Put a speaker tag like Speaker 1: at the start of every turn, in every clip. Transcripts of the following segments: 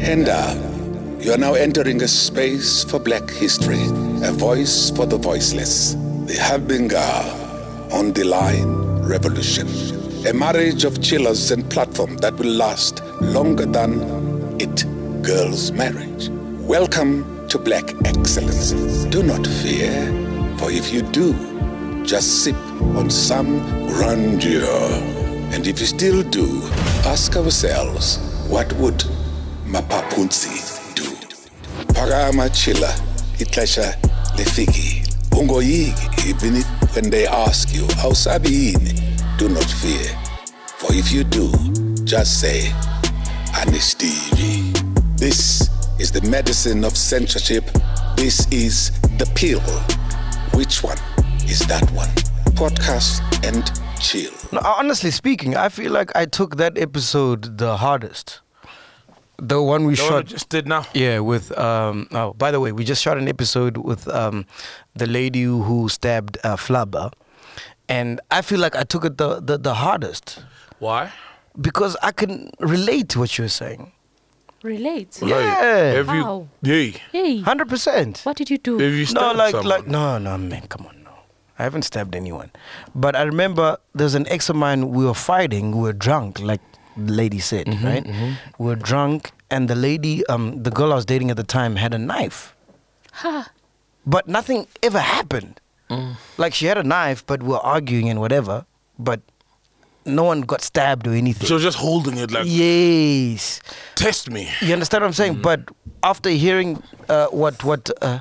Speaker 1: And uh, you are now entering a space for black history, a voice for the voiceless. The Habinga on the Line Revolution. A marriage of chillers and platform that will last longer than it girls' marriage. Welcome to Black Excellence. Do not fear, for if you do, just sip on some grandeur. And if you still do, ask ourselves, what would Mapapunzi do? Parama chilla, itlesha lefiki. Ungoyiki, even if when they ask you, how sabiini, do not fear. For if you do, just say, Anistivi. This is the medicine of censorship. This is the pill. Which one is that one? Podcast and chill.
Speaker 2: No, honestly speaking, I feel like I took that episode the hardest. The one we
Speaker 3: The one I
Speaker 2: shot.
Speaker 3: just did now.
Speaker 2: yeah, with um. Oh, by the way, we just shot an episode with um, the lady who stabbed uh, Flaba, and I feel like I took it the, the the hardest
Speaker 3: Why?
Speaker 2: because I can relate to what you're saying.
Speaker 4: Relate.
Speaker 2: Yeah.
Speaker 3: If you,
Speaker 4: How?
Speaker 3: yeah.
Speaker 4: Hey,
Speaker 2: Hundred percent.
Speaker 4: what did you do?
Speaker 3: If you
Speaker 2: no,
Speaker 3: stab
Speaker 2: like,
Speaker 3: someone,
Speaker 2: like, no, no, man, come on, no. I haven't stabbed anyone, but I remember there's an ex of mine. We were fighting. We were drunk, like the lady said, right? We were drunk, and the lady, um, the girl I was dating at the time, had a knife,
Speaker 4: ha.
Speaker 2: but nothing ever happened. Like she had a knife, but we were arguing and whatever, but no one got stabbed or anything.
Speaker 3: she was just holding it like,
Speaker 2: yes,
Speaker 3: test me.
Speaker 2: you understand what I'm saying? But after hearing uh, what what. Uh,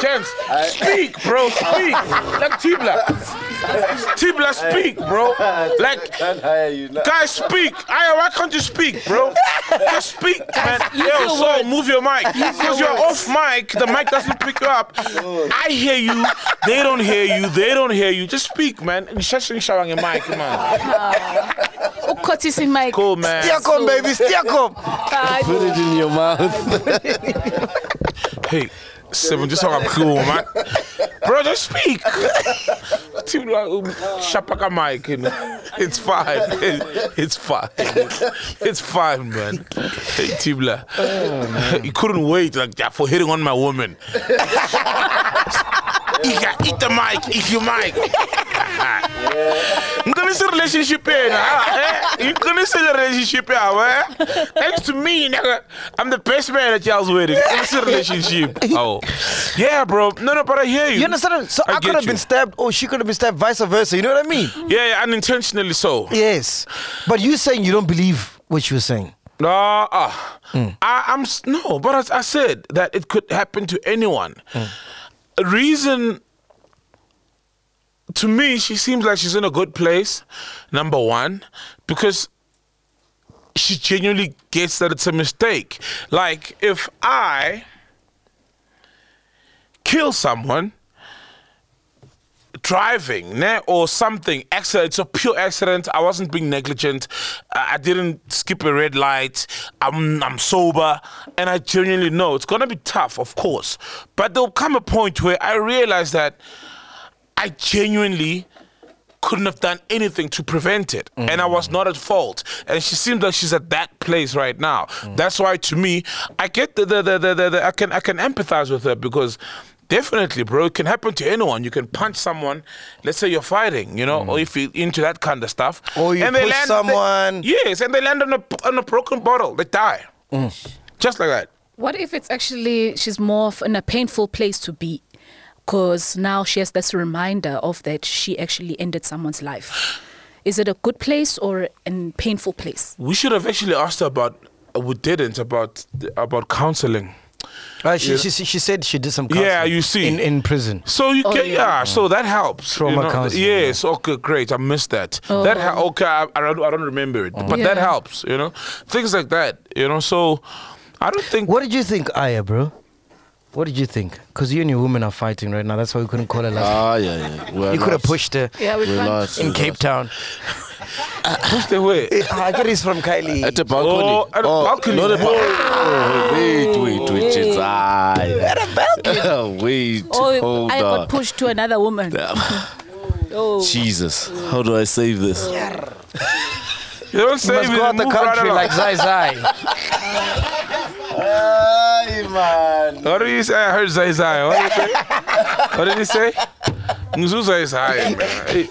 Speaker 3: Chance, speak, bro, speak. like Tibla. Tibla, speak, bro. Like, guys, speak. Aya, why can't you speak, bro? Just speak, man. Yo,
Speaker 4: your
Speaker 3: so
Speaker 4: words.
Speaker 3: move your mic. Because you're off mic, the mic doesn't pick you up. I hear you, they don't hear you, they don't hear you. Just speak, man. Ngisheshe ngishaya ngemic, man.
Speaker 4: Oh, Ukhothisa mic.
Speaker 3: Cool, man.
Speaker 2: Stiacom, baby, Stiacom.
Speaker 5: Put it in your mouth.
Speaker 3: Hey, seven, just how I'm cool, man. Bro, just speak. Tibla, um, Shapaka mic. you know. It's fine. It's fine. It's fine, man. Hey, Tibla. You couldn't wait like that for hitting on my woman. Ika, eat the mic, eat your mic. Ngiqinisa i-relationship yenu ah, eh? Ngiqinisa i-relationship yabo eh? Thanks to me nigga, I'm the best man at y'all's wedding Ngiqinisa i-relationship Oh Yeah bro No no but I hear you
Speaker 2: You understand? what I'm- So I,
Speaker 3: I
Speaker 2: could
Speaker 3: get
Speaker 2: have
Speaker 3: you. Mm.
Speaker 2: been stabbed, or she could have been stabbed, vice versa. You know what I mean?
Speaker 3: Yeah, yeah unintentionally so
Speaker 2: yes. But you saying you don't believe what you're saying.
Speaker 3: No, uh, I, I'm s- no, but as I said that it could happen to anyone. A reason to me, she seems like she's in a good place. Number one, because she genuinely gets that it's a mistake. Like if I kill someone driving ne, or something accident it's a pure accident i wasn't being negligent Uh, i I didn't skip a red light i'm i'm sober and i genuinely know it's gonna be tough of course but there'll come a point where i realize that i genuinely couldn't have done anything to prevent it and i was not at fault and she seems like she's at that place right now that's why to me i get the, the, the, the, the, the i can i can empathize with her because definitely bro it can happen to anyone you can punch someone let's say you're fighting you know or if you're into that kind of stuff
Speaker 2: Or you push someone.
Speaker 3: yes and they land on a, on a broken bottle they die just like that
Speaker 4: What if it's actually she's more of in a painful place to be? Because now she has this reminder of that she actually ended someone's life. Is it a good place or a painful place?
Speaker 3: we should have actually asked her about uh, we didn't about about counseling
Speaker 2: Right? Uh, She, she, she said she did some. Counseling
Speaker 3: Yeah, you see.
Speaker 2: in in prison.
Speaker 3: So you
Speaker 4: Oh,
Speaker 3: can, yeah.
Speaker 4: yeah.
Speaker 3: so that helps.
Speaker 2: Trauma
Speaker 3: you know?
Speaker 2: counseling,
Speaker 3: Yes, okay, great. I missed that. That hel- okay, I, I don't, I don't remember it, but that
Speaker 4: Oh. Yeah.
Speaker 3: helps. You know, things like that. You know, so I don't think.
Speaker 2: What did you think, Aya, bro? What did you think? Because you and your woman are fighting right now. That's why we couldn't call her last.
Speaker 5: Ah, yeah, yeah. We're
Speaker 2: you could have
Speaker 5: lost.
Speaker 2: pushed her
Speaker 4: Yeah, we
Speaker 5: We're
Speaker 4: can't.
Speaker 5: lost.
Speaker 2: in
Speaker 5: We're
Speaker 2: Cape
Speaker 5: lost.
Speaker 2: Town. Ah,
Speaker 3: Push the way.
Speaker 2: I get this from Kylie.
Speaker 5: At the balcony.
Speaker 3: Oh, at the balcony. Ah.
Speaker 5: Not a balcony. Oh, wait, wait, wait. It's I.
Speaker 2: At a balcony.
Speaker 5: wait.
Speaker 4: Oh,
Speaker 5: hold
Speaker 4: I
Speaker 5: on.
Speaker 4: got pushed to another woman.
Speaker 5: Damn.
Speaker 4: Oh,
Speaker 5: Jesus. How do I save this?
Speaker 3: You don't say
Speaker 2: must
Speaker 3: we
Speaker 2: go out the
Speaker 3: move right
Speaker 2: country
Speaker 3: along.
Speaker 2: like Zai Zai.
Speaker 5: Ay, man.
Speaker 3: What did you say? I heard Zai Zai. What did you say? what did you say? Mzu Zai Zai, man. Hey,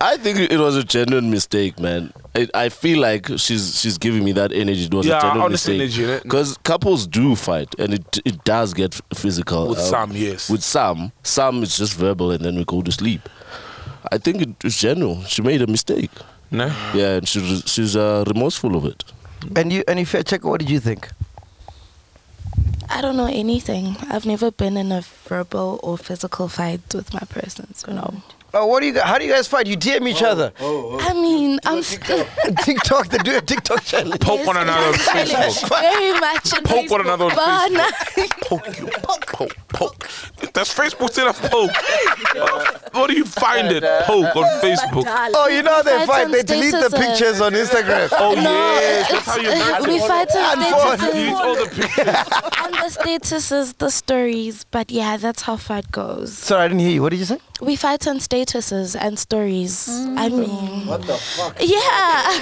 Speaker 5: I think it was a genuine mistake, man. I, I feel like she's she's giving me that energy. It was
Speaker 3: Yeah,
Speaker 5: a genuine
Speaker 3: honest energy,
Speaker 5: mistake
Speaker 3: right?
Speaker 5: because couples do fight, and it it does get f- physical. uh,
Speaker 3: With some, yes.
Speaker 5: With some, some it's just verbal, and then we go to sleep. I think it was genuine. She made a mistake.
Speaker 3: No?
Speaker 5: Yeah, and she, she's uh, remorseful of it.
Speaker 2: and you and if you check, what did you think?
Speaker 6: I don't know anything. I've never been in a verbal or physical fight with my person, so no.
Speaker 2: Oh, what do you? gu- How do you guys fight? You DM
Speaker 3: Oh,
Speaker 2: each other.
Speaker 6: I mean, I'm still
Speaker 2: TikTok, they do a TikTok challenge.
Speaker 3: Poke one another on
Speaker 6: Yes, I'm
Speaker 3: Facebook.
Speaker 6: Very much on
Speaker 3: Poke one
Speaker 6: Facebook,
Speaker 3: another on
Speaker 6: but
Speaker 3: Facebook.
Speaker 6: not-
Speaker 3: Poke you. Poke. Poke. Poke. That's Facebook still a poke. what do you find it? Poke on Facebook.
Speaker 4: Badala.
Speaker 2: Oh, you know how they
Speaker 6: Fight
Speaker 2: fight.
Speaker 6: on
Speaker 2: They delete the
Speaker 6: statuses.
Speaker 2: pictures on Instagram.
Speaker 3: Oh,
Speaker 6: no,
Speaker 3: yes. That's
Speaker 6: it's-
Speaker 3: how you match
Speaker 6: we
Speaker 3: it.
Speaker 6: fight on
Speaker 2: Unfold.
Speaker 3: Delete
Speaker 6: statuses,
Speaker 3: all the pictures.
Speaker 6: on the statuses, the stories. But yeah, that's how fight goes.
Speaker 2: Sorry, I didn't hear you. What did you say?
Speaker 6: We fight on statuses and stories. I
Speaker 7: Mm.
Speaker 6: mean, what the fuck? Yeah,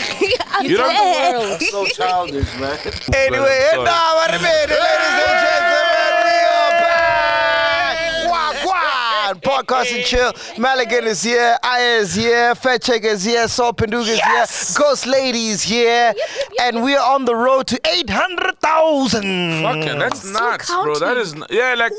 Speaker 3: You don't-
Speaker 5: So childish, man.
Speaker 2: Anyway,
Speaker 3: Sorry.
Speaker 2: and now, what a minute, ladies and gentlemen, we are back. Wah, wah. And Podcast and chill. Maligan is here, Aya is here, Fat Check is here, Saul Panduga is here, Ghost Lady is here, and we are on the road to 800,000.
Speaker 3: Fucking, that's
Speaker 4: Still
Speaker 3: nuts, bro. That
Speaker 4: counting.
Speaker 3: is n- yeah, like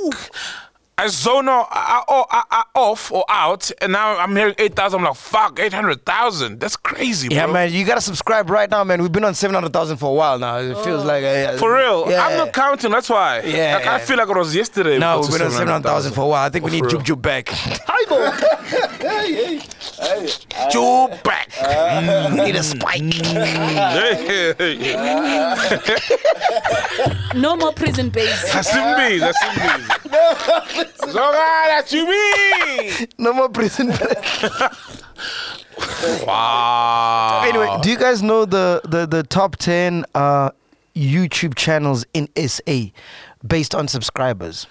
Speaker 3: I zone out, I, oh, I, I, I off or out, and now I'm hearing eight thousand. I'm like, fuck, eight hundred thousand. That's crazy, bro.
Speaker 2: Yeah, man, you gotta subscribe right now, man. We've been on 700,000 for a while now. It feels like. Uh,
Speaker 3: For real,
Speaker 2: Yeah.
Speaker 3: I'm not counting. That's why.
Speaker 2: Yeah.
Speaker 3: like, I feel like it was yesterday.
Speaker 2: No,
Speaker 3: we
Speaker 2: we've
Speaker 3: got
Speaker 2: been
Speaker 3: to
Speaker 2: on 700,000 for a while. I think we need Jub Jub back.
Speaker 3: Two back.
Speaker 2: Mm. need a spike.
Speaker 3: Hey, hey, hey.
Speaker 4: No more prison base.
Speaker 3: Kasimbi, Kasimbi. Zonga, that you mean?
Speaker 2: no more prison break.
Speaker 3: Wow.
Speaker 2: Anyway, do you guys know the the, the top ten uh, YouTube channels in SA based on subscribers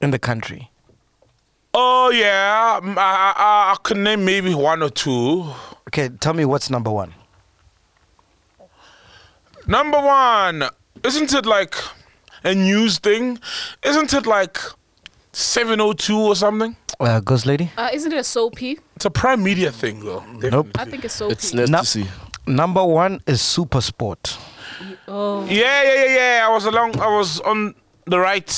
Speaker 2: in the country?
Speaker 3: Oh yeah, Mm, I, I, I could name maybe one or two.
Speaker 2: Okay, tell me what's number one.
Speaker 3: Number one, isn't it like a news thing? Isn't it like 702 or something?
Speaker 2: Uh, Ghost Lady.
Speaker 4: Uh, isn't it a soapy?
Speaker 3: It's a prime media thing though.
Speaker 2: Nope.
Speaker 4: I think it's soapy.
Speaker 5: It's nice
Speaker 2: No.
Speaker 5: to see.
Speaker 2: Number one is Super Sport.
Speaker 4: oh,
Speaker 3: Yeah, yeah, yeah, yeah. I was along. I was on the right.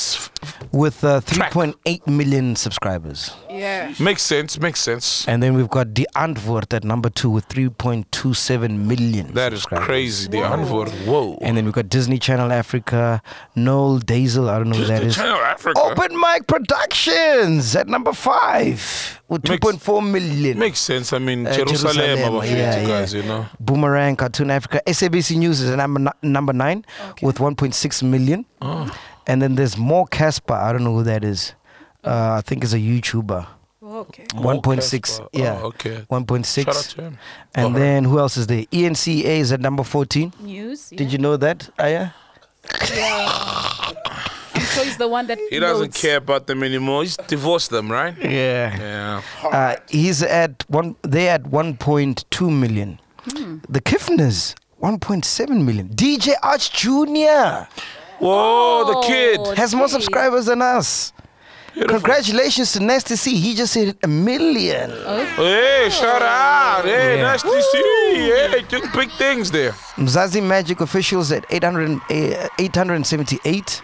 Speaker 2: With uh,
Speaker 3: Track.
Speaker 2: 3.8 million subscribers.
Speaker 4: yeah.
Speaker 3: Makes sense. Makes sense.
Speaker 2: And then we've got The Antwoord at number two with 3.27 million.
Speaker 3: That is
Speaker 2: subscribers.
Speaker 3: crazy. The Anvor. Whoa.
Speaker 2: And then we've got Disney Channel Africa, Noel Daisel, I don't know who that is.
Speaker 3: Channel Africa.
Speaker 2: Open Mic Productions at number five with
Speaker 3: Makes-
Speaker 2: 2.4 million.
Speaker 3: Makes sense. I mean,
Speaker 2: Uh,
Speaker 3: Jerusalem,
Speaker 2: Jerusalem,
Speaker 3: our
Speaker 2: yeah,
Speaker 3: future
Speaker 2: yeah.
Speaker 3: guys, you know.
Speaker 2: Boomerang, Cartoon Africa, SABC News is at number, ni- number nine with 1.6 million.
Speaker 3: Oh.
Speaker 2: And then there's More Casper, I don't know who that is. Uh, I think it's a YouTuber.
Speaker 4: Oh, Okay.
Speaker 2: 1.6,
Speaker 3: Casper.
Speaker 2: yeah.
Speaker 3: Oh, okay. Shout out
Speaker 2: 1.6.
Speaker 3: to him.
Speaker 2: And
Speaker 3: Alright.
Speaker 2: then who else is there? E ENCA is at number 14.
Speaker 4: News. Yeah.
Speaker 2: Did you know that, Aya?
Speaker 4: I'm sure he's the one that.
Speaker 3: He doesn't
Speaker 4: notes.
Speaker 3: care about them anymore. He's divorced them, right?
Speaker 2: Yeah.
Speaker 3: Yeah.
Speaker 2: Uh, he's at one. They at 1.2 million. The Kiffners 1.7 million. DJ Arch Jr.
Speaker 3: Whoa, the kid.
Speaker 4: Oh,
Speaker 2: has more
Speaker 4: okay.
Speaker 2: subscribers than us. Congratulations to Nasty C. He just hit a million.
Speaker 3: Hey, shout out. Hey,
Speaker 2: Yeah.
Speaker 3: nice to see you. Hey, doing big things there.
Speaker 2: Mzazi Magic officials at 800, eh, 878.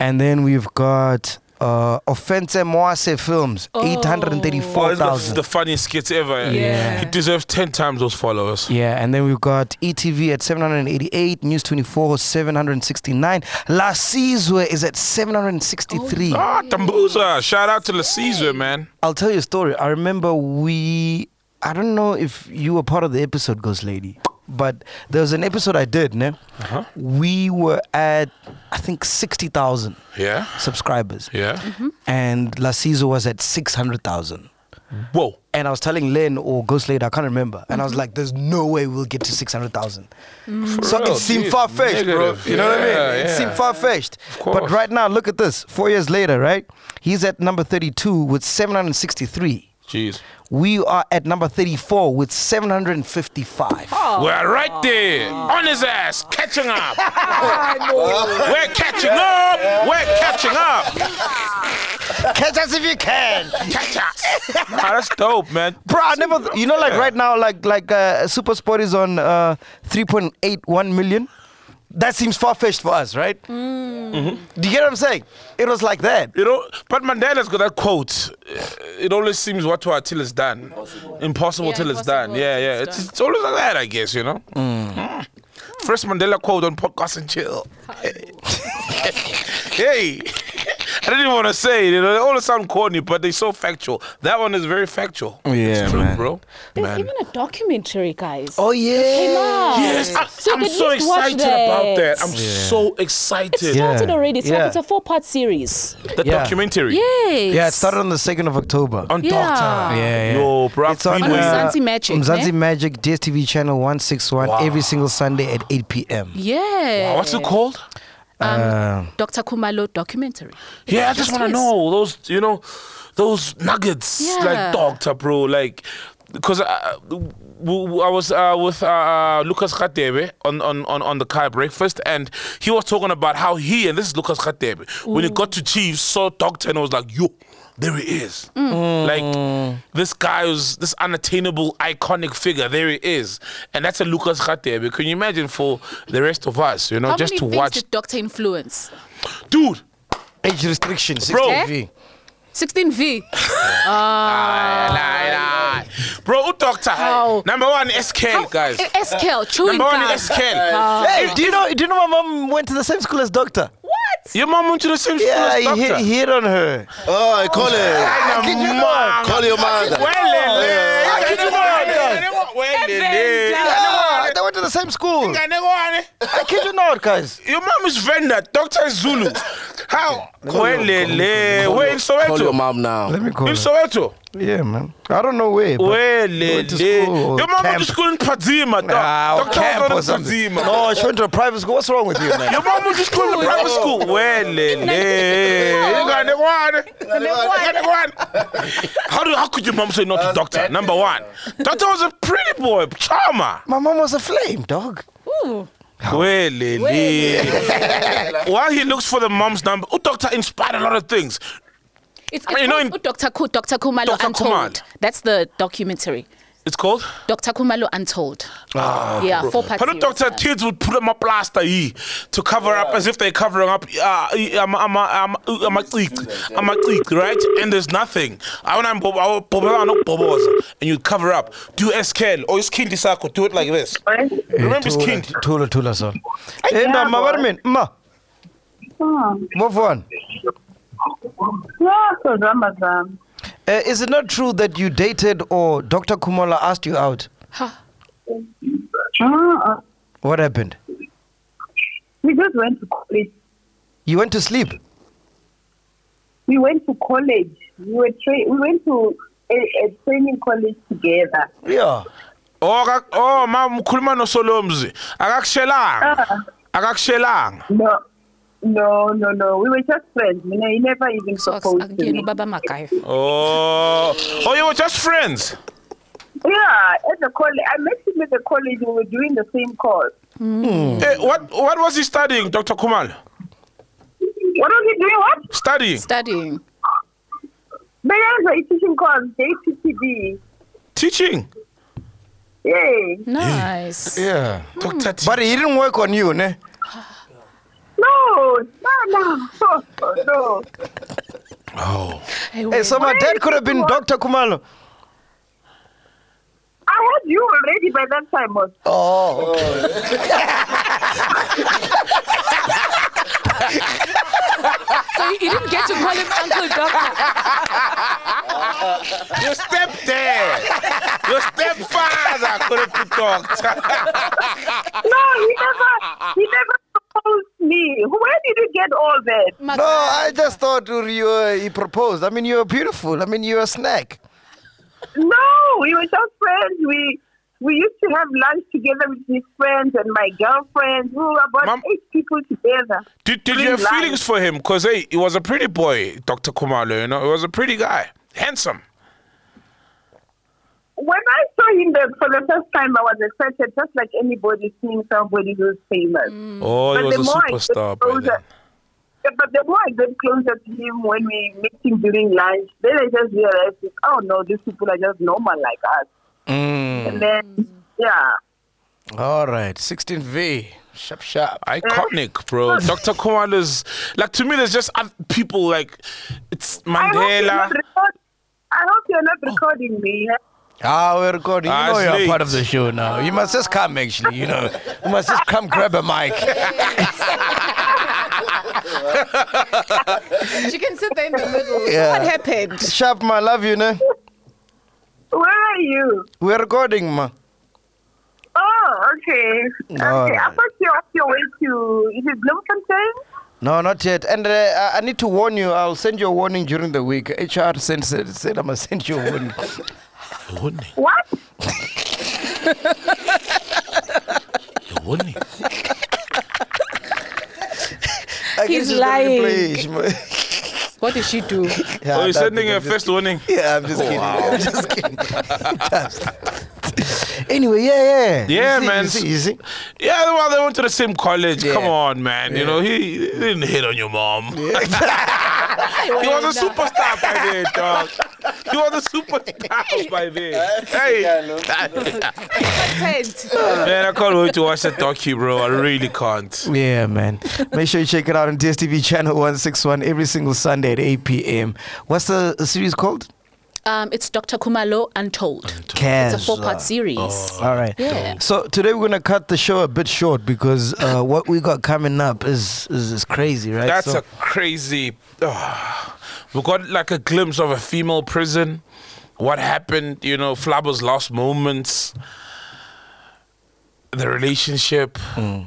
Speaker 2: And then we've got uh, Offense Moase Films,
Speaker 3: Oh, it's the,
Speaker 2: 834,000.
Speaker 3: the funniest skits ever.
Speaker 4: Yeah.
Speaker 3: You deserve 10 times those followers.
Speaker 2: Yeah, and then we've got ETV at 788, News 24, 769. La Sizwe is at 763.
Speaker 3: Ah, Tambuza. Shout out to Lasizwe, man.
Speaker 2: I'll tell you a story. I remember we, I don't know if you were part of the episode, Ghost Lady, but there was an episode I did, ne? We were at, I think, 60,000
Speaker 3: Yeah.
Speaker 2: subscribers.
Speaker 3: Yeah.
Speaker 2: And La Sizwe was at 600,000.
Speaker 3: Whoa.
Speaker 2: And I was telling Len or Ghost Lady, I can't remember. And I was like, there's no way we'll get to 600,000. So
Speaker 3: real,
Speaker 2: it seemed
Speaker 3: dude.
Speaker 2: far fetched, bro.
Speaker 3: Negative.
Speaker 2: You know what I mean?
Speaker 3: Yeah,
Speaker 2: It
Speaker 3: yeah.
Speaker 2: seemed far fetched. But
Speaker 3: course.
Speaker 2: right now, look at this. Four years later, right? He's at number 32 with 763.
Speaker 3: Jeez.
Speaker 2: We are at number 34 with 755.
Speaker 4: Oh.
Speaker 3: We're right there, on his ass, catching up. We're catching up. We're catching up.
Speaker 2: Catch us if you can.
Speaker 3: Catch us. Nah, Ah, that's dope, man.
Speaker 2: Bro, I never, you know, like right now, like like uh, Super Sport is on uh, 3.81 million. That seems far fetched for us, right?
Speaker 3: Mm.
Speaker 2: Mm-hmm. Do you get what I'm saying? It was like that.
Speaker 3: You know, but Mandela's got that quote. uh, It always seems what to till it's done. Impossible,
Speaker 4: Yeah,
Speaker 3: till it's
Speaker 4: impossible
Speaker 3: done. Yeah,
Speaker 4: till
Speaker 3: yeah.
Speaker 4: it's
Speaker 3: It's,
Speaker 4: done.
Speaker 3: it's always like that, I guess, you know? Mm. First Mandela quote on podcast and chill. hey. I didn't even want to say it. You know, they always sound corny, but they're so factual. That one is very factual.
Speaker 2: Yeah,
Speaker 3: it's true,
Speaker 2: man.
Speaker 3: bro.
Speaker 4: There's even a documentary, guys.
Speaker 2: Oh, yeah.
Speaker 3: Yes, I'm,
Speaker 4: Oh. So you
Speaker 3: I'm
Speaker 4: can
Speaker 3: so
Speaker 4: at least watch
Speaker 3: excited about that. I'm so
Speaker 4: It
Speaker 3: excited.
Speaker 4: started
Speaker 2: Yeah.
Speaker 4: already. It's,
Speaker 2: Yeah.
Speaker 4: like, it's a four-part series.
Speaker 3: The
Speaker 2: Yeah.
Speaker 3: documentary.
Speaker 4: Yes.
Speaker 2: Yeah, it started on the 2nd of October.
Speaker 3: On
Speaker 4: Yeah.
Speaker 3: Doctor.
Speaker 2: Yeah, yeah.
Speaker 3: Yo, bro.
Speaker 2: It's on,
Speaker 4: On
Speaker 3: uh,
Speaker 4: Mzansi Magic,
Speaker 2: Mzansi
Speaker 4: ne?
Speaker 2: Magic, DSTV channel 161, every single Sunday at 8 p.m.
Speaker 4: Yeah.
Speaker 3: Wow, what's it called?
Speaker 4: Dr. Kumalo documentary.
Speaker 3: Yeah, I just want to
Speaker 4: is.
Speaker 3: know those, you know, those nuggets,
Speaker 4: Yeah.
Speaker 3: like doctor, bro, like, because I, w- w- I was uh, with uh, Lucas Khatebe on, on, on, on the car breakfast, and he was talking about how he and this is Lucas Khatebe when he got to Chiefs saw doctor and was like, yo. There he is.
Speaker 4: Mm.
Speaker 3: Like this guy was this unattainable, iconic figure. There he is. And that's a Lucas Khatebe. Can you imagine for the rest of us, you know,
Speaker 4: How
Speaker 3: just
Speaker 4: many
Speaker 3: to
Speaker 4: things
Speaker 3: watch
Speaker 4: did Doctor influence?
Speaker 3: dude.
Speaker 2: Age restriction, 16
Speaker 3: Bro.
Speaker 2: V.
Speaker 4: 16V.
Speaker 3: Aye, aye, aye. Bro, who doctor?
Speaker 4: How?
Speaker 3: Number one, SK, guys.
Speaker 4: Eh, SKL, chewing
Speaker 3: Number one,
Speaker 4: gum. Uh,
Speaker 3: SK.
Speaker 2: Hey, do you know? Do you know my mom went to the same school as Doctor?
Speaker 3: Your mom went to the same school
Speaker 2: Yeah,
Speaker 3: as
Speaker 2: he hit,
Speaker 3: doctor.
Speaker 2: he hit on her.
Speaker 5: Oh, I call it.
Speaker 3: Ay,
Speaker 2: Kid you
Speaker 3: na
Speaker 2: not.
Speaker 3: manga.
Speaker 5: Call your mother.
Speaker 3: Welele.
Speaker 2: I kid you not.
Speaker 3: Welele.
Speaker 2: Yeah, they went to the same school.
Speaker 3: Ngane ngwane.
Speaker 2: I kid you not, guys.
Speaker 3: Your mom is Venda, Doctor is Zulu. How? Welele.
Speaker 5: Call
Speaker 3: We're
Speaker 5: your-
Speaker 3: in
Speaker 5: Call your
Speaker 3: Soweto.
Speaker 5: mom now.
Speaker 2: Let me call
Speaker 3: In
Speaker 2: her.
Speaker 3: Soweto.
Speaker 2: Yeah, man. I don't know where. but- Going to
Speaker 3: Welele.
Speaker 2: school or
Speaker 3: Your mom went to
Speaker 2: camp.
Speaker 3: school in Padzima,
Speaker 2: Ah, or
Speaker 3: dog. Doctor was
Speaker 2: camp
Speaker 3: not in
Speaker 2: or something.
Speaker 3: Padzima.
Speaker 2: No, she went to a private school. What's wrong with you, man?
Speaker 3: Your mom went to school in the private school. Welele. Ngane ngwane. Ngane ngwane. How do how could your mom say no to doctor? Number one, doctor was a pretty boy, charmer.
Speaker 2: My mom was a flame, dog.
Speaker 3: Welele. While he looks for the mom's number, oh, doctor inspired a lot of things.
Speaker 4: It's, it's
Speaker 3: I mean, you know,
Speaker 4: called Dr. Ku, Dr. Kumalo
Speaker 3: Dr.
Speaker 4: Untold.
Speaker 3: Kumal.
Speaker 4: That's the documentary.
Speaker 3: It's called.
Speaker 4: Dr. Kumalo Untold. yeah, four parts.
Speaker 3: Ah, How do doctor kids would put them a plaster e to cover up as if they're covering up. Uh, e- I'm I'm I'm I'm a click, I'm a click, right? And there's nothing. I want to I want to and you cover up. Do SKL or skin disako. Do it like this. Remember skin.
Speaker 2: Eh, Tula, tula, son. Hey, no, ma, what I mean? Ma, move on.
Speaker 8: Yako zama zama.
Speaker 2: Uh, is it not true that you dated or Dr. Kumola asked you out?
Speaker 8: Uh,
Speaker 2: What happened?
Speaker 8: we just went to college.
Speaker 2: You went to sleep.
Speaker 8: We went to college. We were tra- we went to a, a training college together.
Speaker 2: Yeah.
Speaker 3: Oh, kak- oh, mom, kulma no solomzi. Akakshelang. Akakshelang.
Speaker 8: No, no, no, no. We were just friends. You know, he never even proposed to me.
Speaker 3: Oh, oh, you were just friends.
Speaker 8: Yeah, at the college. I met him at the college. We were doing the same course.
Speaker 3: Eh, what what was he studying, Doctor Kumal?
Speaker 8: What was he doing? What?
Speaker 3: Studying
Speaker 4: Studying.
Speaker 8: They have a teaching course, JPTV.
Speaker 3: teaching.
Speaker 8: Yay.
Speaker 4: Nice.
Speaker 3: Eh,
Speaker 2: Yeah.
Speaker 3: Doctor T.
Speaker 2: But he didn't work on you, ne?
Speaker 8: No, no, no, no.
Speaker 2: Hey, so my dad could have been Dr. Kumalo.
Speaker 8: I had you already by that time. Was
Speaker 4: So you didn't get to call him Uncle Doctor.
Speaker 3: Your stepdad, your stepfather could have been doctor.
Speaker 8: No, he never, he never proposed me. Where did you get all that?
Speaker 2: No, I just thought you were, he proposed. I mean, you're beautiful. I mean, you're a snack.
Speaker 8: No, we were just friends. We we used to have lunch together with his friends and my girlfriend. We were about
Speaker 3: Mom-
Speaker 8: eight people together.
Speaker 3: Did, did you have
Speaker 8: Green
Speaker 3: feelings for him? Because hey, he was a pretty boy, Doctor Kumalo. You know, he was a pretty guy, handsome.
Speaker 8: when I saw him the, for the first time, I was excited, just like anybody seeing somebody who's famous.
Speaker 3: Oh, he
Speaker 8: But
Speaker 3: was a
Speaker 8: the more I get
Speaker 3: superstar by
Speaker 8: closer-
Speaker 3: then.
Speaker 8: Yeah, but the more I get closer to him when we meet him during lunch, then I just realized, oh no, these people are just normal like us.
Speaker 3: Mm.
Speaker 8: And then, yeah.
Speaker 2: All right, 16th V. Sharp, sharp.
Speaker 3: Iconic,
Speaker 8: uh,
Speaker 3: bro. Dr. Kumar is like to me. There's just other people like it's
Speaker 8: I hope, you're
Speaker 3: Mandela.
Speaker 8: not record- I hope you're not recording me. yeah?
Speaker 2: Ah, we're recording. You
Speaker 3: Ah,
Speaker 2: know
Speaker 3: it's
Speaker 2: you're
Speaker 3: late.
Speaker 2: part of the show now. You must just come, actually. You know, you must just come grab a mic.
Speaker 7: She can sit there in the middle.
Speaker 2: Yeah.
Speaker 7: What happened?
Speaker 2: Sharp, ma, love you, ne?
Speaker 8: Where are you?
Speaker 2: We're recording, ma.
Speaker 8: Oh, okay. Okay,
Speaker 2: All
Speaker 8: I
Speaker 2: right.
Speaker 8: thought you're on your way to, is it Bloemfontein?
Speaker 2: No, not yet. And uh, I- I need to warn you. I'll send you a warning during the week. HR sent, said, said I must send you a warning.
Speaker 8: What?
Speaker 2: I
Speaker 7: He's
Speaker 2: guess it's not in
Speaker 7: lying.
Speaker 2: place, ma.
Speaker 7: What did she do?
Speaker 2: yeah,
Speaker 3: Oh,
Speaker 2: I
Speaker 3: he's
Speaker 2: don't
Speaker 3: Oh, sending
Speaker 2: think
Speaker 3: a Oh,
Speaker 2: I'm just-
Speaker 3: first warning.
Speaker 2: Yeah, I'm just kidding. I'm just kidding. Just- anyway, yeah, yeah.
Speaker 3: Yeah,
Speaker 2: you see,
Speaker 3: man.
Speaker 2: You see, you see?
Speaker 3: Yeah, well, they went to the same college.
Speaker 2: Yeah.
Speaker 3: Come on, man. You know, he, he didn't hit on your mom. he was a superstar by then, dog. He was a superstar by then. Hey, man, I can't wait to watch that docu, bro. I really can't.
Speaker 2: Yeah, man. Make sure you check it out on DSTV channel 161 every single Sunday at 8 p.m. What's the series called?
Speaker 4: Um, it's Dr. Kumalo Untold.
Speaker 2: Cares. Oh.
Speaker 4: It's a four-part series.
Speaker 7: Uh,
Speaker 2: All right.
Speaker 4: Yeah.
Speaker 2: So today we're gonna cut the show a bit short because uh, what we got coming up is is, is crazy, right?
Speaker 3: That's
Speaker 2: So-
Speaker 3: a crazy. ah. we got like a glimpse of a female prison. What happened? You know, Flabber's last moments. The relationship.
Speaker 2: Mm.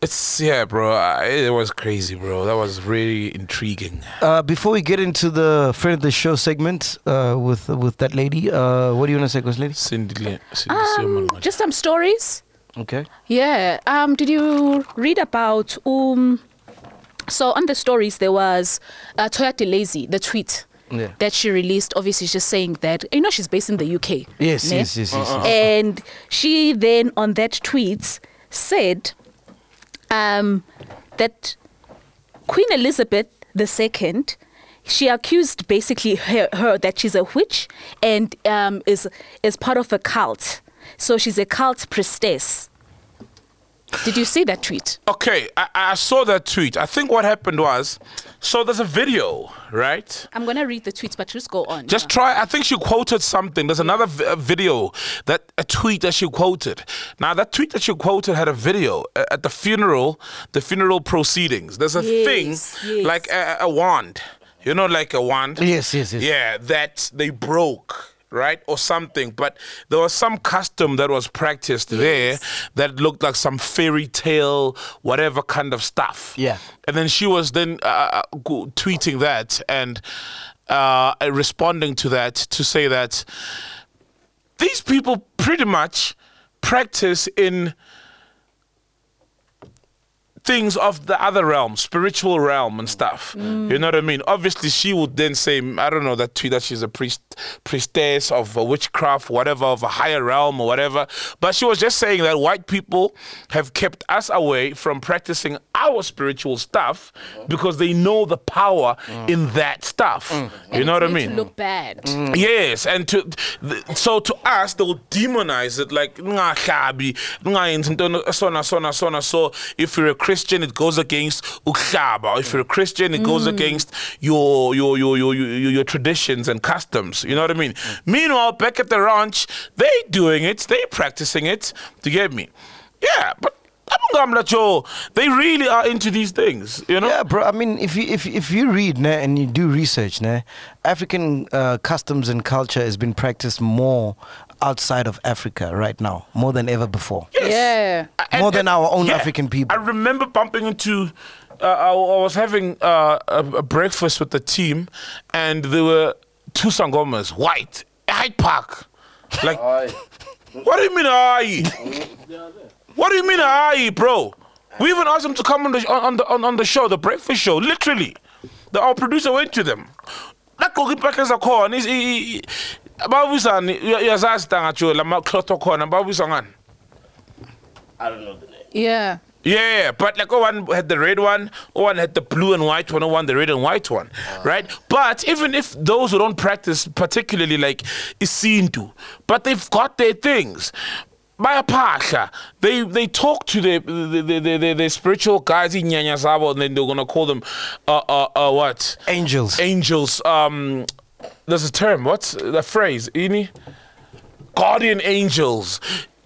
Speaker 3: It's yeah, bro. I- It was crazy, bro. That was really intriguing.
Speaker 2: uh, before we get into the friend of the show segment uh, with with that lady, uh, what do you wanna say, Ghost lady?
Speaker 3: Cindy, Le- Cindy
Speaker 4: Um,
Speaker 3: Seumann.
Speaker 4: just some stories.
Speaker 2: Okay.
Speaker 4: Yeah. Um, did you read about um? So on the stories there was uh, Toyota Lazy the tweet
Speaker 2: Yeah.
Speaker 4: that she released. Obviously, just saying that you know she's based in the UK.
Speaker 2: Yes,
Speaker 4: ne?
Speaker 2: yes, yes, yes,
Speaker 7: Uh-uh.
Speaker 3: Uh-uh.
Speaker 2: yes.
Speaker 4: And she then on that tweet said, um, that Queen Elizabeth II, she accused basically her, her that she's a witch and um, is is part of a cult. So she's a cult priestess. Did you see that tweet?
Speaker 3: Okay, I, I saw that tweet. I think what happened was, so there's a video, right?
Speaker 4: I'm gonna read the tweets, but just go on.
Speaker 3: Just try. I think she quoted something. There's another v- a video that a tweet that she quoted. Now that tweet that she quoted had a video uh, at the funeral, the funeral proceedings. There's a thing
Speaker 4: Yes, yes.
Speaker 3: like a, a wand, you know, like a wand.
Speaker 2: Yes, yes, yes.
Speaker 3: Yeah, that they broke, right, or something. But there was some custom that was practiced there that looked like some fairy tale, whatever kind of stuff.
Speaker 2: Yeah.
Speaker 3: And then she was then uh, go- tweeting that and uh, uh, responding to that to say that these people pretty much practice in things of the other realm, spiritual realm and stuff. You know what I mean? Obviously, she would then say, I don't know, that tweet that she's a priest, priestess of uh, witchcraft, whatever, of a higher realm or whatever. But she was just saying that white people have kept us away from practicing our spiritual stuff because they know the power in that stuff. You know what I
Speaker 4: Made to
Speaker 3: mean?
Speaker 4: Look bad.
Speaker 7: Mm.
Speaker 3: Yes, and to th- so to us they'll demonize it like "Nga hlabi, nga yenzi into no- so na so na so na so." If you're a Christian, it goes against ukhaba. If you're a Christian, it goes against your your your your your, your traditions and customs. You know what I mean? Meanwhile, back at the ranch, they doing it, they practicing it. Do you get me? Yeah, but. Abangam Lacho, They really are into these things, you know.
Speaker 2: Yeah, bro. I mean, if you if if you read ne, and you do research, ne, African uh, customs and culture has been practiced more outside of Africa right now, more than ever before.
Speaker 7: Yeah.
Speaker 2: More than our own African people.
Speaker 3: I remember bumping into. Uh, I, I was having uh, a, a breakfast with the team, and there were two sangomas, white, Hyde Park. Like, what do you mean, aye? what do you mean, aye, bro? We even asked them to come on the on, on the on, on the show, the breakfast show. Literally, the, our producer went to them. That goalkeeper is a call, and he's, he, he, babuza ni uya- uyazazi tangacho la makhotho khona babuza ngani
Speaker 5: I don't know the name.
Speaker 7: Yeah.
Speaker 3: Yeah, but like oh, one had the red one, oh, one had the blue and white one, oh, one the red and white one, right? But even if those who don't practice, particularly like Isintu, but they've got their things. By a pasha, they they talk to their their, their, their, their spiritual guys in Nyanyazabo, and then they're gonna call them uh uh, uh what
Speaker 2: Angels.
Speaker 3: angels. Um, there's a term. What's the phrase? Ini guardian angels.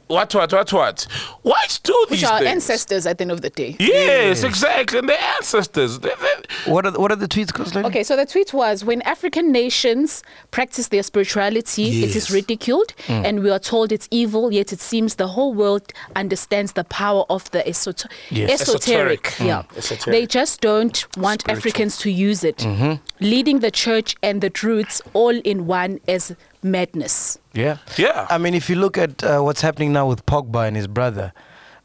Speaker 3: What what what what? Whites do these
Speaker 7: Which are
Speaker 3: things.
Speaker 7: ancestors at the end of the day.
Speaker 3: Yes, exactly. And their ancestors. They- they-
Speaker 2: What are the, what are the tweets, Coach Lady?
Speaker 7: Okay, so the tweet was when African nations practice their spirituality, it
Speaker 3: Yes.
Speaker 7: is ridiculed and we are told it's evil, yet it seems the whole world understands the power of the esot-
Speaker 2: Yes.
Speaker 7: esoteric.
Speaker 3: Esoteric.
Speaker 7: Yeah.
Speaker 3: Esoteric.
Speaker 7: They just don't want Africans to use it, leading the church and the druids all in one as madness.
Speaker 2: Yeah.
Speaker 3: Yeah.
Speaker 2: I mean, if you look at uh, what's happening now with Pogba and his brother,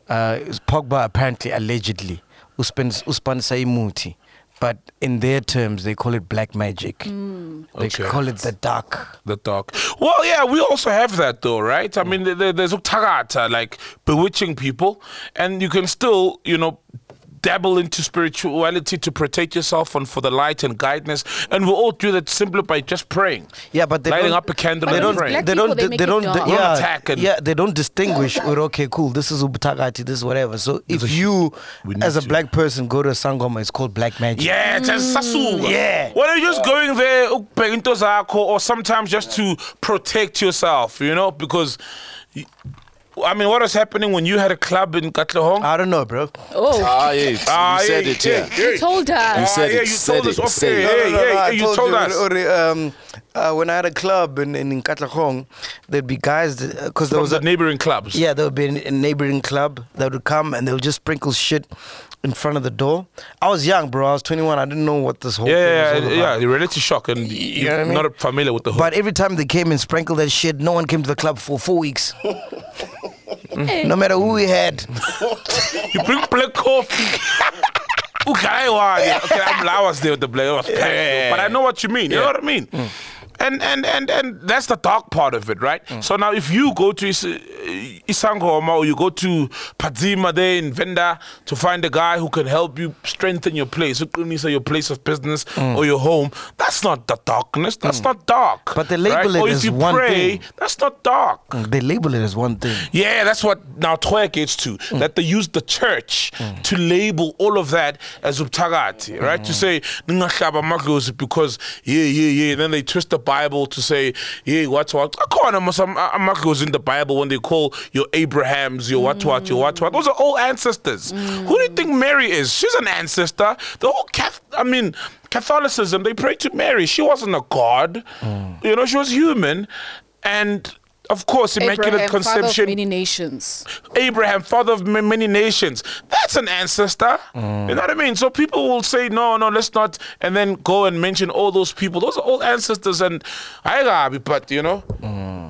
Speaker 2: uh, is Pogba apparently, allegedly, uspans- uspansa imuti. But in their terms, they call it black magic.
Speaker 7: Hmm.
Speaker 2: They
Speaker 3: Okay.
Speaker 2: call it the dark.
Speaker 3: the dark. Well, yeah, we also have that though, right? I mean, there- there, there's uktagata, like bewitching people, and you can still, you know, dabble into spirituality to protect yourself and for the light and guidance. And we all do that simply by just praying.
Speaker 2: Yeah, but they
Speaker 3: lighting
Speaker 2: don't,
Speaker 3: up a candle
Speaker 2: They
Speaker 3: and
Speaker 2: don't.
Speaker 3: praying.
Speaker 7: Black
Speaker 2: They don't.
Speaker 7: people, they
Speaker 2: They,
Speaker 7: make it
Speaker 2: don't.
Speaker 7: dark.
Speaker 3: Don't
Speaker 2: yeah,
Speaker 3: attack and-
Speaker 2: yeah, they don't distinguish. "Oh, okay, cool. This is ubutagati. This is whatever. So if you, as a black person, go to a sangoma, it's called black magic.
Speaker 3: Yeah, it's a sasuga.
Speaker 2: Mm, Yeah.
Speaker 3: When you're just going there, ukubheka into zakho, or sometimes just to protect yourself, you know, because. y- I mean, what was happening when you had a club in Katlehong?
Speaker 2: I don't know, bro.
Speaker 7: Oh,
Speaker 5: Ah, yes. you said it, yeah.
Speaker 7: you told
Speaker 5: You
Speaker 7: her.
Speaker 5: said
Speaker 3: Ah, yeah,
Speaker 5: it,
Speaker 3: you
Speaker 5: said
Speaker 3: told us
Speaker 5: it,
Speaker 3: off
Speaker 5: said
Speaker 3: air. Hey,
Speaker 5: it.
Speaker 3: hey, hey, you told us.
Speaker 2: already, um, uh, when I had a club in in, in Katlahong, there'd be guys because there
Speaker 3: From
Speaker 2: was
Speaker 3: the
Speaker 2: a
Speaker 3: neighboring clubs.
Speaker 2: yeah, there would be a neighboring club that would come and they would just sprinkle shit in front of the door. I was young, bro. I was 21. I didn't know what this whole
Speaker 3: Yeah,
Speaker 2: thing
Speaker 3: yeah,
Speaker 2: was all
Speaker 3: yeah,
Speaker 2: about.
Speaker 3: yeah. Reality shock, and
Speaker 2: know
Speaker 3: you're
Speaker 2: what I mean?
Speaker 3: not familiar with the whole.
Speaker 2: But every time they came and sprinkled that shit, no one came to the club for four weeks. no matter who we had.
Speaker 3: you bring black coffee. okay, wow, yeah. okay, I'm, I was there with the black. I was packed, but I know what you mean. You know what I mean.
Speaker 2: Mm.
Speaker 3: And, and and and that's the dark part of it, right?
Speaker 2: Mm.
Speaker 3: So now, if you go to Is- Isangoma or you go to Padzima there in Venda to find a guy who can help you strengthen your place, uqinise your place of business
Speaker 2: Mm.
Speaker 3: or your home, that's not the darkness. That's not dark.
Speaker 2: But they label it
Speaker 3: or if
Speaker 2: as
Speaker 3: you
Speaker 2: one
Speaker 3: pray,
Speaker 2: thing.
Speaker 3: that's not dark.
Speaker 2: They label it as one thing.
Speaker 3: Yeah, that's what now Twerk gets to. That they use the church to label all of that as ubtagati, right? To say "Ningahlaba amadlozi," because yeah, yeah, yeah. Then they twist the Bible to say yeah, what what. Akhona amadlozi in the Bible when they call your Abraham's, your what what, your what what. Those are all ancestors. Who do you think Mary is? She's an ancestor. The whole Cath- I mean. Catholicism, they pray to Mary. She wasn't a god. You know, she was human. And of course, Immaculate
Speaker 7: Abraham, father of
Speaker 3: Conception.
Speaker 7: many nations.
Speaker 3: Abraham, father of ma- many nations. That's an ancestor. You know what I mean? So people will say, no, no, let's not, and then go and mention all those people. Those are all ancestors, and I gotta be, but you know,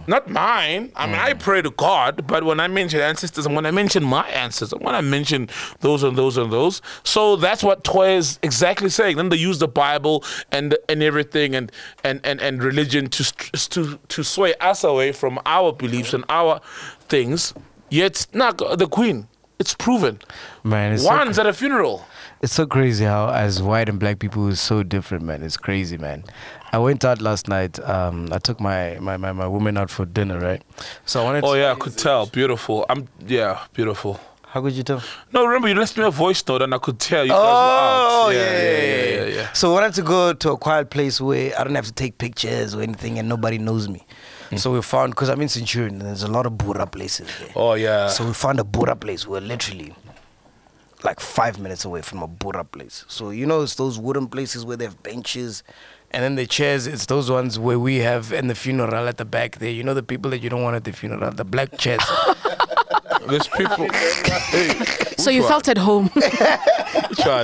Speaker 3: not mine. I mean, I pray to God, but when I mention ancestors, and when I mention my ancestors, when I mention those and those and those, so that's what Toy is exactly saying. Then they use the Bible and and everything and and and, and religion to st- to to sway us away from our beliefs and our things. Yet, not the queen. It's proven.
Speaker 2: Man, it's so
Speaker 3: One's at a funeral.
Speaker 2: It's so crazy how as white and black people is so different, man. It's crazy, man. I went out last night. Um, I took my, my, my, my woman out for dinner, right? So I wanted
Speaker 3: Oh
Speaker 2: to-
Speaker 3: yeah, I could tell. Beautiful. I'm yeah, beautiful.
Speaker 2: How could you tell?
Speaker 3: No, remember you left me a voice note and I could tell you guys
Speaker 2: Oh,
Speaker 3: were out.
Speaker 2: yeah, yeah, yeah, yeah, So I wanted to go to a quiet place where I don't have to take pictures or anything and nobody knows me. So we found, because I'm in Centurion and there's a lot of Bura places there.
Speaker 3: Oh yeah.
Speaker 2: Uh, So we found a Bura place. We're literally like five minutes away from a Bura place. So you know, it's those wooden places where they have benches, and then the chairs. It's those ones where we have in the funeral at the back there. You know, the people that you don't want at the funeral, the black chairs.
Speaker 3: There's people.
Speaker 4: So you felt at home.
Speaker 3: Try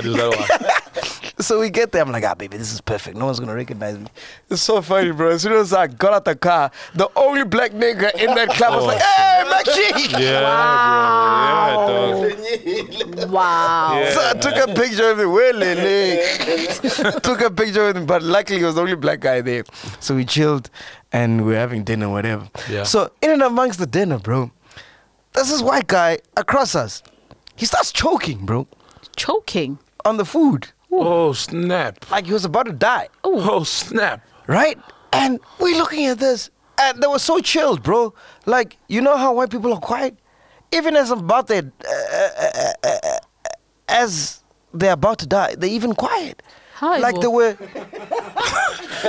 Speaker 3: to do that one.
Speaker 2: so we get there. I'm like, ah, baby, this is perfect. No one's gonna recognize me. It's so funny, bro. As soon as I got out the car, the only black nigga in that club was like, hey, black chick.
Speaker 3: Yeah, wow. bro. Yeah, dog.
Speaker 7: Wow.
Speaker 2: So I took a picture of him. Where Lele? took a picture with him, but luckily he was the only black guy there. So we chilled and we were having dinner, whatever.
Speaker 3: Yeah.
Speaker 2: So in and amongst the dinner, bro, there's this white guy across us. He starts choking, bro,
Speaker 7: Choking.
Speaker 2: on the food.
Speaker 3: Oh snap!
Speaker 2: Like he was about to die.
Speaker 3: Oh snap!
Speaker 2: right? And we're looking at this, and they were so chilled, bro. Like, you know how white people are quiet? Even as I'm about that, uh, uh, uh, uh, uh, as they're about to die, they're even quiet.
Speaker 7: Hi,
Speaker 2: like
Speaker 7: Bo.
Speaker 2: they were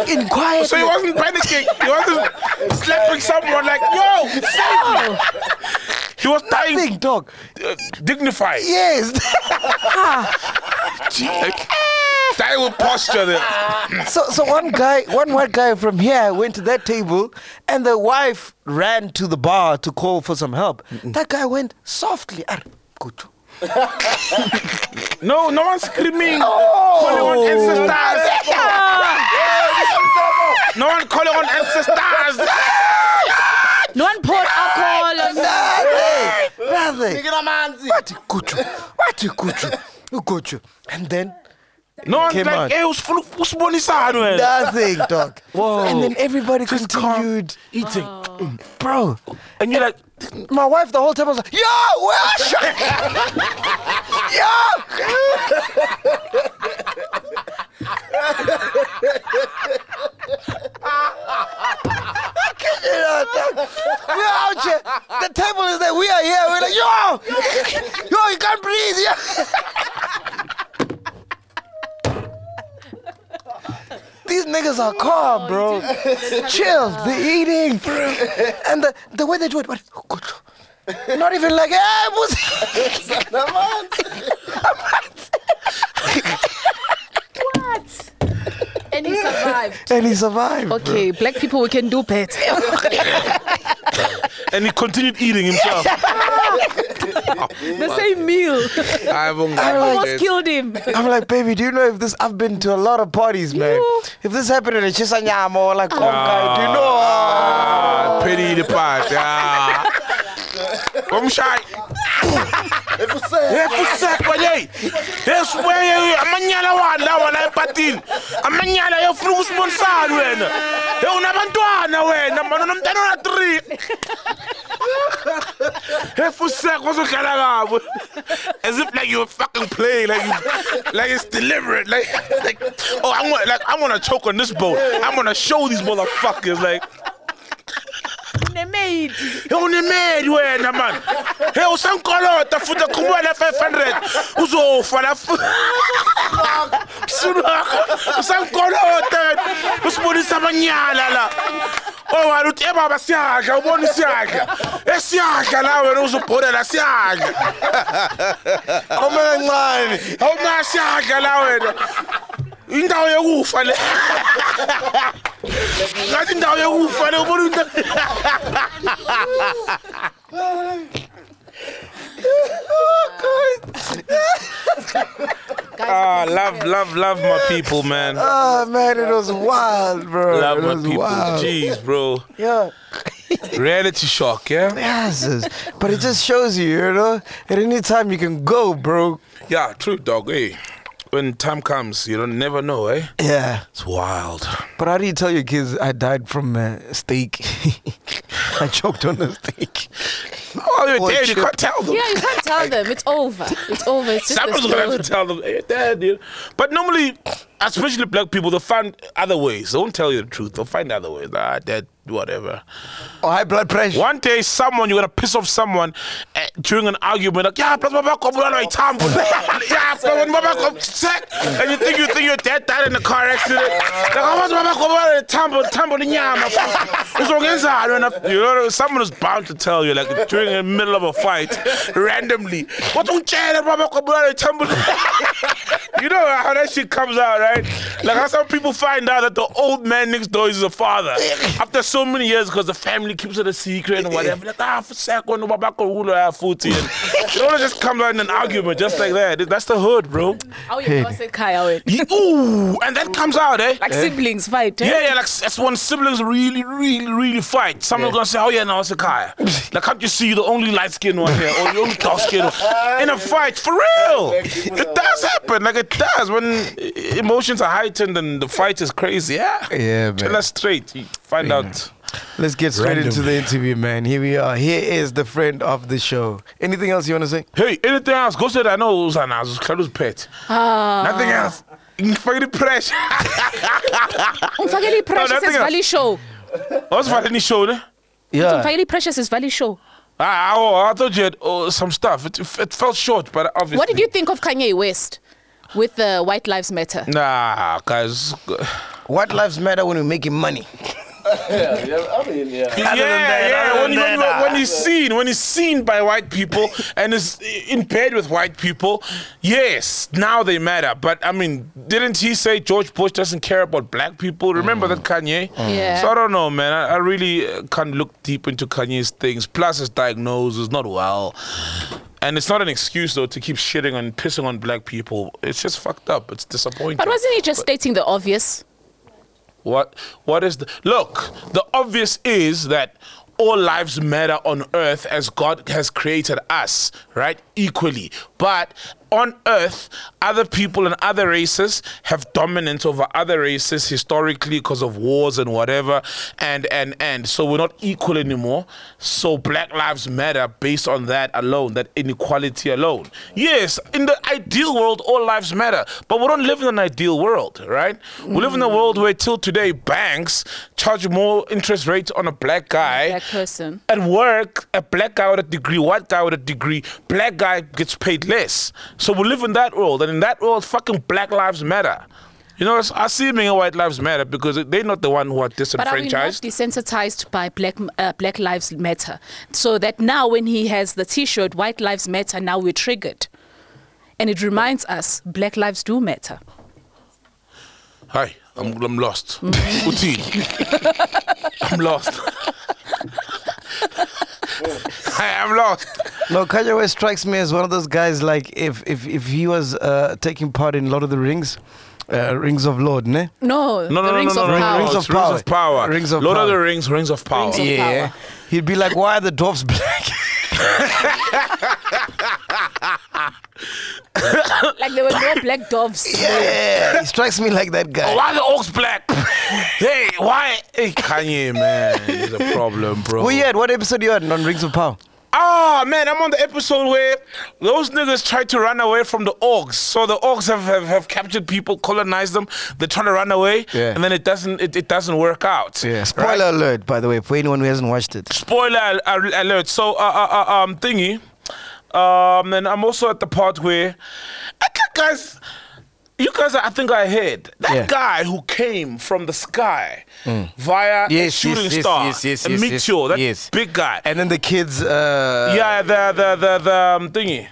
Speaker 2: in quiet.
Speaker 3: So he wasn't panicking. He wasn't slapping someone like, yo, save me. He was
Speaker 2: nothing,
Speaker 3: dying
Speaker 2: dog.
Speaker 3: uh, dignified.
Speaker 2: Yes.
Speaker 3: Dying with posture there.
Speaker 2: so, so one guy, one white guy from here went to that table, and the wife ran to the bar to call for some help. That guy went softly. "Ar, kutu."
Speaker 3: No, no one's screaming. Calling on ancestors. No one calling on ancestors.
Speaker 7: No one poured alcohol on
Speaker 2: Nothing. Nothing. What kuchu? What kuchu? Kuchu. And then
Speaker 3: No one's
Speaker 2: Came
Speaker 3: like,
Speaker 2: out.
Speaker 3: hey, who's full who's eh?" born man?
Speaker 2: nothing, dog. And then everybody continued,
Speaker 3: Eating.
Speaker 2: bro.
Speaker 3: Oh. And you're like,
Speaker 2: My wife the whole time was like, "Yo, well, shut Yo, we're out here. The table is there. We are here. We're like, yo, yo, you can't breathe. Yeah. These niggas are calm, bro. Chill. They're eating, bro. And the, the way they do it, what? Not even like, hey, pussy.
Speaker 7: and he survived.
Speaker 2: and he survived. bro.
Speaker 7: Okay, black people, we can do better.
Speaker 3: and he continued eating himself.
Speaker 7: the same meal.
Speaker 3: I haven't got
Speaker 7: Almost
Speaker 3: this.
Speaker 7: killed him.
Speaker 2: I'm like, baby, do you know if this? I've been to a lot of parties, man.
Speaker 7: You-
Speaker 2: If this happened in a Chisanyama or like Konkai, do you know?
Speaker 3: Ah, pity the part. Ah. I'm shy. Efuseka yey. Eswe yey amanyala wala wala epatini. Amanyala yofuna ukusponsorwa wena. Hey unabantwana wena manje unomntana ona 3. Efuseka uzodlala kabo. As if like you're fucking playing like you, like it's deliberate like like oh I'm gonna, like I'm gonna choke on this boat. I'm gonna show these motherfuckers like unemeli wena mani he usankolota futhi aqhubula le 500 uzofa la fu- Sulaka, usankolota wena usibonisa amanyala la owani uthi ebaba siyadla ubona siyadla esiyadla la wena uzubhodela siyadla
Speaker 2: Omencane.
Speaker 3: awuma siyadla la wena indawo yokufa le ngathi indawo yokufa le ubona into Ah, love, love, love my people, man.
Speaker 2: Oh man, it was wild, bro.
Speaker 3: love
Speaker 2: it
Speaker 3: my
Speaker 2: was
Speaker 3: people.
Speaker 2: wild.
Speaker 3: Jeez, bro.
Speaker 2: Yeah.
Speaker 3: Reality shock, yeah?
Speaker 2: Yes, but it just shows you, you know, at any time you can go, bro.
Speaker 3: Yeah, true, dog. Hey, when time comes, you don't never know, eh?
Speaker 2: Yeah.
Speaker 3: It's wild.
Speaker 2: But how do you tell your kids I died from a steak? I choked on a steak.
Speaker 3: Oh, you're
Speaker 2: Boy,
Speaker 3: dead. You
Speaker 2: chip.
Speaker 3: can't tell them.
Speaker 7: Yeah, you can't tell them. It's over. It's over. It's just a
Speaker 3: Someone's gonna have to
Speaker 7: story.
Speaker 3: tell them, hey, Dad, dude. But normally, especially black people, they'll find other ways. They won't tell you the truth. They'll find other ways. Ah, Dad, whatever.
Speaker 2: Oh, high blood pressure.
Speaker 3: One day, someone, you're gonna piss off someone eh, during an argument, like, yeah, plus Baba Kob, I tumble. Yeah, plus when Baba Kob, sack. And you think you think your dad died in a car accident. Like, "Oh, I was Baba Kob, I tumble, tumble, nyama. It's okay, it's all right. You know, someone is bound to tell you, like, during the middle of a fight, randomly, what don't chair, Baba Kob, I tumble. You know how that shit comes out, right? Like how some people find out that the old man next door is the father after so many years because the family keeps it a secret and whatever. Like, ah, for second, no babako ulo ya futhi. You don't wanna just come out in an argument just like that. That's the hood, bro. Ye- Ooh, and that comes out, eh?
Speaker 7: Like siblings fight. eh?
Speaker 3: Yeah, yeah, like s- that's when siblings really, really, really fight. Someone's gonna say, "Oh yeah, no, it's a guy." like, can't you see you're the only light skinned one here, or the only dark skinned one in a fight for real? It does happen, like it does when e- emotions are heightened and the fight is crazy. Yeah,
Speaker 2: Yeah,
Speaker 3: Tell
Speaker 2: man.
Speaker 3: us straight. You find out.
Speaker 2: Let's get straight into the interview, man. Here we are. Here is the friend of the show. Anything else you want to say?
Speaker 3: Hey, anything else? Go say that I know who's an ass, Claro's pet.
Speaker 7: Ah.
Speaker 3: Nothing else. Fucking pressure.
Speaker 7: Ungifakele i-pressure
Speaker 3: nothing else.
Speaker 7: sesivale i-show.
Speaker 3: What's Valeni show? Ne?
Speaker 2: Yeah.
Speaker 7: Ungifakele i-pressure sesivale i-show.
Speaker 3: I, I, I thought you had oh, some stuff. It, it felt short, but obviously.
Speaker 7: What did you think of Kanye West with the White Lives Matter?
Speaker 3: Nah, guys.
Speaker 2: What lives matter when we're making money?
Speaker 5: I mean,
Speaker 3: Yeah,
Speaker 5: yeah.
Speaker 2: that,
Speaker 3: yeah.
Speaker 2: other
Speaker 3: When,
Speaker 2: than
Speaker 3: when,
Speaker 2: that,
Speaker 3: when he's seen, when he's seen by white people and is in bed with white people, yes, now they matter. But I mean, didn't he say George Bush doesn't care about black people? Remember that Kanye?
Speaker 7: Yeah.
Speaker 3: So I don't know, man. I, I really uh, can't look deep into Kanye's things. Plus, his diagnosis is not well. And it's not an excuse though to keep shitting and pissing on black people. It's just fucked up. It's disappointing.
Speaker 7: But wasn't he just stating the obvious?
Speaker 3: What what is the look? The obvious is that all lives matter on earth as God has created us, right? Equally. But on earth, other people and other races have dominance over other races historically because of wars and whatever and and and so we're not equal anymore. So black lives matter based on that alone, that inequality alone. Yes, in the ideal world all lives matter, but we don't live in an ideal world, right? We live in a world where till today banks charge more interest rates on a black guy.
Speaker 7: black person.
Speaker 3: At work, a black guy with a degree, white guy with a degree, black guy gets paid less. So we live in that world, and in that world, fucking black lives matter. You know, I see being white lives matter because they're not the one who are
Speaker 7: But are we not
Speaker 3: disenfranchised.
Speaker 7: desensitized by Black uh, Black Lives Matter? So that now, when he has the T-shirt "White Lives Matter," now we're triggered, and it reminds us Black lives do matter.
Speaker 3: Hi, I'm, I'm lost. Uthini. I'm lost. Hi, I'm lost.
Speaker 2: No, Kanye West strikes me as one of those guys. Like if if if he was uh, taking part in Lord of the Rings, uh, Rings of Lord, ne?
Speaker 7: No,
Speaker 3: No, no,
Speaker 7: the
Speaker 3: no,
Speaker 7: rings
Speaker 3: no,
Speaker 7: of
Speaker 3: no, no,
Speaker 7: power.
Speaker 3: no,
Speaker 2: Rings
Speaker 3: it's
Speaker 2: of Power.
Speaker 3: Rings of power.
Speaker 2: Rings of
Speaker 3: Lord
Speaker 2: Power.
Speaker 3: of the Rings, Rings of Power.
Speaker 7: of
Speaker 2: Yeah.
Speaker 7: power.
Speaker 2: He'd be like, why are the dwarfs black?
Speaker 7: Like there were no black doves.
Speaker 2: yeah. He strikes me like that guy.
Speaker 3: Why the oaks black? hey, why? Hey, Kanye, man, there's a problem, bro.
Speaker 2: Where you at? What episode you on on Rings of Power?
Speaker 3: Ah, man, I'm on the episode where those niggas tried to run away from the orcs. So the orcs have, have, have captured people, colonized them. They're trying to run away,
Speaker 2: Yeah.
Speaker 3: and then it doesn't it, it doesn't work out.
Speaker 2: Yeah.
Speaker 3: Right?
Speaker 2: Spoiler alert, by the way, for anyone who hasn't watched it.
Speaker 3: spoiler al- al- alert. So, uh, uh, uh, um, thingy. Um, and I'm also at the part where I think guys, you guys, are, I think I heard that
Speaker 2: Yeah.
Speaker 3: guy who came from the sky via a
Speaker 2: Yes,
Speaker 3: shooting
Speaker 2: yes, yes,
Speaker 3: star,
Speaker 2: yes, yes,
Speaker 3: a
Speaker 2: yes, yes,
Speaker 3: meteor, that
Speaker 2: yes.
Speaker 3: big guy.
Speaker 2: And then the kids. Uh,
Speaker 3: yeah, the the the the um, thingy.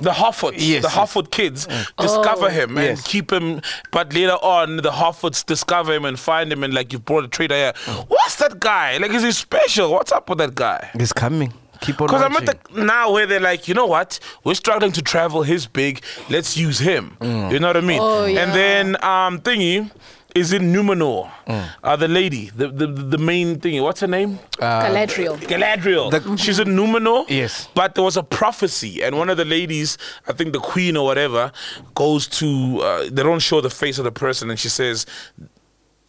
Speaker 3: The Harfords,
Speaker 2: Yes,
Speaker 3: the
Speaker 2: yes.
Speaker 3: Harford kids discover him and
Speaker 2: Yes.
Speaker 3: keep him. But later on, the Harfords discover him and find him, and like you brought a traitor here.
Speaker 2: Mm.
Speaker 3: What's that guy? Like, is he special? What's up with that guy?
Speaker 2: It's coming. Keep on
Speaker 3: Because I'm
Speaker 2: watching.
Speaker 3: at the now where they're like, you know what? We're struggling to travel. His big. Let's use him. You know what I mean? And then um, thingy is in Numenor. Uh, the lady, the, the the main thingy. What's her name?
Speaker 7: Galadriel.
Speaker 3: Galadriel. She's in Numenor.
Speaker 2: Yes.
Speaker 3: But there was a prophecy, and one of the ladies, I think the queen or whatever, goes to. Uh, they don't show the face of the person, and she says.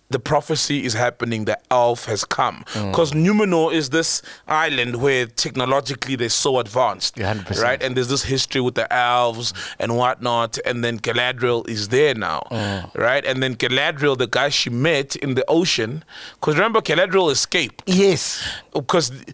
Speaker 3: The prophecy is happening. The elf has come
Speaker 2: Mm.
Speaker 3: because Numenor is this island where technologically they're so advanced,
Speaker 2: Yeah, 100%.
Speaker 3: right? And there's this history with the elves and whatnot. And then Galadriel is there now,
Speaker 2: Mm.
Speaker 3: right? And then Galadriel, the guy she met in the ocean, because remember Galadriel escaped
Speaker 2: yes.
Speaker 3: because Oh,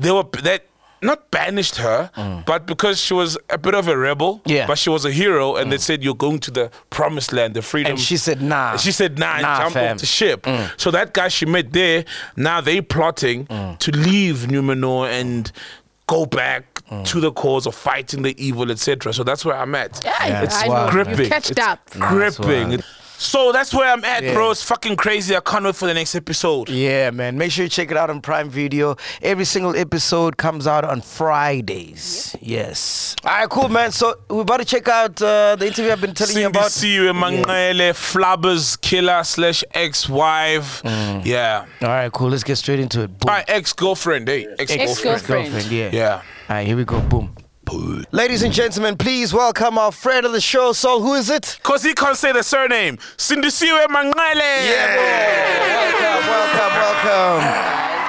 Speaker 3: they were that not banished her, but because she was a bit of a rebel,
Speaker 2: Mm. Yeah. Mm.
Speaker 3: but she was a hero, and they said you're going to the promised land, the freedom.
Speaker 2: And she said, nah.
Speaker 3: She said nah, and
Speaker 2: Nah,
Speaker 3: jump
Speaker 2: fam. Mm.
Speaker 3: off the ship. So that guy she met there, now they plotting
Speaker 2: Mm.
Speaker 3: to leave Numenor and go back
Speaker 2: Mm.
Speaker 3: to the cause of fighting the evil, etc. So that's where I'm at.
Speaker 7: Yeah,
Speaker 2: Yeah,
Speaker 7: I
Speaker 2: it's
Speaker 7: know.
Speaker 2: wild,
Speaker 7: You
Speaker 3: gripping.
Speaker 7: catched
Speaker 3: It's
Speaker 7: up.
Speaker 2: Nah, it's
Speaker 3: gripping.
Speaker 2: wild.
Speaker 3: So that's where I'm at,
Speaker 2: Yeah.
Speaker 3: bro. It's fucking crazy. I can't wait for the next episode.
Speaker 2: Yeah, man. Make sure you check it out on Prime Video. Every single episode comes out on Fridays. Yes. All right, cool, man. So we're about to check out uh, the interview I've been telling you
Speaker 3: Cindy
Speaker 2: about.
Speaker 3: Siwe Mangele, Flabbers Killer slash ex-wife. Yeah.
Speaker 2: All right, Mm. cool. Let's get straight into it. Boom.
Speaker 3: My ex-girlfriend, hey. Ex-girlfriend.
Speaker 2: Girlfriend, yeah.
Speaker 3: Yeah.
Speaker 2: All right, here we go. Boom. Ladies and gentlemen, please welcome our friend of the show, Sol. Who is it?
Speaker 3: Because he can't say the surname. Cindy Siwe Mangele.
Speaker 2: Welcome, welcome, welcome.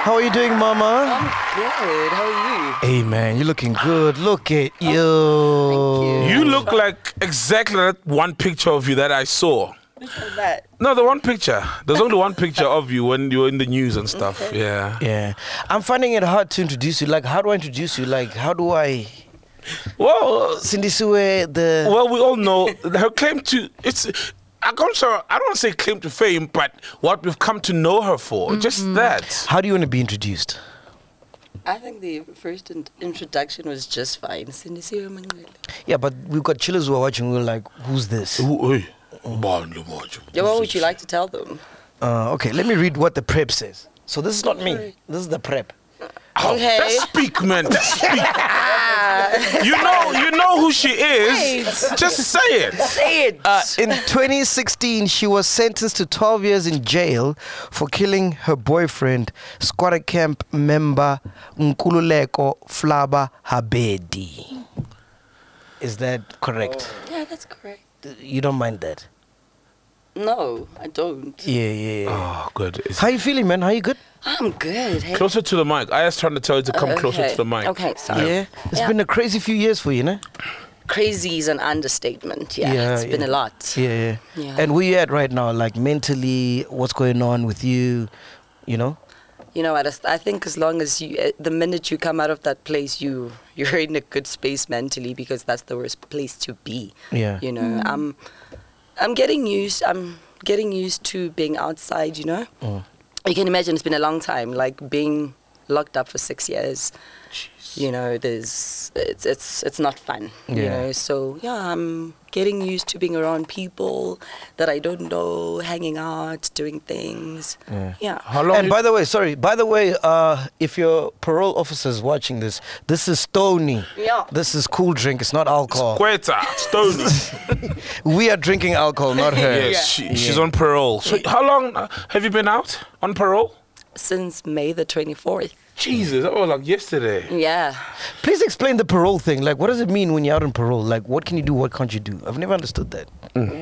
Speaker 2: How are you doing, Mama?
Speaker 9: Good. How are you?
Speaker 2: Hey, man, you're looking good. Look at
Speaker 9: Oh,
Speaker 2: you.
Speaker 3: You look like exactly that one picture of you that I saw.
Speaker 9: That
Speaker 3: No, the one picture. There's only one picture of you when you were in the news and stuff. Yeah.
Speaker 2: Yeah, I'm finding it hard to introduce you. Like, how do I introduce you? Like, how do I?
Speaker 3: Well,
Speaker 2: Cindy Sue, the
Speaker 3: well, we all know her claim to it's. I can't say I don't want to say claim to fame, but what we've come to know her for,
Speaker 9: Mm-hmm.
Speaker 3: just that.
Speaker 2: how do you want to be introduced?
Speaker 9: I think the first in- introduction was just fine. Cindy Sierra Manuel.
Speaker 2: Yeah, but we've got chillers who are watching. We're like, who's this?
Speaker 9: Yeah, what would you like to tell them?
Speaker 2: Uh, okay, let me read what the prep says. So this is not me. This is the prep.
Speaker 3: Oh,
Speaker 9: Okay.
Speaker 3: Just speak, man. Just speak. you know, you know who she is. Just say it.
Speaker 9: Say it.
Speaker 2: Uh, in 2016, she was sentenced to 12 years in jail for killing her boyfriend, squatter camp member Nkululeko Flaba Habedi. Is that correct?
Speaker 9: yeah, that's correct.
Speaker 2: You don't mind that?
Speaker 9: No, I don't.
Speaker 2: Yeah, yeah. yeah.
Speaker 3: Oh, good. It's
Speaker 2: How you feeling, man? How you good?
Speaker 9: I'm good. Hey.
Speaker 3: closer to the mic. I was trying to tell you to come closer
Speaker 9: Okay.
Speaker 3: to the mic.
Speaker 9: Okay, sorry.
Speaker 2: Yeah. it's
Speaker 9: Yeah.
Speaker 2: been a crazy few years for you, know?
Speaker 9: Crazy is an understatement. Yeah,
Speaker 2: Yeah,
Speaker 9: it's been
Speaker 2: yeah.
Speaker 9: a lot.
Speaker 2: Yeah, yeah.
Speaker 9: Yeah.
Speaker 2: And where you at right now? Like mentally, what's going on with you? You know?
Speaker 9: You know what? I s- I think as long as you, uh, the minute you come out of that place, you you're in a good space mentally because that's the worst place to be.
Speaker 2: Yeah.
Speaker 9: You know, I'm I'm getting used. I'm getting used to being outside. You know,
Speaker 2: Mm.
Speaker 9: you can imagine it's been a long time, like being locked up for six years. You know, there's it's it's it's not fun. You
Speaker 2: Yeah.
Speaker 9: know, so yeah, I'm getting used to being around people that I don't know, hanging out, doing things. Yeah.
Speaker 3: How long?
Speaker 2: and by the way, sorry. By the way, uh, if your parole officer's watching this, this is Stony.
Speaker 9: Yeah.
Speaker 2: This is cool drink. It's not alcohol.
Speaker 3: Quetta, Stony.
Speaker 2: we are drinking alcohol, not her.
Speaker 3: yes, she, she's on parole. So how long uh, have you been out on parole?
Speaker 9: since May the 24th.
Speaker 3: Jesus, that was like yesterday.
Speaker 9: Yeah.
Speaker 2: Please explain the parole thing. Like, what does it mean when you're out on parole? Like, what can you do? What can't you do? I've never understood that.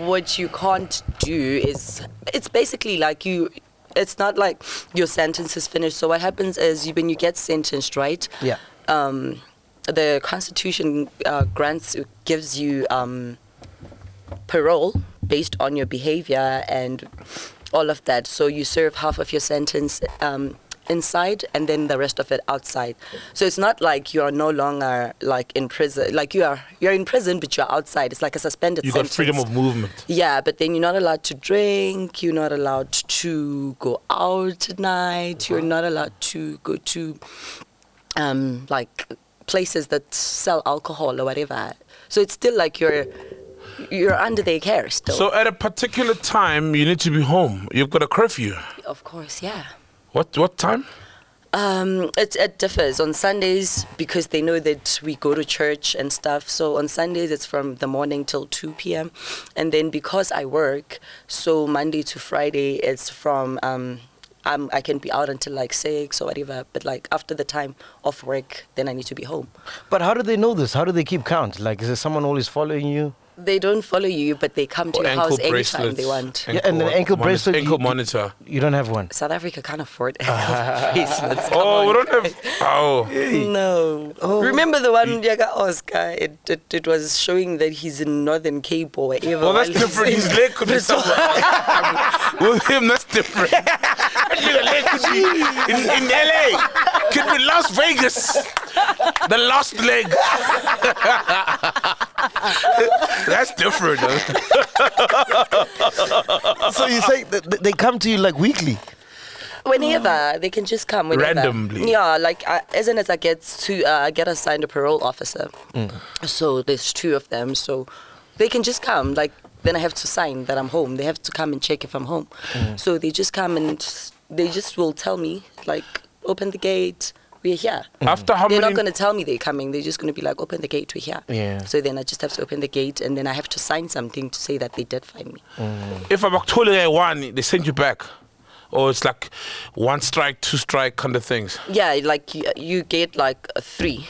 Speaker 9: What you can't do is, it's basically like you, it's not like your sentence is finished. So what happens is you, when you get sentenced, right?
Speaker 2: Yeah.
Speaker 9: Um, the Constitution uh, grants, gives you um, parole based on your behavior and all of that. So you serve half of your sentence um, inside and then the rest of it outside. So it's not like you are no longer like in prison. Like you are, you're in prison, but you're outside. It's like a suspended
Speaker 3: You got
Speaker 9: sentence.
Speaker 3: freedom of movement.
Speaker 9: Yeah, but then you're not allowed to drink, you're not allowed to go out at night, you're not allowed to go to um, like places that sell alcohol or whatever. So it's still like you're you're under their care still.
Speaker 3: So at a particular time, you need to be home. You've got a curfew.
Speaker 9: of course, yeah.
Speaker 3: What what time?
Speaker 9: Um, it, it differs on Sundays because they know that we go to church and stuff. So on Sundays it's from the morning till 2 p.m. And then because I work, so Monday to Friday it's from um, I'm, I can be out until like six or whatever. But like after the time of work, then I need to be home.
Speaker 2: But how do they know this? How do they keep count? Like, is there someone always following you?
Speaker 9: They don't follow you, but they come to your house anytime they want.
Speaker 2: Yeah, and an ankle
Speaker 3: moni-
Speaker 2: bracelet,
Speaker 3: Ankle
Speaker 2: you-
Speaker 3: monitor.
Speaker 2: You don't have one.
Speaker 9: South Africa can't afford bracelets. Come
Speaker 3: Oh,
Speaker 9: on.
Speaker 3: we don't have. Oh,
Speaker 9: No. Remember the one Yaga Oscar? uh, It, it it was showing that he's in Northern Cape or wherever.
Speaker 3: well, that's
Speaker 9: while
Speaker 3: different.
Speaker 9: he's in-
Speaker 3: His leg could be somewhere. else. With him, that's different. That nigga leg could be in, in LA. Could be Las Vegas. The lost leg. that's different. huh?
Speaker 2: so you say th- th- they come to you like weekly?
Speaker 9: Whenever they can just come. Whenever.
Speaker 3: Randomly.
Speaker 9: Yeah, like uh, as soon as I get to uh, I get
Speaker 3: Mm.
Speaker 9: assigned a parole officer, so there's two of them, so they can just come. Like then I have to sign that I'm home. They have to come and check if I'm home.
Speaker 3: Mm.
Speaker 9: So they just come and s- they just will tell me like, open the gate. We're here.
Speaker 3: After how
Speaker 9: they're
Speaker 3: many?
Speaker 9: not going to tell me they're coming. They're just going to be like, open the gate. We're here.
Speaker 5: Yeah.
Speaker 9: So then I just have to open the gate, and then I have to sign something to say that they did find me.
Speaker 3: if I'm actually one, they send you back, or it's like one strike, two strike kind of things.
Speaker 9: Yeah, like you, you get like a three.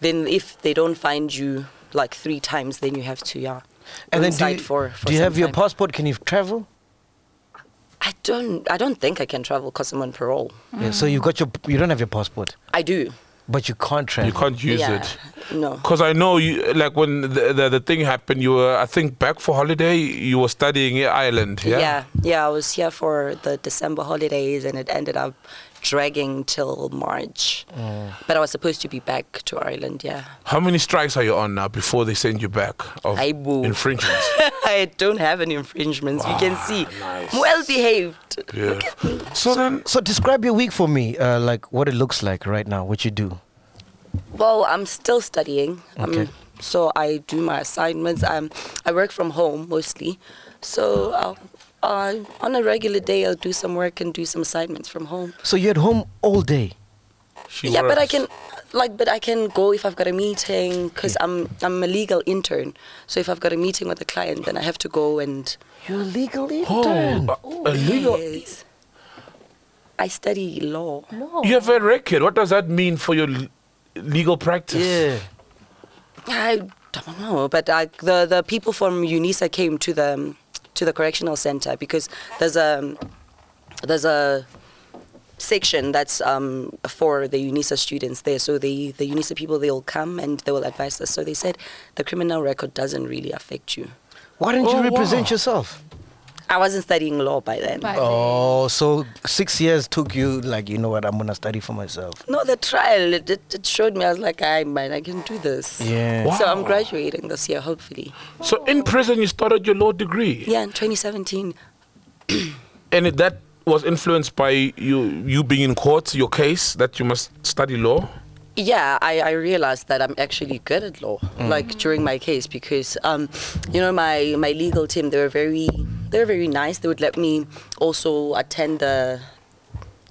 Speaker 9: Then if they don't find you like three times, then you have to yeah.
Speaker 2: And then
Speaker 9: go
Speaker 2: do you,
Speaker 9: inside for, for
Speaker 2: do you
Speaker 9: some
Speaker 2: have your
Speaker 9: time. Mm-hmm.
Speaker 2: passport? Can you travel?
Speaker 9: I don't. I don't think I can travel because I'm on parole.
Speaker 2: Yeah, so you got your you don't have your passport,
Speaker 9: I do.
Speaker 2: but you can't travel.
Speaker 3: You can't use
Speaker 9: yeah.
Speaker 3: it.
Speaker 9: No.
Speaker 3: Because I know you like when the, the the thing happened, you were I think back for holiday. You were studying in Ireland. Yeah.
Speaker 9: Yeah. yeah. I was here for the December holidays, and it ended up dragging till March. But I was supposed to be back to Ireland. Yeah.
Speaker 3: How many strikes are you on now before they send you back of
Speaker 9: Aibu.
Speaker 3: infringements?
Speaker 9: I don't have any infringements. you can see, I'm well behaved.
Speaker 3: Beautiful. So then,
Speaker 2: So describe your week for me, uh, like what it looks like right now, what you do.
Speaker 9: Well, I'm still studying.
Speaker 2: Okay.
Speaker 9: Um, so I do my assignments. Um, I work from home mostly. So I'll, uh, on a regular day, I'll do some work and do some assignments from home.
Speaker 2: So you're at home all day.
Speaker 3: she
Speaker 9: yeah, but I
Speaker 3: works.
Speaker 9: can, like, but I can go if I've got a meeting because
Speaker 3: Hmm.
Speaker 9: I'm I'm a legal intern. So if I've got a meeting with a client, then I have to go and
Speaker 2: You're a legal intern.
Speaker 3: Oh, a- a legal.
Speaker 9: Yes. I study law.
Speaker 3: You have a record. What does that mean for your l- legal practice?
Speaker 2: Yeah.
Speaker 9: I don't know, but like the the people from UNISA came to the um, to the correctional center because there's a there's a section that's um, for the UNISA students there. So the the UNISA people they'll come and they will advise us. So they said the criminal record doesn't really affect you.
Speaker 2: Why didn't
Speaker 3: Oh,
Speaker 2: you represent
Speaker 3: wow.
Speaker 2: yourself?
Speaker 9: I wasn't studying law by then.
Speaker 7: But
Speaker 2: Oh, so six years took you, like, you know what, I'm going to study for myself.
Speaker 9: No, the trial it, it, it showed me. I was like, I man, I can do this.
Speaker 2: Yeah.
Speaker 9: So I'm
Speaker 3: Wow.
Speaker 9: graduating this year, hopefully.
Speaker 3: So in prison, you started your law degree,
Speaker 9: Yeah, in 2017.
Speaker 3: and it- that was influenced by you you being in court, your case that you must study law.
Speaker 9: yeah I, I realized that i'm actually good at law like during my case because um, you know my, my legal team they were very they were very nice they would let me also attend the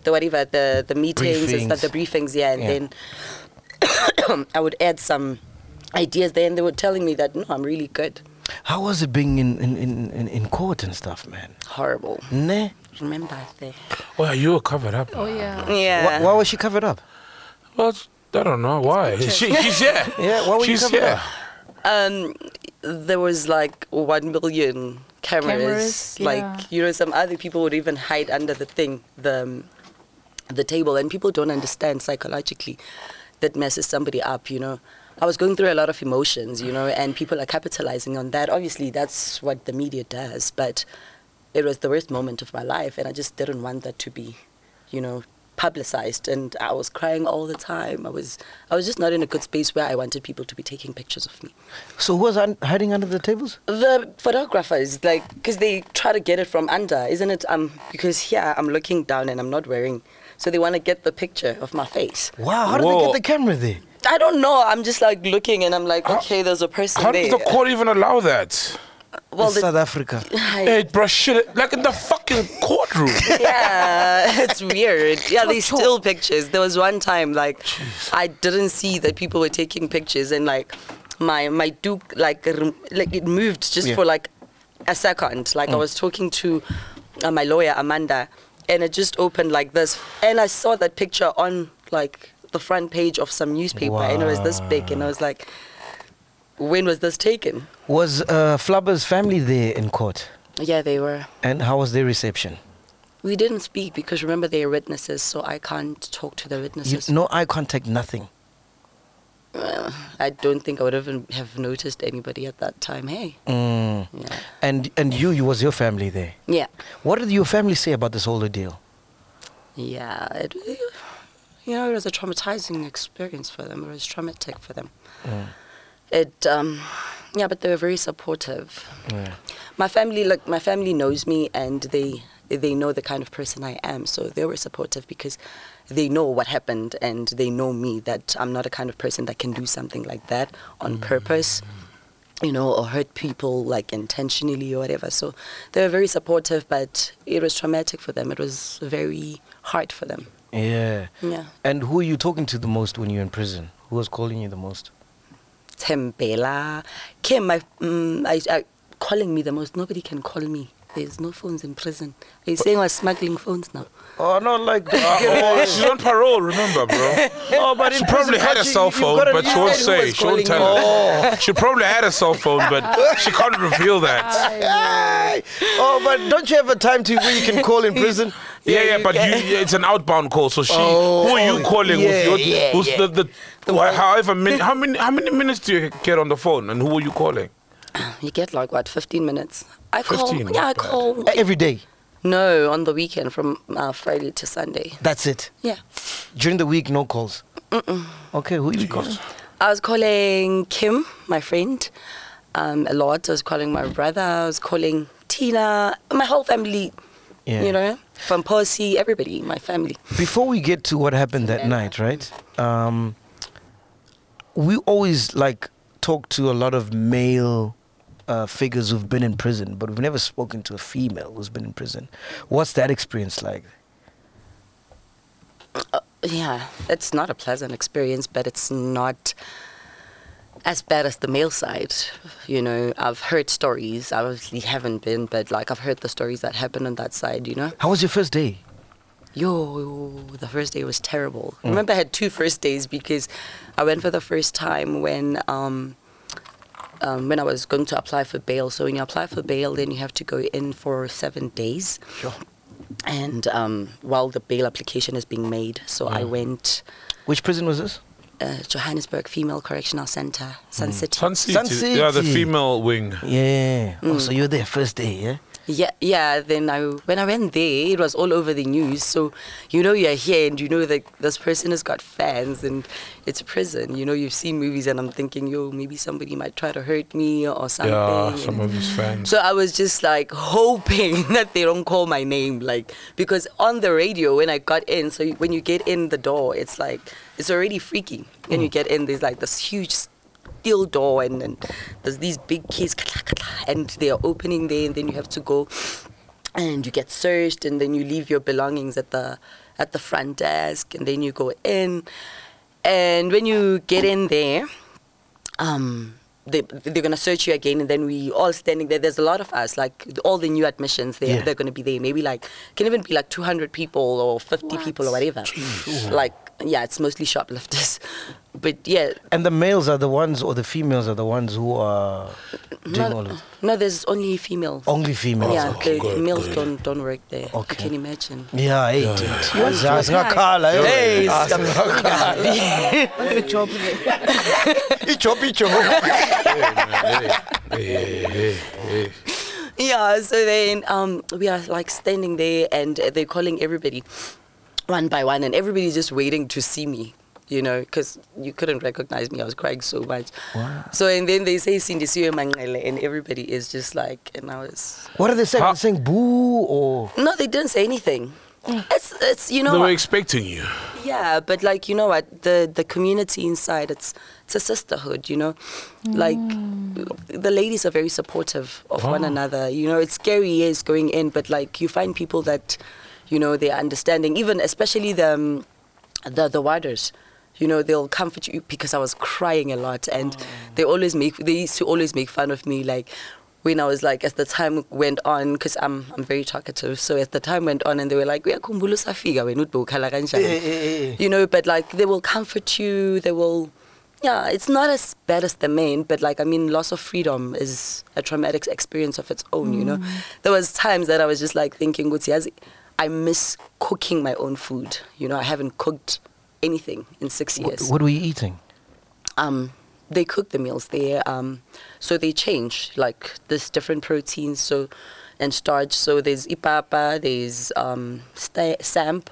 Speaker 9: the whatever the the meetings and stuff, the briefings yeah and
Speaker 2: Yeah.
Speaker 9: then i would add some ideas there and they were telling me that no i'm really good
Speaker 2: How was it being in, in, in, in- in court and stuff, man?
Speaker 9: horrible
Speaker 2: Nah.
Speaker 9: remember that
Speaker 3: Well, you were covered up.
Speaker 7: oh yeah.
Speaker 9: yeah
Speaker 2: Why, why was she covered up?
Speaker 3: Well, I don't know why. She, she's here.
Speaker 2: Yeah, why were you
Speaker 3: she's
Speaker 2: covered
Speaker 3: here.
Speaker 2: up?
Speaker 9: um, there was like one million cameras.
Speaker 7: Cameras,
Speaker 9: like
Speaker 7: yeah.
Speaker 9: you know, some other people would even hide under the thing, the um, the table, and people don't understand psychologically that messes somebody up. You know, I was going through a lot of emotions, you know, and people are capitalizing on that. Obviously, that's what the media does, but it was the worst moment of my life, and I just didn't want that to be, you know publicized and I was crying all the time. I was I was just not in a good space where I wanted people to be taking pictures of me
Speaker 2: So who was un- hiding under the tables?
Speaker 9: the photographers like because they try to get it from under isn't it um because here i'm looking down and i'm not wearing so they want to get the picture of my face
Speaker 2: Wow, how did they
Speaker 3: Whoa.
Speaker 2: get the camera there?
Speaker 9: i don't know i'm just like looking and i'm like okay there's a person
Speaker 3: How
Speaker 9: there
Speaker 3: does the court even allow that?
Speaker 9: well
Speaker 2: It's South Africa.
Speaker 9: I-
Speaker 3: Hey, bro, shit. Like in the fucking courtroom.
Speaker 9: yeah it's weird yeah they still pictures there was one time like i didn't see that people were taking pictures and like my my duke like rem- like it moved just
Speaker 2: Yeah. Mm.
Speaker 9: for like a second like i was talking to uh, my lawyer amanda and it just opened like this and i saw that picture on like the front page of some newspaper and it was this big and i was like when was this taken
Speaker 2: Was uh, Flubber's family there in court?
Speaker 9: yeah they were
Speaker 2: And how was their reception?
Speaker 9: we didn't speak because remember they are witnesses so i can't talk to the
Speaker 2: You,
Speaker 9: witnesses
Speaker 2: no eye contact, nothing.
Speaker 9: Well, I don't think I would even have noticed anybody at that time. Hey,
Speaker 2: Mm.
Speaker 9: yeah,
Speaker 2: And and you, you was your family there.
Speaker 9: yeah,
Speaker 2: What did your family say about this whole ordeal?
Speaker 9: yeah. It, you know, it was a traumatizing experience for them. It was traumatic for them.
Speaker 2: Mm,
Speaker 9: It, um, yeah, but they were very supportive. My family, like my family, knows me, and they they know the kind of person I am. So they were supportive because they know what happened, and they know me that I'm not a kind of person that can do something like that on purpose. you know, or hurt people like intentionally or whatever. So they were very supportive, but it was traumatic for them. It was very hard for them.
Speaker 2: Yeah.
Speaker 9: Yeah.
Speaker 2: And who are you talking to the most when you're in prison? Who was calling you the most?
Speaker 9: Tembela, Kim, my, mm I, I, calling me the most. Nobody can call me. There's no phones in prison. Are you saying I was smuggling phones now?
Speaker 2: Oh, no, like.
Speaker 3: Uh, oh, she's on parole, remember, bro.
Speaker 2: no, but
Speaker 3: She probably had a cell phone, but she won't say. She won't tell. us. She probably had a cell phone, but she can't reveal that.
Speaker 2: Oh, but don't you have a time to where you can call in prison?
Speaker 3: Yeah, yeah, but you, yeah, it's an outbound call. So she,
Speaker 2: Oh,
Speaker 3: who are you calling?
Speaker 2: yeah,
Speaker 3: with your,
Speaker 2: yeah,
Speaker 3: who's
Speaker 2: yeah.
Speaker 3: the, the, wh- however many, how many, how many minutes do you get on the phone, and who are you calling?
Speaker 9: You get like what, 15 minutes? I call.
Speaker 3: 15,
Speaker 9: Yeah,
Speaker 3: not
Speaker 9: I
Speaker 3: bad.
Speaker 9: call.
Speaker 2: Every day.
Speaker 9: No, on the weekend from uh, Friday to Sunday.
Speaker 2: That's it.
Speaker 9: Yeah.
Speaker 2: During the week, no calls. Okay, who you calling?
Speaker 9: I was calling Kim, my friend, um, a lot. I was calling my brother. I was calling Tina, my whole family,
Speaker 2: Yeah.
Speaker 9: you know, from Posse, everybody, my family.
Speaker 2: Before we get to what happened that night, right? Um, we always like talk to a lot of male uh, figures who've been in prison, but we've never spoken to a female who's been in prison. What's that experience like?
Speaker 9: Yeah, it's not a pleasant experience, but it's not as bad as the male side. You know, I've heard stories. I obviously haven't been, but like I've heard the stories that happen on that side, you know.
Speaker 2: How was your first day?
Speaker 9: Yo, the first day was terrible. I remember I had two first days because I went for the first time when um, um, when I was going to apply for bail. So when you apply for bail, then you have to go in for seven days. Sure. And um, while the bail application is being made, so I went
Speaker 2: Which prison was this?
Speaker 9: uh, Johannesburg Female Correctional Center, Sun City.
Speaker 3: Sun City.
Speaker 2: Sun
Speaker 3: Yeah, the
Speaker 2: City.
Speaker 3: female wing.
Speaker 2: Yeah. Oh, so you were there first day, yeah?
Speaker 9: Yeah, yeah. Then I when I went there, it was all over the news. So you know you're here, and you know that this person has got fans, and it's prison. You know you've seen movies, and I'm thinking, yo, maybe somebody might try to hurt me or something.
Speaker 3: Yeah,
Speaker 9: and-
Speaker 3: some of his fans.
Speaker 9: so I was just like hoping that they don't call my name, like because on the radio when I got in, so you- when you get in the door, it's like it's already freaky. When you get in, there's like this huge steel door, and, and there's these big keys, and they are opening there, and then you have to go, and you get searched, and then you leave your belongings at the at the front desk, and then you go in, and when you get in there um, they, they're going to search you again, and then we all standing there. There's a lot of us, like all the new admissions, they're,
Speaker 2: Yeah.
Speaker 9: they're going to be there. Maybe like, can even be like 200 people or 50 people or whatever. Like, yeah, it's mostly shoplifters. But yeah,
Speaker 2: And the males are the ones, or the females are the ones who are doing all
Speaker 9: no,
Speaker 2: of
Speaker 9: no, there's only females.
Speaker 2: Only females.
Speaker 9: yeah,
Speaker 2: Oh, okay.
Speaker 9: the males don't, don't work there.
Speaker 2: Okay.
Speaker 9: You can imagine.
Speaker 2: Yeah, hey, dude. Yeah, it's not Carla, eh? Hey, it's not Carla.
Speaker 7: What's the job?
Speaker 2: It's your picture.
Speaker 9: Yeah, so then um, we are like standing there and they're calling everybody one by one, and everybody's just waiting to see me, you know, because you couldn't recognize me. I was crying so much. Wow. So, and then they say Sindisiwe Mangele, and everybody is just like, and I was,
Speaker 2: What are they saying?
Speaker 3: Huh?
Speaker 2: They're saying boo or.
Speaker 9: no, they didn't say anything. It's, it's you know,
Speaker 3: They were
Speaker 9: what?
Speaker 3: expecting you.
Speaker 9: yeah, but like, you know what, the, the community inside, it's, it's a sisterhood, you know, like the ladies are very supportive of one another. You know, it's scary years going in, but like you find people that, you know, they're understanding, even especially the, um, the, the warders. You know, they'll comfort you because I was crying a lot and they always make, they used to always make fun of me. Like when I was like, as the time went on, because I'm, I'm very talkative. So as the time went on and they were like, "Uya khumbula usafiga wena uthi bewukhala
Speaker 2: Eh,
Speaker 9: eh, kanjani?" you know, but like they will comfort you. They will, yeah, it's not as bad as the main, but like I mean, loss of freedom is a traumatic experience of its own. You know, there was times that I was just like thinking, "Gutsi, yazi, I miss cooking my own food. You know, I haven't cooked anything in six years.
Speaker 2: What were you eating?
Speaker 9: Um, they cook the meals there, um, so they change like there's different proteins. So. And starch. So there's ipapa, there's um, sta- samp,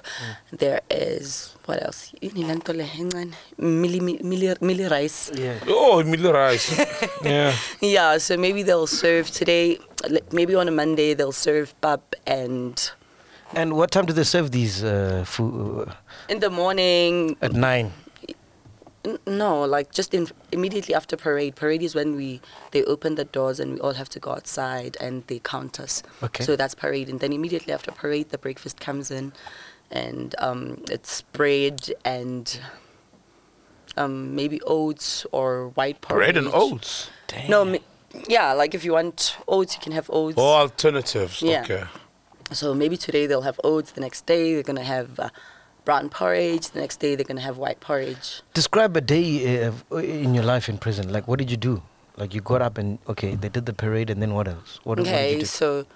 Speaker 9: there is what else? Yini le nto le encane? Mili, mili, mili rice.
Speaker 2: Yeah.
Speaker 3: Oh, Miller Rice. yeah.
Speaker 9: Yeah, so maybe they'll serve today, like, maybe on a Monday, they'll serve pap and
Speaker 2: And what uh, time do they serve these uh, food?
Speaker 9: in the morning,
Speaker 2: At nine.
Speaker 9: N- No, like just in, immediately after parade. Parade is when we they open the doors and we all have to go outside and they count us.
Speaker 2: Okay.
Speaker 9: So that's parade, and then immediately after parade, the breakfast comes in, and um, it's bread and um, maybe oats or white porridge.
Speaker 3: Bread and oats.
Speaker 9: No, mi- yeah, like if you want oats, you can have oats.
Speaker 3: Oh, alternatives.
Speaker 9: Yeah.
Speaker 3: Okay.
Speaker 9: So maybe today they'll have oats. The next day they're gonna have uh, brown porridge. The next day they're gonna have white porridge.
Speaker 2: Describe a day uh, of- in your life in prison. Like, what did you do? Like, you got up and okay, they did the parade, and then what else? What, what did
Speaker 9: Okay,
Speaker 2: you do?
Speaker 9: so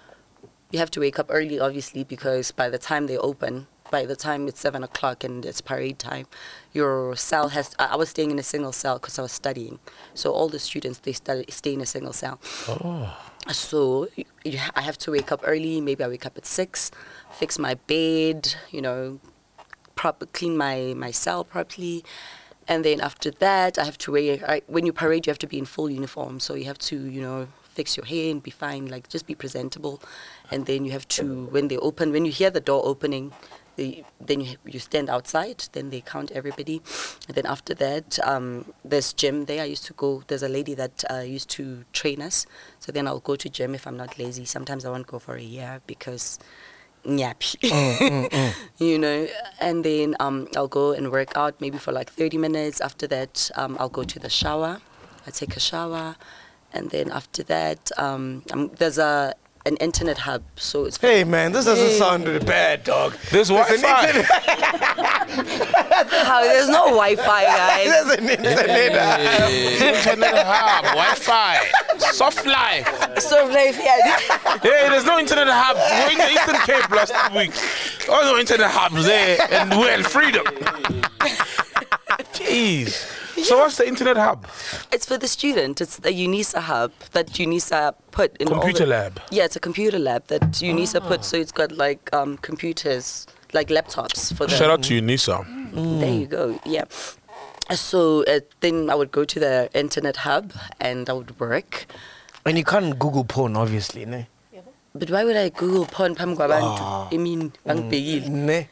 Speaker 9: you have to wake up early, obviously, because by the time they open, by the time it's seven o'clock and it's parade time, your cell has. I I was staying in a single cell because I was studying, so all the students they study, stay in a single cell.
Speaker 2: Oh.
Speaker 9: So you, you, ha- I have to wake up early. Maybe I wake up at six, fix my bed, you know, proper clean my, my cell properly. And then after that, I have to wear. I, when you parade, you have to be in full uniform. So you have to, you know, fix your hair and be fine, like just be presentable. And then you have to, when they open, when you hear the door opening, they, then you, you stand outside. Then they count everybody. And then after that, um, there's gym there. I used to go. There's a lady that uh, used to train us. So then I'll go to gym if I'm not lazy. Sometimes I won't go for a year because nyappy.
Speaker 3: Mm,
Speaker 9: you know, and then um, I'll go and work out maybe for like 30 minutes. After that, um, I'll go to the shower. I take a shower, and then after that, um, um, there's a an internet hub. So it's
Speaker 2: Hey man, this doesn't sound bad, dog.
Speaker 3: There's Wi-Fi.
Speaker 9: How- there's no Wi-Fi, guys.
Speaker 2: There's an internet.
Speaker 3: Internet hub, Wi-Fi, soft life.
Speaker 9: so brave, yeah.
Speaker 3: Hey, there's no internet hub. We're in the Eastern Cape last week. Oh, no internet hubs there, and we're in freedom. Jeez. So what's the internet hub?
Speaker 9: It's for the student. It's the UNISA hub that UNISA put in all
Speaker 3: Computer
Speaker 9: the-
Speaker 3: lab. Ah.
Speaker 9: Yeah, it's a computer lab that UNISA put. So it's got like um, computers, like laptops for the.
Speaker 3: Shout out to Unisa.
Speaker 9: There you go. Yeah. So uh, then I would go to the internet hub and I would work.
Speaker 2: And you can't Google porn, obviously, ne?
Speaker 9: But why would I Google porn pam I mean, bangbegil.
Speaker 2: Ne?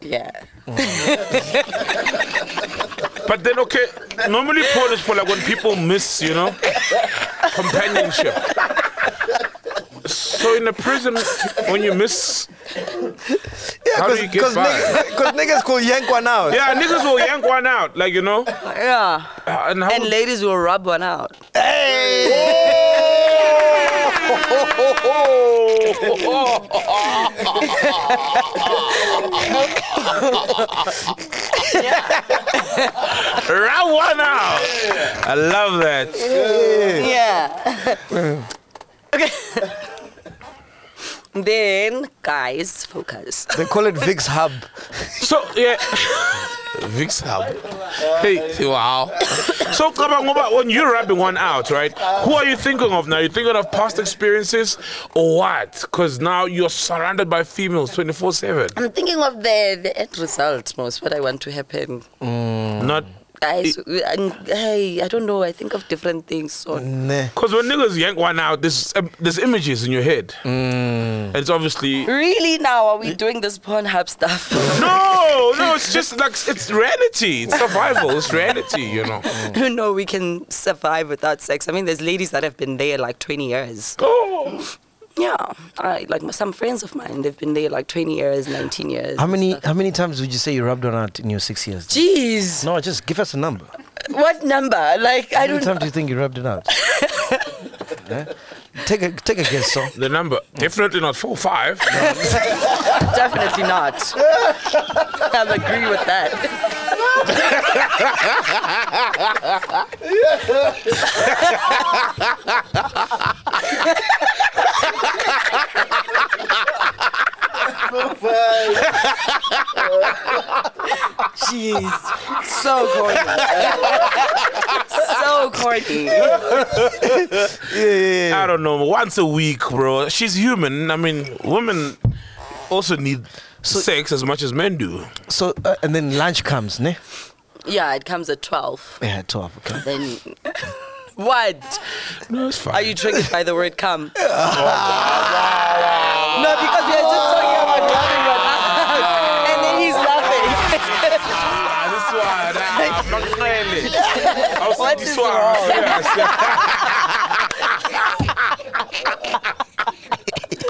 Speaker 9: Yeah.
Speaker 3: But then, okay, normally porn is for like when people miss, you know, companionship. So in a prison, when you miss,
Speaker 2: Yeah,
Speaker 3: How do you get
Speaker 2: because
Speaker 3: by?
Speaker 2: niggas, call Yankwa now.
Speaker 3: yeah, niggas will yank one out, like you know.
Speaker 9: Yeah.
Speaker 3: Uh, and how
Speaker 9: And ladies will rub one out.
Speaker 3: Round one out. I love that.
Speaker 9: Yeah. okay. then, guys, focus.
Speaker 2: They call it Vix Hub.
Speaker 3: So yeah. Vix Hub. Hey, wow. So Kabangoba, when you're rubbing one out, right? Who are you thinking of now? You thinking of past experiences or what? Because now you're surrounded by females 24/7.
Speaker 9: I'm thinking of the, the end result most, what I want to happen.
Speaker 3: Not
Speaker 9: I, s- and, hey, I don't know. I think of different things. So.
Speaker 2: Nah.
Speaker 3: because when niggas yank one out, there's um, there's images in your head, and it's obviously.
Speaker 9: Really now are we doing this Pornhub stuff?
Speaker 3: No, no, it's just like it's reality. It's survival. It's reality, you know.
Speaker 9: no, we can survive without sex. I mean, there's ladies that have been there like 20 years.
Speaker 3: Oh.
Speaker 9: Yeah, I like my- some friends of mine. They've been there like 20 years, 19 years.
Speaker 2: How
Speaker 9: and
Speaker 2: many
Speaker 9: stuff.
Speaker 2: how many times would you say you rubbed one out in your six years?
Speaker 9: Jeez,
Speaker 2: No, just give us a number.
Speaker 9: what number? Like
Speaker 2: How
Speaker 9: I
Speaker 2: many
Speaker 9: don't.
Speaker 2: times do you think you rubbed it out? Eh? Take a take a guess, so.
Speaker 3: The number definitely not four five.
Speaker 9: Definitely not. I'll agree with that. Jeez, so corny. so corny.
Speaker 3: I don't know, once a week, bro. She's human. I mean, women also need sex as much as men do.
Speaker 2: So uh, and then lunch comes, ne?
Speaker 9: Yeah, it comes at 12.
Speaker 2: Yeah, twelve. Okay.
Speaker 9: Then. What?
Speaker 3: No, it's fine.
Speaker 9: Are you triggered by the word come? no, because we are just talking about loving one another. And then he's laughing.
Speaker 3: Ah, this one, ah, my friend.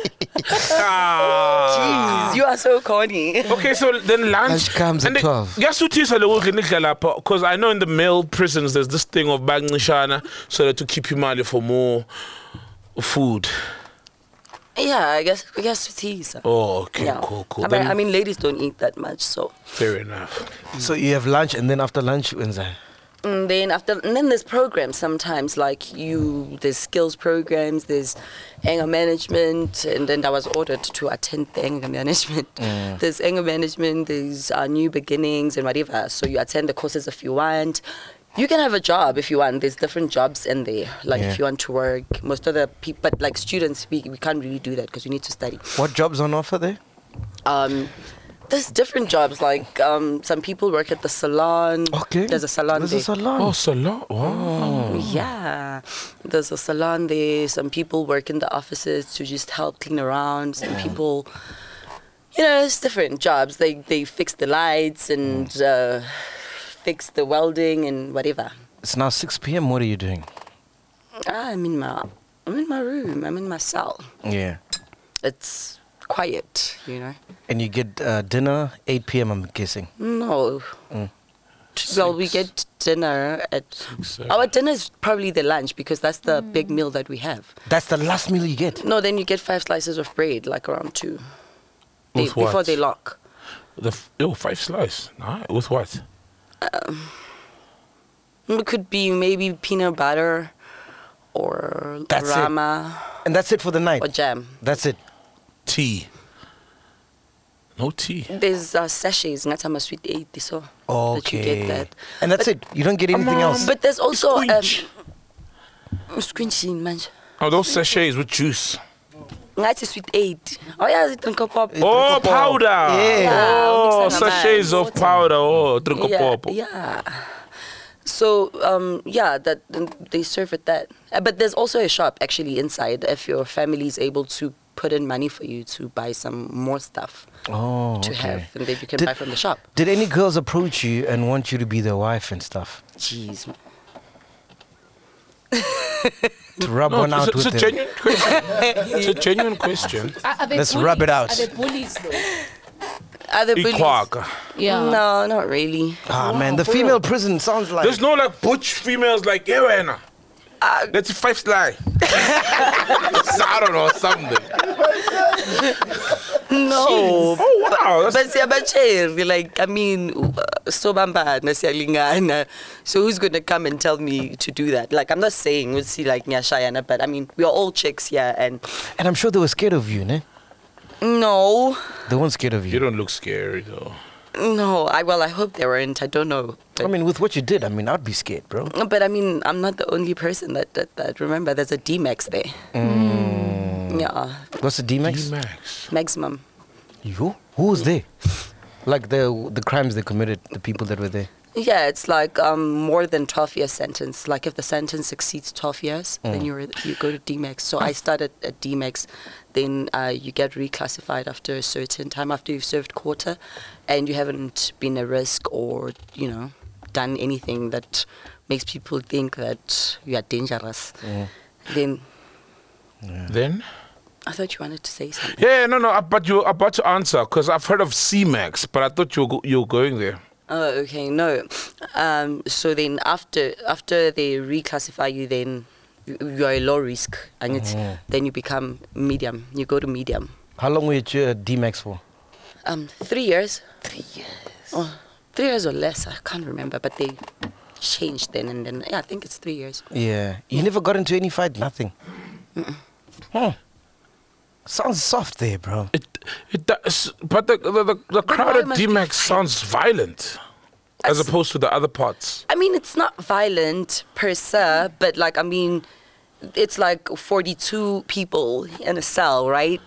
Speaker 9: Jeez, you are so corny.
Speaker 3: Ah. Okay, so then lunch,
Speaker 2: Lunch comes at 12.
Speaker 3: Because I know in the male prisons there's this thing of bag nishana so that to keep you money for more food.
Speaker 9: yeah, I guess I guess it's easy.
Speaker 3: Oh, okay,
Speaker 9: yeah.
Speaker 3: cool, cool.
Speaker 9: I mean,
Speaker 3: Then-
Speaker 9: I mean, ladies don't eat that much, so
Speaker 3: Fair enough.
Speaker 2: So you have lunch and then after lunch, Wednesday.
Speaker 9: and then Mm, after and then there's programs sometimes like you there's skills programs there's anger management and then I was ordered to attend the anger management
Speaker 2: Mm.
Speaker 9: there's anger management there's uh, new beginnings and whatever so you attend the courses if you want you can have a job if you want there's different jobs in there like
Speaker 2: Yeah.
Speaker 9: if you want to work most of the people but like students we, we can't really do that because we need to study
Speaker 2: What jobs on offer there?
Speaker 9: um, there's different jobs like um, some people work at the salon
Speaker 2: Okay.
Speaker 9: there's a salon
Speaker 2: There's
Speaker 9: there.
Speaker 2: a salon.
Speaker 3: Oh, so long. Wow.
Speaker 9: Yeah, there's a salon there. Some people work in the offices to just help clean around. Some people, you know, it's different jobs. They they fix the lights and uh, fix the welding and whatever. Ah,
Speaker 2: It's now 6 p.m. What are you doing?
Speaker 9: I'm in my I'm in my room. I'm in my cell.
Speaker 2: Yeah.
Speaker 9: It's quiet, you know.
Speaker 2: And you get uh, dinner 8 p.m. I'm guessing.
Speaker 9: No. Well, we get dinner at
Speaker 3: seven.
Speaker 9: our dinner is probably the lunch because that's the big meal that we have.
Speaker 2: That's the last meal you get.
Speaker 9: No, then you get five slices of bread, like around two. They-
Speaker 3: With what?
Speaker 9: Before they lock.
Speaker 3: The f- oh, five slice. Nah, with what?
Speaker 9: It could be maybe peanut butter or
Speaker 2: That's it.
Speaker 9: rama
Speaker 2: And that's it for the night.
Speaker 9: or jam.
Speaker 2: That's it.
Speaker 3: Tea. No tea.
Speaker 9: There's uh, sachets, not a sweet eight, so that you
Speaker 2: Okay.
Speaker 9: get that.
Speaker 2: And that's
Speaker 9: But-
Speaker 2: it. You don't get anything else.
Speaker 9: But there's also um,
Speaker 3: Squinch.
Speaker 9: squinchy man.
Speaker 3: Oh, those sachets with juice.
Speaker 9: Not a sweet eight. Oh yeah, it's drink a pop.
Speaker 3: Oh, powder.
Speaker 2: Yeah.
Speaker 3: Oh,
Speaker 9: mix it up.
Speaker 3: sachets of powder. Oh, drink a
Speaker 9: yeah,
Speaker 3: pop.
Speaker 9: yeah. So um, yeah, that they serve it that. Uh, But there's also a shop actually inside if your family is able to put in money for you to buy some more stuff
Speaker 2: Oh,
Speaker 9: to
Speaker 2: okay.
Speaker 9: have, and then you can
Speaker 2: Did-
Speaker 9: buy from the shop.
Speaker 2: Did any girls approach you and want you to be their wife and stuff?
Speaker 9: Jeez. man.
Speaker 2: To rub one
Speaker 3: No,
Speaker 2: out
Speaker 3: it's, it's
Speaker 2: with
Speaker 3: a
Speaker 2: them?
Speaker 3: genuine question. it's a genuine question.
Speaker 7: Are, are they
Speaker 2: Let's
Speaker 7: bullies?
Speaker 2: rub it out.
Speaker 7: Are they bullies though?
Speaker 9: Are there bullies?
Speaker 3: Iquaga.
Speaker 7: Yeah.
Speaker 9: No, not really.
Speaker 2: Ah, man, the female prison sounds like.
Speaker 3: There's no like butch females like yeah, right now.
Speaker 9: Uh,
Speaker 3: That's a five sly. I don't know something.
Speaker 9: No.
Speaker 3: Oh wow, that's
Speaker 9: But siyabacheri, like I mean, uh, so bambana siyalingana. So who's gonna come and tell me to do that? Like I'm not saying we'll see like nyashayana, but I mean we are all chicks here, and
Speaker 2: And I'm sure they were scared of you, ne?
Speaker 9: no,
Speaker 2: They weren't scared of you.
Speaker 3: you don't look scary though.
Speaker 9: no. I well, I hope they weren't. I don't know. But,
Speaker 2: I mean, with what you did, I mean, I'd be scared, bro.
Speaker 9: but I mean, I'm not the only person that that, that. Remember, there's a DMX there. Yeah,
Speaker 2: What's the D-Max?
Speaker 3: Max.
Speaker 9: maximum.
Speaker 2: You? Who was there? Like the the crimes they committed, the people that were there.
Speaker 9: Yeah, it's like um, more than 12 year sentence. Like if the sentence exceeds 12 years, then you you go to DMAX. So I started at DMAX, then uh, you get reclassified after a certain time after you've served quarter, and you haven't been a risk or you know done anything that makes people think that you are dangerous. Then
Speaker 3: Then?
Speaker 9: I thought you wanted to say something.
Speaker 3: Yeah, no, no. uh, But you were about to answer because I've heard of C Max, but I thought you were go- you were going there.
Speaker 9: Oh, okay, no. Um, so then after after they reclassify you, then you- you are a low risk, and it's, then you become medium. You go to medium.
Speaker 2: How long were you at uh, D-Max for?
Speaker 9: Um, three years. Three years. Oh, three years or less. I can't remember, but they changed then and then. Yeah, I think it's three years.
Speaker 2: Yeah. You never got into any fight, nothing. Huh. Sounds soft there, bro.
Speaker 3: It, it does, but the the, the, the crowd
Speaker 9: why
Speaker 3: at
Speaker 9: must
Speaker 3: D
Speaker 9: we
Speaker 3: Max sounds violent, as
Speaker 9: That's-
Speaker 3: opposed to the other parts.
Speaker 9: I mean, it's not violent per se, but like, I mean, it's like 42 people in a cell, right?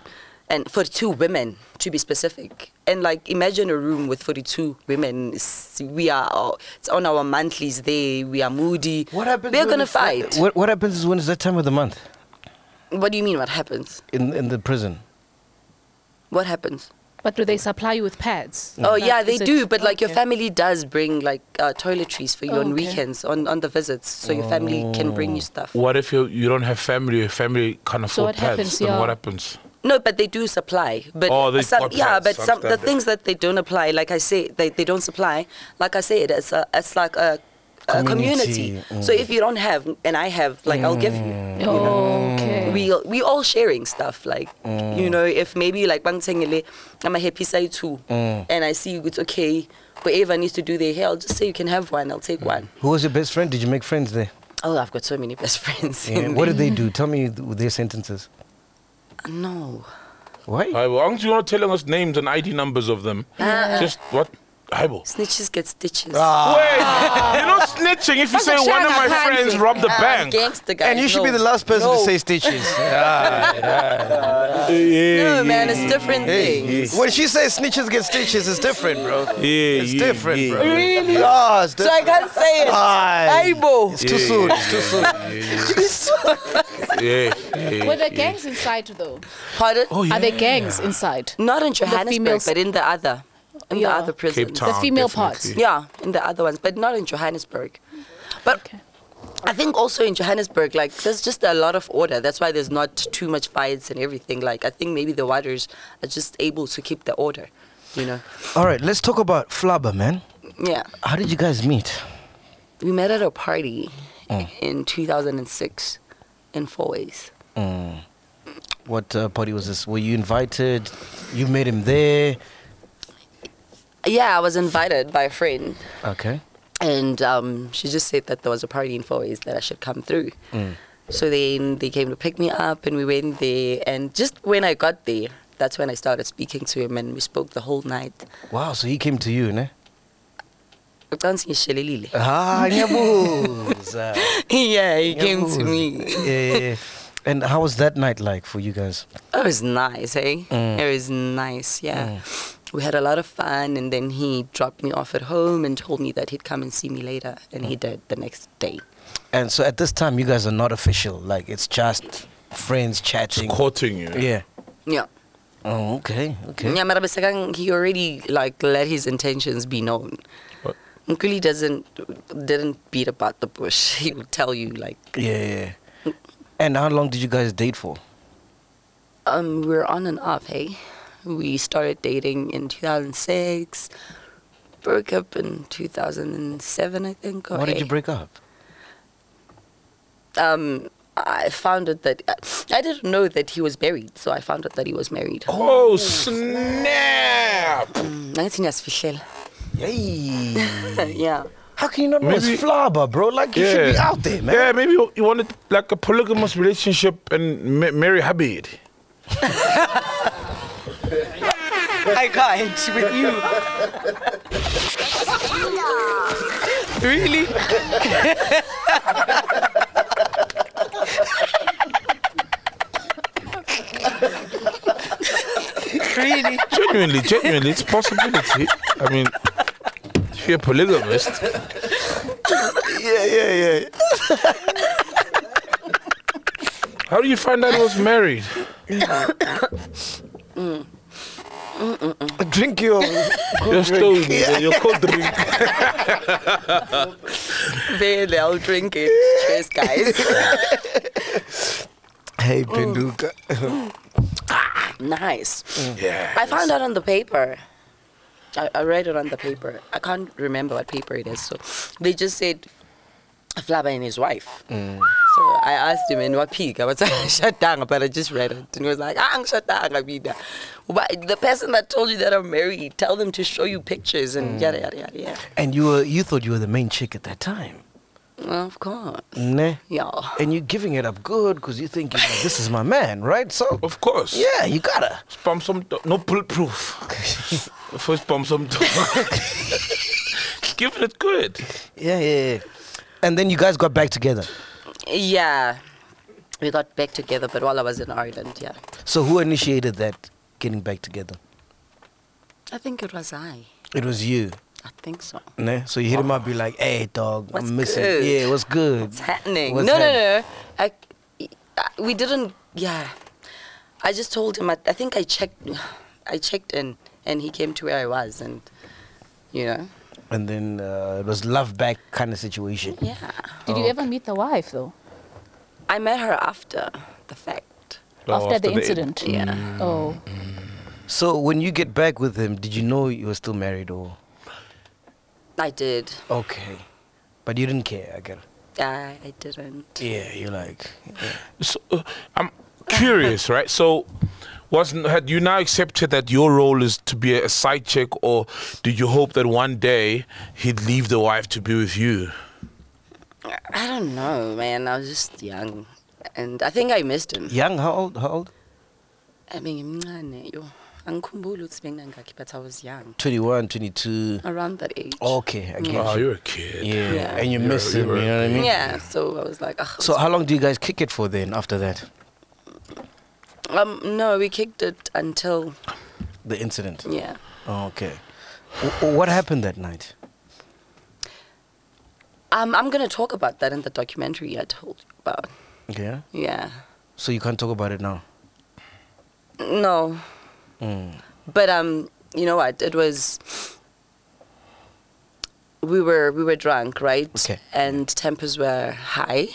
Speaker 9: And 42 women, to be specific. And like, imagine a room with 42 women. It's- We are, all- it's on our monthlies there. We are moody.
Speaker 2: What happens?
Speaker 9: We're
Speaker 2: when
Speaker 9: going to
Speaker 2: it's like-
Speaker 9: fight.
Speaker 2: What, what happens is when is that time of the month
Speaker 9: what do you mean, what happens?
Speaker 2: in in the prison?
Speaker 9: What happens?
Speaker 7: But do they supply you with pads?
Speaker 2: Mm.
Speaker 9: Oh yeah,
Speaker 7: Like,
Speaker 9: they
Speaker 7: is it-
Speaker 9: do. But like your
Speaker 7: okay.
Speaker 9: family does bring like uh, toiletries for you
Speaker 7: Oh,
Speaker 9: on
Speaker 7: okay.
Speaker 9: weekends on, on the visits, so your family can bring you stuff.
Speaker 3: What if you, you don't have family? Your family can't
Speaker 7: So
Speaker 3: afford
Speaker 7: what happens,
Speaker 3: pads. Then
Speaker 7: yeah.
Speaker 3: what happens?
Speaker 9: No, but they do supply. But
Speaker 3: Oh, they've
Speaker 9: some,
Speaker 3: got
Speaker 9: yeah,
Speaker 3: pads,
Speaker 9: but some the
Speaker 3: understand that.
Speaker 9: things that they don't apply, like I say, they, they don't supply. Like I said, it's a, it's like a, a community.
Speaker 2: Community, mm.
Speaker 9: So if you don't have, and I have, like I'll give you. you know?
Speaker 7: Oh,
Speaker 2: Mm.
Speaker 7: okay.
Speaker 9: we we all sharing stuff like you know if maybe like bangtsengele I'm a happy side too
Speaker 2: Mm.
Speaker 9: and I see it's okay whoever needs to do their hair I'll just say you can have one I'll take one
Speaker 2: Who was your best friend? Did you make friends there?
Speaker 9: oh I've got so many best friends
Speaker 2: Yeah.
Speaker 9: in
Speaker 2: What
Speaker 9: there.
Speaker 2: did they do? Tell me th- their sentences.
Speaker 9: no
Speaker 2: Why?
Speaker 3: Aye, well, aren't you not telling us names and ID numbers of them? Just what? Aibo.
Speaker 9: snitches get stitches
Speaker 7: Ah.
Speaker 3: Ah, Wait, you're not snitching if you say one of my friends robbed the
Speaker 7: Uh,
Speaker 3: bank.
Speaker 9: Ah, gangster guys
Speaker 2: And you should be
Speaker 9: no.
Speaker 2: the last person
Speaker 9: No.
Speaker 2: to say stitches.
Speaker 9: no man it's different things
Speaker 2: When she says snitches get stitches, it's different, bro.
Speaker 3: Yeah,
Speaker 2: It's
Speaker 3: yeah,
Speaker 2: different,
Speaker 3: yeah.
Speaker 2: bro. Really? Yeah, it's
Speaker 9: so I
Speaker 2: different.
Speaker 9: can't say it
Speaker 2: Aye.
Speaker 9: Aibo
Speaker 2: It's too soon. It's too soon.
Speaker 3: Yeah,
Speaker 7: Were there gangs inside though?
Speaker 9: pardon
Speaker 7: Are there gangs inside?
Speaker 9: not in Johannesburg
Speaker 7: females-
Speaker 9: Oh, but in the other in the
Speaker 7: Yeah.
Speaker 9: other prisons
Speaker 3: Cape Town.
Speaker 7: The female
Speaker 3: definitely.
Speaker 7: parts.
Speaker 9: Yeah, in the other ones, but not in Johannesburg. But I think also in Johannesburg, like there's just a lot of order. That's why there's not too much fights and everything. Like I think maybe the waters are just able to keep the order. You know?
Speaker 2: All right, let's talk about Flubber, man.
Speaker 9: Yeah.
Speaker 2: How did you guys meet?
Speaker 9: We met at a party in 2006 in Four Ways.
Speaker 2: Mm. What uh, party was this? Were you invited? You met him there.
Speaker 9: Yeah, I was invited by a friend,
Speaker 2: Okay.
Speaker 9: and um, she just said that there was a party in Four Ways that I should come through. So then they came to pick me up, and we went there. And just when I got there, that's when I started speaking to him, and we spoke the whole night.
Speaker 2: Wow, so he came to you, ne?
Speaker 9: Ucansi ngishelelile.
Speaker 2: Ah, ngiyabuza.
Speaker 9: yeah, he came to
Speaker 2: Ngiyabuza.
Speaker 9: me.
Speaker 2: Yeah, yeah, yeah. And how was that night like for you guys?
Speaker 9: It was nice, hey? It was nice, yeah. We had a lot of fun, and then he dropped me off at home and told me that he'd come and see me later, and he did the next day.
Speaker 2: And so at this time, you guys are not official. Like it's just friends chatting.
Speaker 3: Courting you.
Speaker 2: Yeah.
Speaker 9: Yeah.
Speaker 2: Oh, okay. Okay.
Speaker 9: Yeah, mara besekang, he already like let his intentions be known.
Speaker 3: What?
Speaker 9: Nkuli doesn't didn't beat about the bush. He would tell you like
Speaker 2: Yeah, yeah. And how long did you guys date for?
Speaker 9: um we were on and off, hey. We started dating in 2006, broke up in 2007, I think. Or
Speaker 2: Why did you
Speaker 9: eight.
Speaker 2: break up?
Speaker 9: Um, I found out that I didn't know that he was married, so I found out that he was married. Mm. Oh.
Speaker 3: Oh snap!
Speaker 2: Yay.
Speaker 9: yeah.
Speaker 2: How can you not know
Speaker 3: Maybe-
Speaker 2: it's Flaba, bro? Like you should be out there, man.
Speaker 3: Yeah, maybe you you wanted like a polygamous relationship and ma- marry Habib.
Speaker 9: I can't with you. really? really?
Speaker 3: Genuinely, genuinely, it's a possibility. I mean, if you're a polygamist,
Speaker 2: yeah, yeah, yeah.
Speaker 3: how do you find out I was married?
Speaker 2: Drink your.
Speaker 3: You're still your cold drink.
Speaker 9: Barely, I'll drink it. Cheers, guys.
Speaker 2: hey, Pinduka.
Speaker 9: nice.
Speaker 3: Yeah.
Speaker 9: I found out on the paper. I, I read it on the paper. I can't remember what paper it is. So they just said Flaba and his wife. So I asked him in what peak. I was like, Shatanga, but I just read it. And he was like, "Ah, Ang Shatanga, Vida. But the person that told you that I'm married, tell them to show you pictures and yada, yada, yada, yada.
Speaker 2: And you were, you thought you were the main chick at that time,
Speaker 9: Well, of course.
Speaker 2: ne?
Speaker 9: Yeah.
Speaker 2: And you're giving it up good because you're thinking like, this is my man, right? So
Speaker 3: Of course.
Speaker 2: yeah, you gotta.
Speaker 3: Spam some do- no bulletproof. First spam some do- Give it good.
Speaker 2: Yeah, yeah, yeah. And then you guys got back together.
Speaker 9: Yeah. We got back together, but while I was in Ireland, yeah.
Speaker 2: So who initiated that getting back together?
Speaker 9: I think it was I.
Speaker 2: It was you.
Speaker 9: I think so.
Speaker 2: Ne? So you hit him up, be like, "Hey, dog,
Speaker 9: What's
Speaker 2: I'm missing.
Speaker 9: good?
Speaker 2: Yeah, what's good?
Speaker 9: What's happening?
Speaker 2: What's
Speaker 9: no,
Speaker 2: happening?
Speaker 9: no, no, I- I- we didn't. Yeah, I just told him. I, I think I checked. I checked in and he came to where I was, and you know,
Speaker 2: And then uh, it was love back kind of situation.
Speaker 9: yeah.
Speaker 7: Did you ever meet the wife though?
Speaker 9: I met her after the fact.
Speaker 7: after, the incident? yeah. Oh.
Speaker 2: So when you get back with him, did you know you were still married or?
Speaker 9: I did.
Speaker 2: Okay. But you didn't care, I get it.
Speaker 9: I, I didn't.
Speaker 2: Yeah, you're like,
Speaker 3: So, uh, I'm curious, right? So, was had you now accepted that your role is to be a side chick, or did you hope that one day he'd leave the wife to be with you?
Speaker 9: I don't know, man. I was just young, and I think I missed him.
Speaker 2: young, how old? How old?
Speaker 9: I mean, mncane, yo. Angikhumbuli ukuthi bengingangakhi, but I was young,
Speaker 2: 21, 22.
Speaker 9: around that age.
Speaker 2: Okay, I get
Speaker 3: Oh,
Speaker 2: you.
Speaker 3: you're a kid.
Speaker 2: Yeah.
Speaker 9: Yeah.
Speaker 2: and you miss him, you know what I mean?
Speaker 9: Yeah, so I was like, Ugh,
Speaker 2: So how long do you guys kick it for then after that?
Speaker 9: um, no, we kicked it until
Speaker 2: The incident? Oh,
Speaker 9: yeah.
Speaker 2: Okay. W- what happened that night?
Speaker 9: Um, I'm gonna talk about that in the documentary I told you about.
Speaker 2: Yeah.
Speaker 9: Yeah.
Speaker 2: So you can't talk about it now?
Speaker 9: No,
Speaker 2: Mm.
Speaker 9: but um, you know what? It was we were we were drunk, right?
Speaker 2: Okay. Mm-hmm.
Speaker 9: And tempers were high.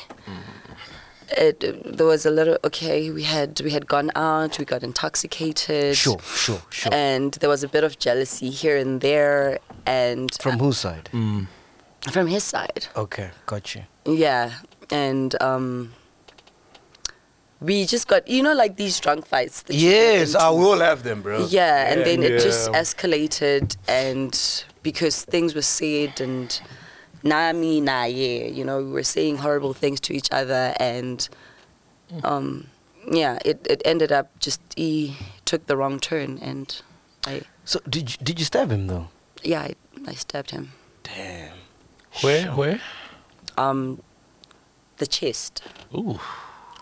Speaker 9: It, there was a little okay. We had we had gone out. We got intoxicated.
Speaker 2: Sure, sure, sure.
Speaker 9: And there was a bit of jealousy here and there, and
Speaker 2: From whose side?
Speaker 3: Hmm.
Speaker 9: from his side.
Speaker 2: Okay, got you.
Speaker 9: Yeah, and um, we just got you know like these drunk fights. that you get
Speaker 2: Yes,
Speaker 9: into.
Speaker 2: I will have them, bro.
Speaker 9: Yeah, and then it just
Speaker 3: Yeah.
Speaker 9: escalated, and because things were said and nami na yeah, you know, we were saying horrible things to each other, and um, yeah, it it ended up just he took the wrong turn, and I
Speaker 2: So did you, did you stab him though?
Speaker 9: yeah I, I stabbed him
Speaker 2: Damn.
Speaker 3: Where? Where?
Speaker 9: um, the chest
Speaker 3: Ooh.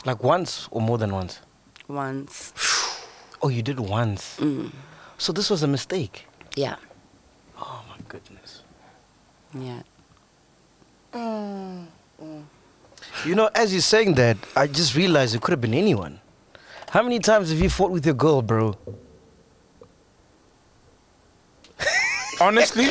Speaker 2: Like once or more than once?
Speaker 9: once.
Speaker 2: Oh, you did once.
Speaker 9: Mm,
Speaker 2: So this was a mistake.
Speaker 9: yeah,
Speaker 2: Oh my goodness.
Speaker 9: yeah.
Speaker 2: You know, as you're saying that, I just realized it could have been anyone. How many times have you fought with your girl, bro?
Speaker 3: Honestly,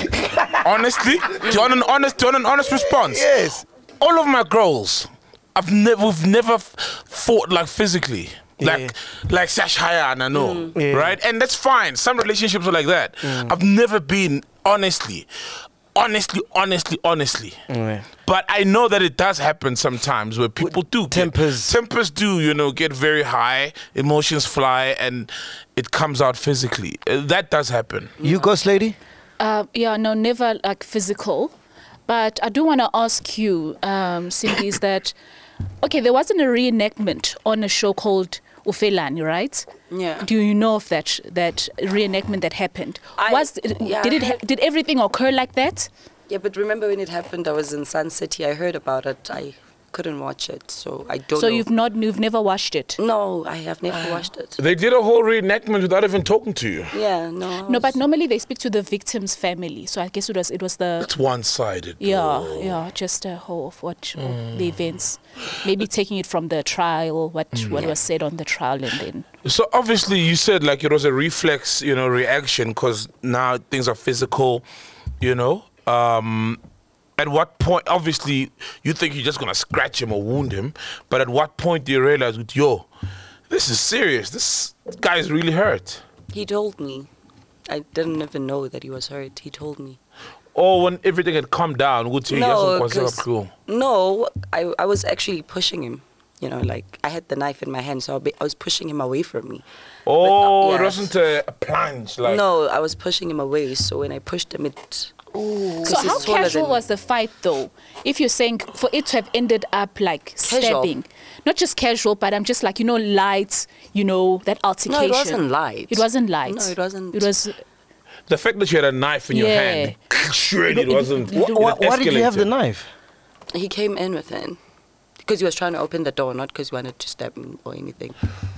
Speaker 3: honestly, do you want an honest, do you want an honest response?
Speaker 2: Yes.
Speaker 3: All of my girls, I've never, we've never f- fought like physically. Like, like Sash Haya and I know,
Speaker 2: Mm. Yeah. Mm.
Speaker 3: right? And that's fine. Some relationships are like that. I've never been, honestly, honestly, honestly, honestly.
Speaker 2: Yeah.
Speaker 3: But I know that it does happen sometimes where people do get-
Speaker 2: tempers.
Speaker 3: tempers do, you know, get very high, emotions fly, and it comes out physically. Uh, That does happen.
Speaker 2: You ghost lady?
Speaker 7: Uh, yeah, no, never like physical. But I do want to ask you, um, Cindy, is that okay? There wasn't a reenactment on a show called Ufelani, right?
Speaker 9: Yeah.
Speaker 7: Do you know of that that reenactment that happened?
Speaker 9: I-
Speaker 7: was
Speaker 9: yeah.
Speaker 7: did it ha- did everything occur like that?
Speaker 9: Yeah, but remember when it happened? I was in Sun City. I heard about it. I couldn't watch it, so I don't.
Speaker 7: so
Speaker 9: know.
Speaker 7: you've not Ah. you've never watched it.
Speaker 9: No, I have never watched it.
Speaker 3: They did a whole reenactment without even talking to you.
Speaker 9: Yeah, no. I
Speaker 7: No,
Speaker 9: was-
Speaker 7: but normally they speak to the victim's family. So I guess it was it was the
Speaker 3: It's one sided.
Speaker 7: Yeah, yeah, just a whole of what of
Speaker 9: Mm.
Speaker 7: the events, maybe taking it from the trial, what what was said on the trial, and then
Speaker 3: So obviously, you said like it was a reflex, you know, reaction because now things are physical, you know. Um, at what point, obviously, you think you're just gonna scratch him or wound him, but at what point do you realize, yo, this is serious. This guy's really hurt.
Speaker 9: he told me. I didn't even know that he was hurt. He told me.
Speaker 3: Or when everything had calmed down, would say, no, yes,
Speaker 9: 'cause- no, I, I was actually pushing him. You know, like I had the knife in my hand, so I, be, I was pushing him away from me.
Speaker 3: Oh,
Speaker 9: yeah.
Speaker 3: it wasn't a, a plunge, like
Speaker 9: no, I was pushing him away. So when I pushed him, it.
Speaker 7: So
Speaker 9: he's
Speaker 7: how
Speaker 9: taller
Speaker 7: casual
Speaker 9: than
Speaker 7: was the fight though? If you're saying for it to have ended up like
Speaker 9: Casual.
Speaker 7: stabbing, not just casual, but I'm just like you know light, you know that altercation.
Speaker 9: wasn't light.
Speaker 7: It wasn't light.
Speaker 9: No, it wasn't.
Speaker 7: It was.
Speaker 3: the fact that you had a knife in your
Speaker 7: Yeah.
Speaker 3: hand. Surely it wasn't.
Speaker 2: Wh- wh- why did you have the
Speaker 3: escalated.
Speaker 2: knife?
Speaker 9: He came in with it because he was trying to open the door, not because he wanted to stab me or anything.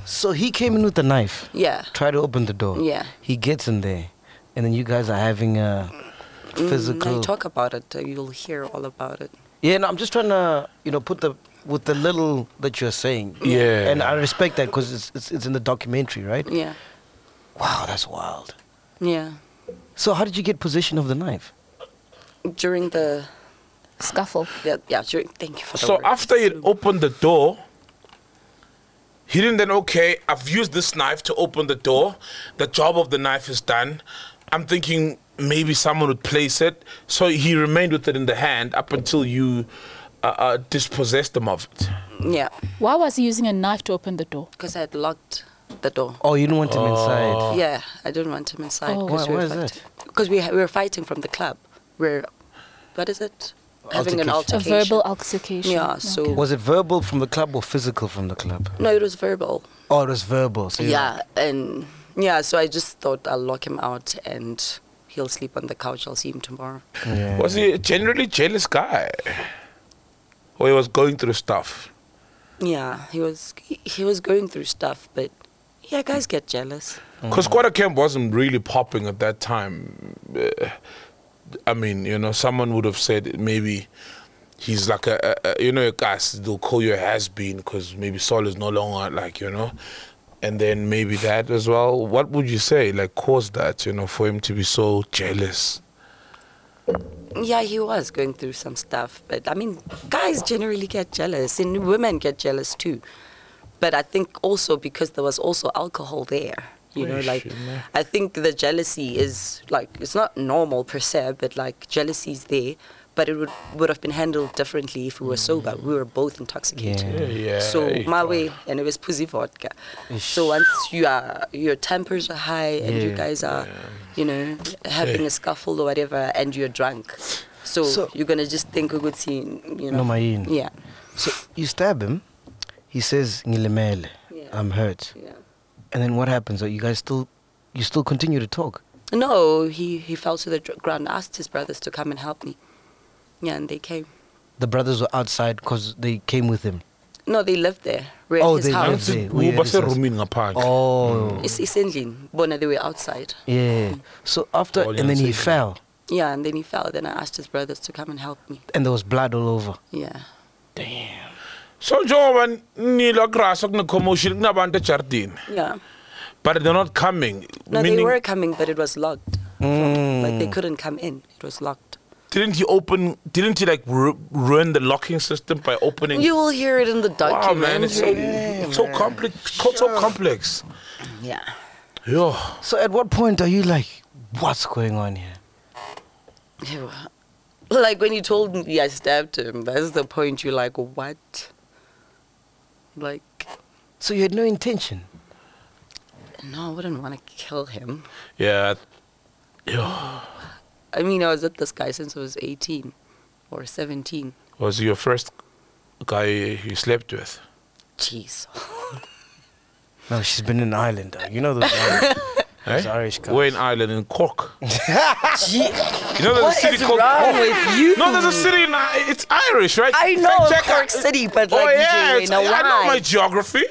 Speaker 2: So he came in with the knife,
Speaker 9: Yeah.
Speaker 2: tried to open the door.
Speaker 9: Yeah.
Speaker 2: He gets in there, and then you guys are having a physical.
Speaker 9: I Mm, talk about it. uh, You'll hear all about it.
Speaker 2: yeah, no, I'm just trying to, you know, put the with the little that you're saying.
Speaker 3: Yeah.
Speaker 2: And I respect that because it's, it's it's in the documentary, right?
Speaker 9: Yeah.
Speaker 2: Wow, that's wild.
Speaker 9: Yeah.
Speaker 2: So how did you get possession of the knife?
Speaker 9: During the
Speaker 7: Scuffle.
Speaker 9: yeah, yeah during, thank you for the
Speaker 3: So
Speaker 9: word.
Speaker 3: after he'd opened the door, he didn't then, okay, I've used this knife to open the door. The job of the knife is done. I'm thinking maybe someone would place it. So he remained with it in the hand up until you uh, uh, dispossessed him of it.
Speaker 9: yeah,
Speaker 7: Why was he using a knife to open the door?
Speaker 9: because I had locked the door.
Speaker 2: Oh, you didn't want him inside.
Speaker 3: Oh.
Speaker 9: Yeah, I didn't want him inside
Speaker 7: Oh.
Speaker 9: because
Speaker 2: Oh. Why-
Speaker 9: we were
Speaker 2: why is
Speaker 9: fighting. Because we, ha- we were fighting from the club. We're what is it? Having an
Speaker 7: A
Speaker 9: altercation.
Speaker 7: verbal altercation.
Speaker 9: Yeah, so-
Speaker 7: Okay.
Speaker 2: Was it verbal from the club or physical from the club?
Speaker 9: No, it was verbal.
Speaker 2: Oh, it was verbal. So you're
Speaker 9: yeah,
Speaker 2: like-
Speaker 9: and yeah, so I just thought I'll lock him out and he'll sleep on the couch. I'll see him tomorrow.
Speaker 2: yeah.
Speaker 3: Was he a generally jealous guy? Or he was going through stuff?
Speaker 9: Yeah, he was he, he was going through stuff, but yeah, guys get jealous.
Speaker 3: Because Quarter Camp wasn't really popping at that time. Uh, I mean, you know, someone would have said maybe he's like a, a, a you know, guys, they'll call you a has been because maybe Saul is no longer like, you know, and then maybe that as well. What would you say, like, caused that, you know, for him to be so jealous?
Speaker 9: Yeah, he was going through some stuff, but I mean, guys generally get jealous, and women get jealous too. But I think also because there was also alcohol there, you know, like I think the jealousy is like it's not normal per se, but like jealousy is there. But it would would have been handled differently if we were sober. We were both intoxicated.
Speaker 2: Yeah.
Speaker 3: Yeah.
Speaker 9: So my way, and it was pussy vodka. So once you are, your tempers are high, and you
Speaker 2: Yeah.
Speaker 9: guys are, you know, having a scuffle or whatever, and you're drunk. So,
Speaker 2: So-
Speaker 9: you're gonna just think we could see, you know.
Speaker 2: No, my in.
Speaker 9: Yeah.
Speaker 2: So you stab him. He says, "Ngilimele,
Speaker 9: Yeah.
Speaker 2: I'm hurt."
Speaker 9: Yeah.
Speaker 2: And then what happens? Are you guys still, you still continue to talk?
Speaker 9: No, he he fell to the dr- ground. Asked his brothers to come and help me. Yeah, and they came.
Speaker 2: The brothers were outside because they came with him.
Speaker 9: No, they lived there. We're at
Speaker 2: Oh,
Speaker 9: his
Speaker 2: they
Speaker 3: And
Speaker 9: house.
Speaker 2: lived
Speaker 3: it's-
Speaker 2: there.
Speaker 3: who
Speaker 2: We had
Speaker 3: was
Speaker 2: this house.
Speaker 3: roaming apart?
Speaker 2: Oh,
Speaker 9: It's it's Endlin. Bona, they were outside.
Speaker 2: yeah. So after,
Speaker 3: Oh,
Speaker 2: and then he
Speaker 3: yeah.
Speaker 2: fell,
Speaker 9: Yeah, and then he fell. Then I asked his brothers to come and help me.
Speaker 2: and there was blood all over.
Speaker 9: Yeah.
Speaker 3: So njengoba nilwa grasa kune-commotion kunabantu ejardini
Speaker 9: Yeah.
Speaker 3: but they're not coming
Speaker 9: No, they
Speaker 3: meaning-
Speaker 9: were coming, but it was locked.
Speaker 2: Mm.
Speaker 9: Like
Speaker 2: Hmm.
Speaker 9: they couldn't come in. It was locked.
Speaker 3: Didn't he open? Didn't he like ru- ruin the locking system by opening?
Speaker 9: You will hear it in the
Speaker 3: wow,
Speaker 9: documentary.
Speaker 3: man, it's so, it's so complex. So complex.
Speaker 9: yeah.
Speaker 3: Yo,
Speaker 2: So at what point are you like, what's going on here?
Speaker 9: Ew. Like when you told me I stabbed him, that's the point. You're like, what? Like,
Speaker 2: So you had no intention.
Speaker 9: no, I wouldn't want to kill him.
Speaker 3: yeah, yo.
Speaker 9: I mean, I was with this guy since I was 18 or 17.
Speaker 3: Was he your first guy you slept with? eh?
Speaker 9: Jeez.
Speaker 2: No, she's been in Ireland. Dog. You know those Irish, those Irish guys.
Speaker 3: We're in Ireland in Cork. You know, there's a city called
Speaker 9: wrong
Speaker 3: Cork.
Speaker 9: with you?
Speaker 3: No, there's a city in I- it's Irish, right?
Speaker 9: I know
Speaker 3: Fact checker.
Speaker 9: Cork City, but
Speaker 3: Oh
Speaker 9: like,
Speaker 3: yeah,
Speaker 9: DJ,
Speaker 3: it's-
Speaker 9: now
Speaker 3: I know my
Speaker 9: why?
Speaker 3: geography.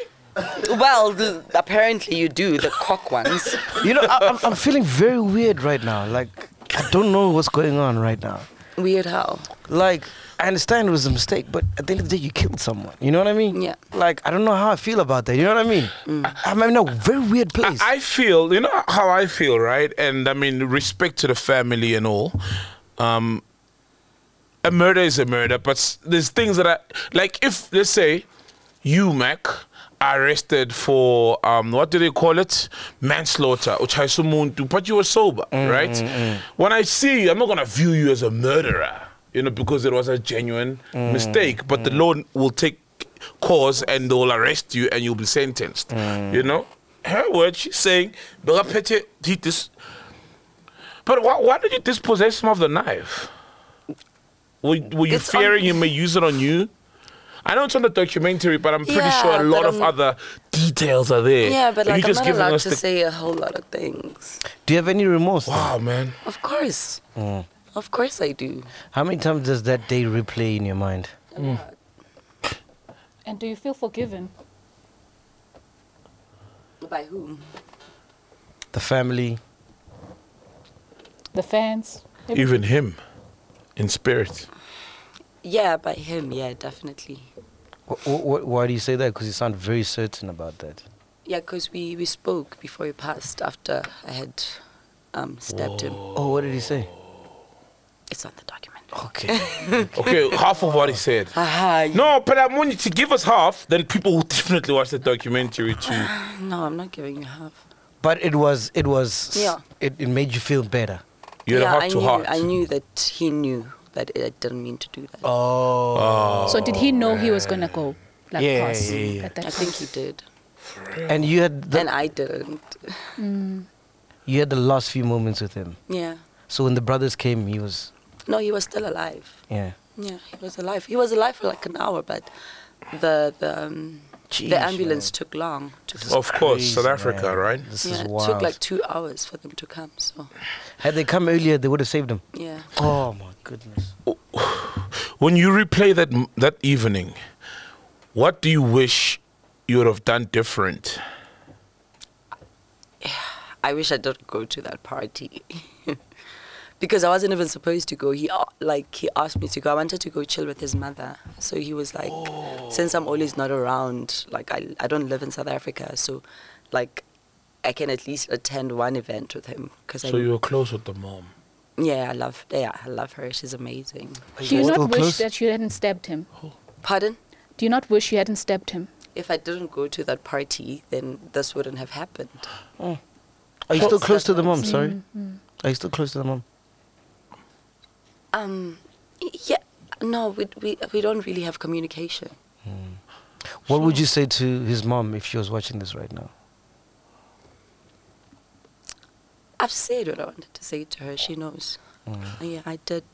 Speaker 9: Well, th- apparently you do, the cock ones.
Speaker 2: You know, I, I'm, I'm feeling very weird right now. Like, I don't know what's going on right now.
Speaker 9: Weird how.
Speaker 2: Like, I understand it was a mistake, but at the end of the day, you killed someone. You know what I mean?
Speaker 9: Yeah.
Speaker 2: Like, I don't know how I feel about that. You know what I mean? I'm in a very weird place.
Speaker 3: I, I feel, you know how I feel, right? And I mean, respect to the family and all. Um, a murder is a murder, but s- there's things that I like. If let's say you, Mac, are arrested for um, what do they call it, manslaughter, which I umuntu, but you were sober, right? When I see you, I'm not gonna view you as a murderer, you know, because it was a genuine mistake. But the law will take cause and they'll arrest you and you'll be sentenced, you know. Her words, she's saying, "Bella Pete did this." But why, why did you dispossess him of the knife? Were, were you
Speaker 9: It's on-
Speaker 3: fearing he may use it on you? I know it's on the documentary, but I'm pretty
Speaker 9: Yeah,
Speaker 3: sure a
Speaker 9: but
Speaker 3: lot of
Speaker 9: I'm-
Speaker 3: other details are there.
Speaker 9: Yeah, but
Speaker 3: And
Speaker 9: like,
Speaker 3: you're
Speaker 9: I'm
Speaker 3: just
Speaker 9: not
Speaker 3: giving
Speaker 9: allowed
Speaker 3: us
Speaker 9: to
Speaker 3: the-
Speaker 9: say a whole lot of things.
Speaker 2: Do you have any remorse?
Speaker 3: Wow, man.
Speaker 9: Of course.
Speaker 3: Mm.
Speaker 9: Of course I do.
Speaker 2: How many times does that day replay in your mind?
Speaker 7: And do you feel forgiven?
Speaker 9: By whom?
Speaker 2: The family.
Speaker 7: The fans?
Speaker 3: Even him, in spirit.
Speaker 9: Yeah, by him. Yeah, definitely.
Speaker 2: Wh- wh- wh- why do you say that? Because you sound very certain about that.
Speaker 9: Yeah, because we, we spoke before he passed after I had um, stabbed him.
Speaker 2: Oh, what did he say?
Speaker 9: It's not the document.
Speaker 2: Okay.
Speaker 3: Okay, half of what he said.
Speaker 9: Aha,
Speaker 3: No, but I want you to give us half, then people will definitely watch the documentary too.
Speaker 9: no, I'm not giving you half.
Speaker 2: but it was it was
Speaker 9: Yeah.
Speaker 2: it, it made you feel better.
Speaker 3: You had a
Speaker 9: yeah,
Speaker 3: heart
Speaker 9: I
Speaker 3: to
Speaker 9: knew,
Speaker 3: heart.
Speaker 9: I knew that he knew that I didn't mean to do that.
Speaker 2: Oh.
Speaker 7: So did he know he was gonna go like
Speaker 2: Yeah,
Speaker 7: pass
Speaker 2: yeah, yeah.
Speaker 7: at that
Speaker 9: I
Speaker 7: time?
Speaker 9: think he did.
Speaker 2: And you had the,
Speaker 9: and I didn't.
Speaker 2: you had the last few moments with him.
Speaker 9: Yeah.
Speaker 2: So when the brothers came, he was
Speaker 9: No, he was still alive.
Speaker 2: yeah.
Speaker 9: Yeah, he was alive. He was alive for like an hour, but the the um,
Speaker 2: Jeez,
Speaker 9: the ambulance
Speaker 2: man.
Speaker 9: took long. To
Speaker 3: of course, South
Speaker 2: Crazy,
Speaker 3: Africa,
Speaker 2: man.
Speaker 3: right?
Speaker 2: This
Speaker 9: yeah,
Speaker 2: is
Speaker 9: it
Speaker 2: wild.
Speaker 9: took like two hours for them to come. So
Speaker 2: had they come earlier, they would have saved him.
Speaker 9: yeah,
Speaker 2: Oh my goodness.
Speaker 3: When you replay that m- that evening, what do you wish you would have done different?
Speaker 9: I wish I didn't go to that party because I wasn't even supposed to go. He a- like he asked me to go. I wanted to go chill with his mother. So he was like,
Speaker 3: Oh.
Speaker 9: since I'm always not around, like I I don't live in South Africa, so like I can at least attend one event with him because I
Speaker 3: So you were close with the mom.
Speaker 9: Yeah, I love. Yeah, I love her. She's amazing.
Speaker 7: Do you
Speaker 2: Still
Speaker 7: not wish
Speaker 2: close?
Speaker 7: that you hadn't stabbed him?
Speaker 9: Pardon?
Speaker 7: Do you not wish you hadn't stabbed him?
Speaker 9: If I didn't go to that party, then this wouldn't have happened.
Speaker 2: Are you still
Speaker 9: Close.
Speaker 2: close to the mom? Sorry.
Speaker 7: Mm,
Speaker 2: Are you still close to the mom?
Speaker 9: Um, y- yeah. No, we we we don't really have communication.
Speaker 2: What would you say to his mom if she was watching this right now?
Speaker 9: I've said what I wanted to say to her. She knows. Yeah, I did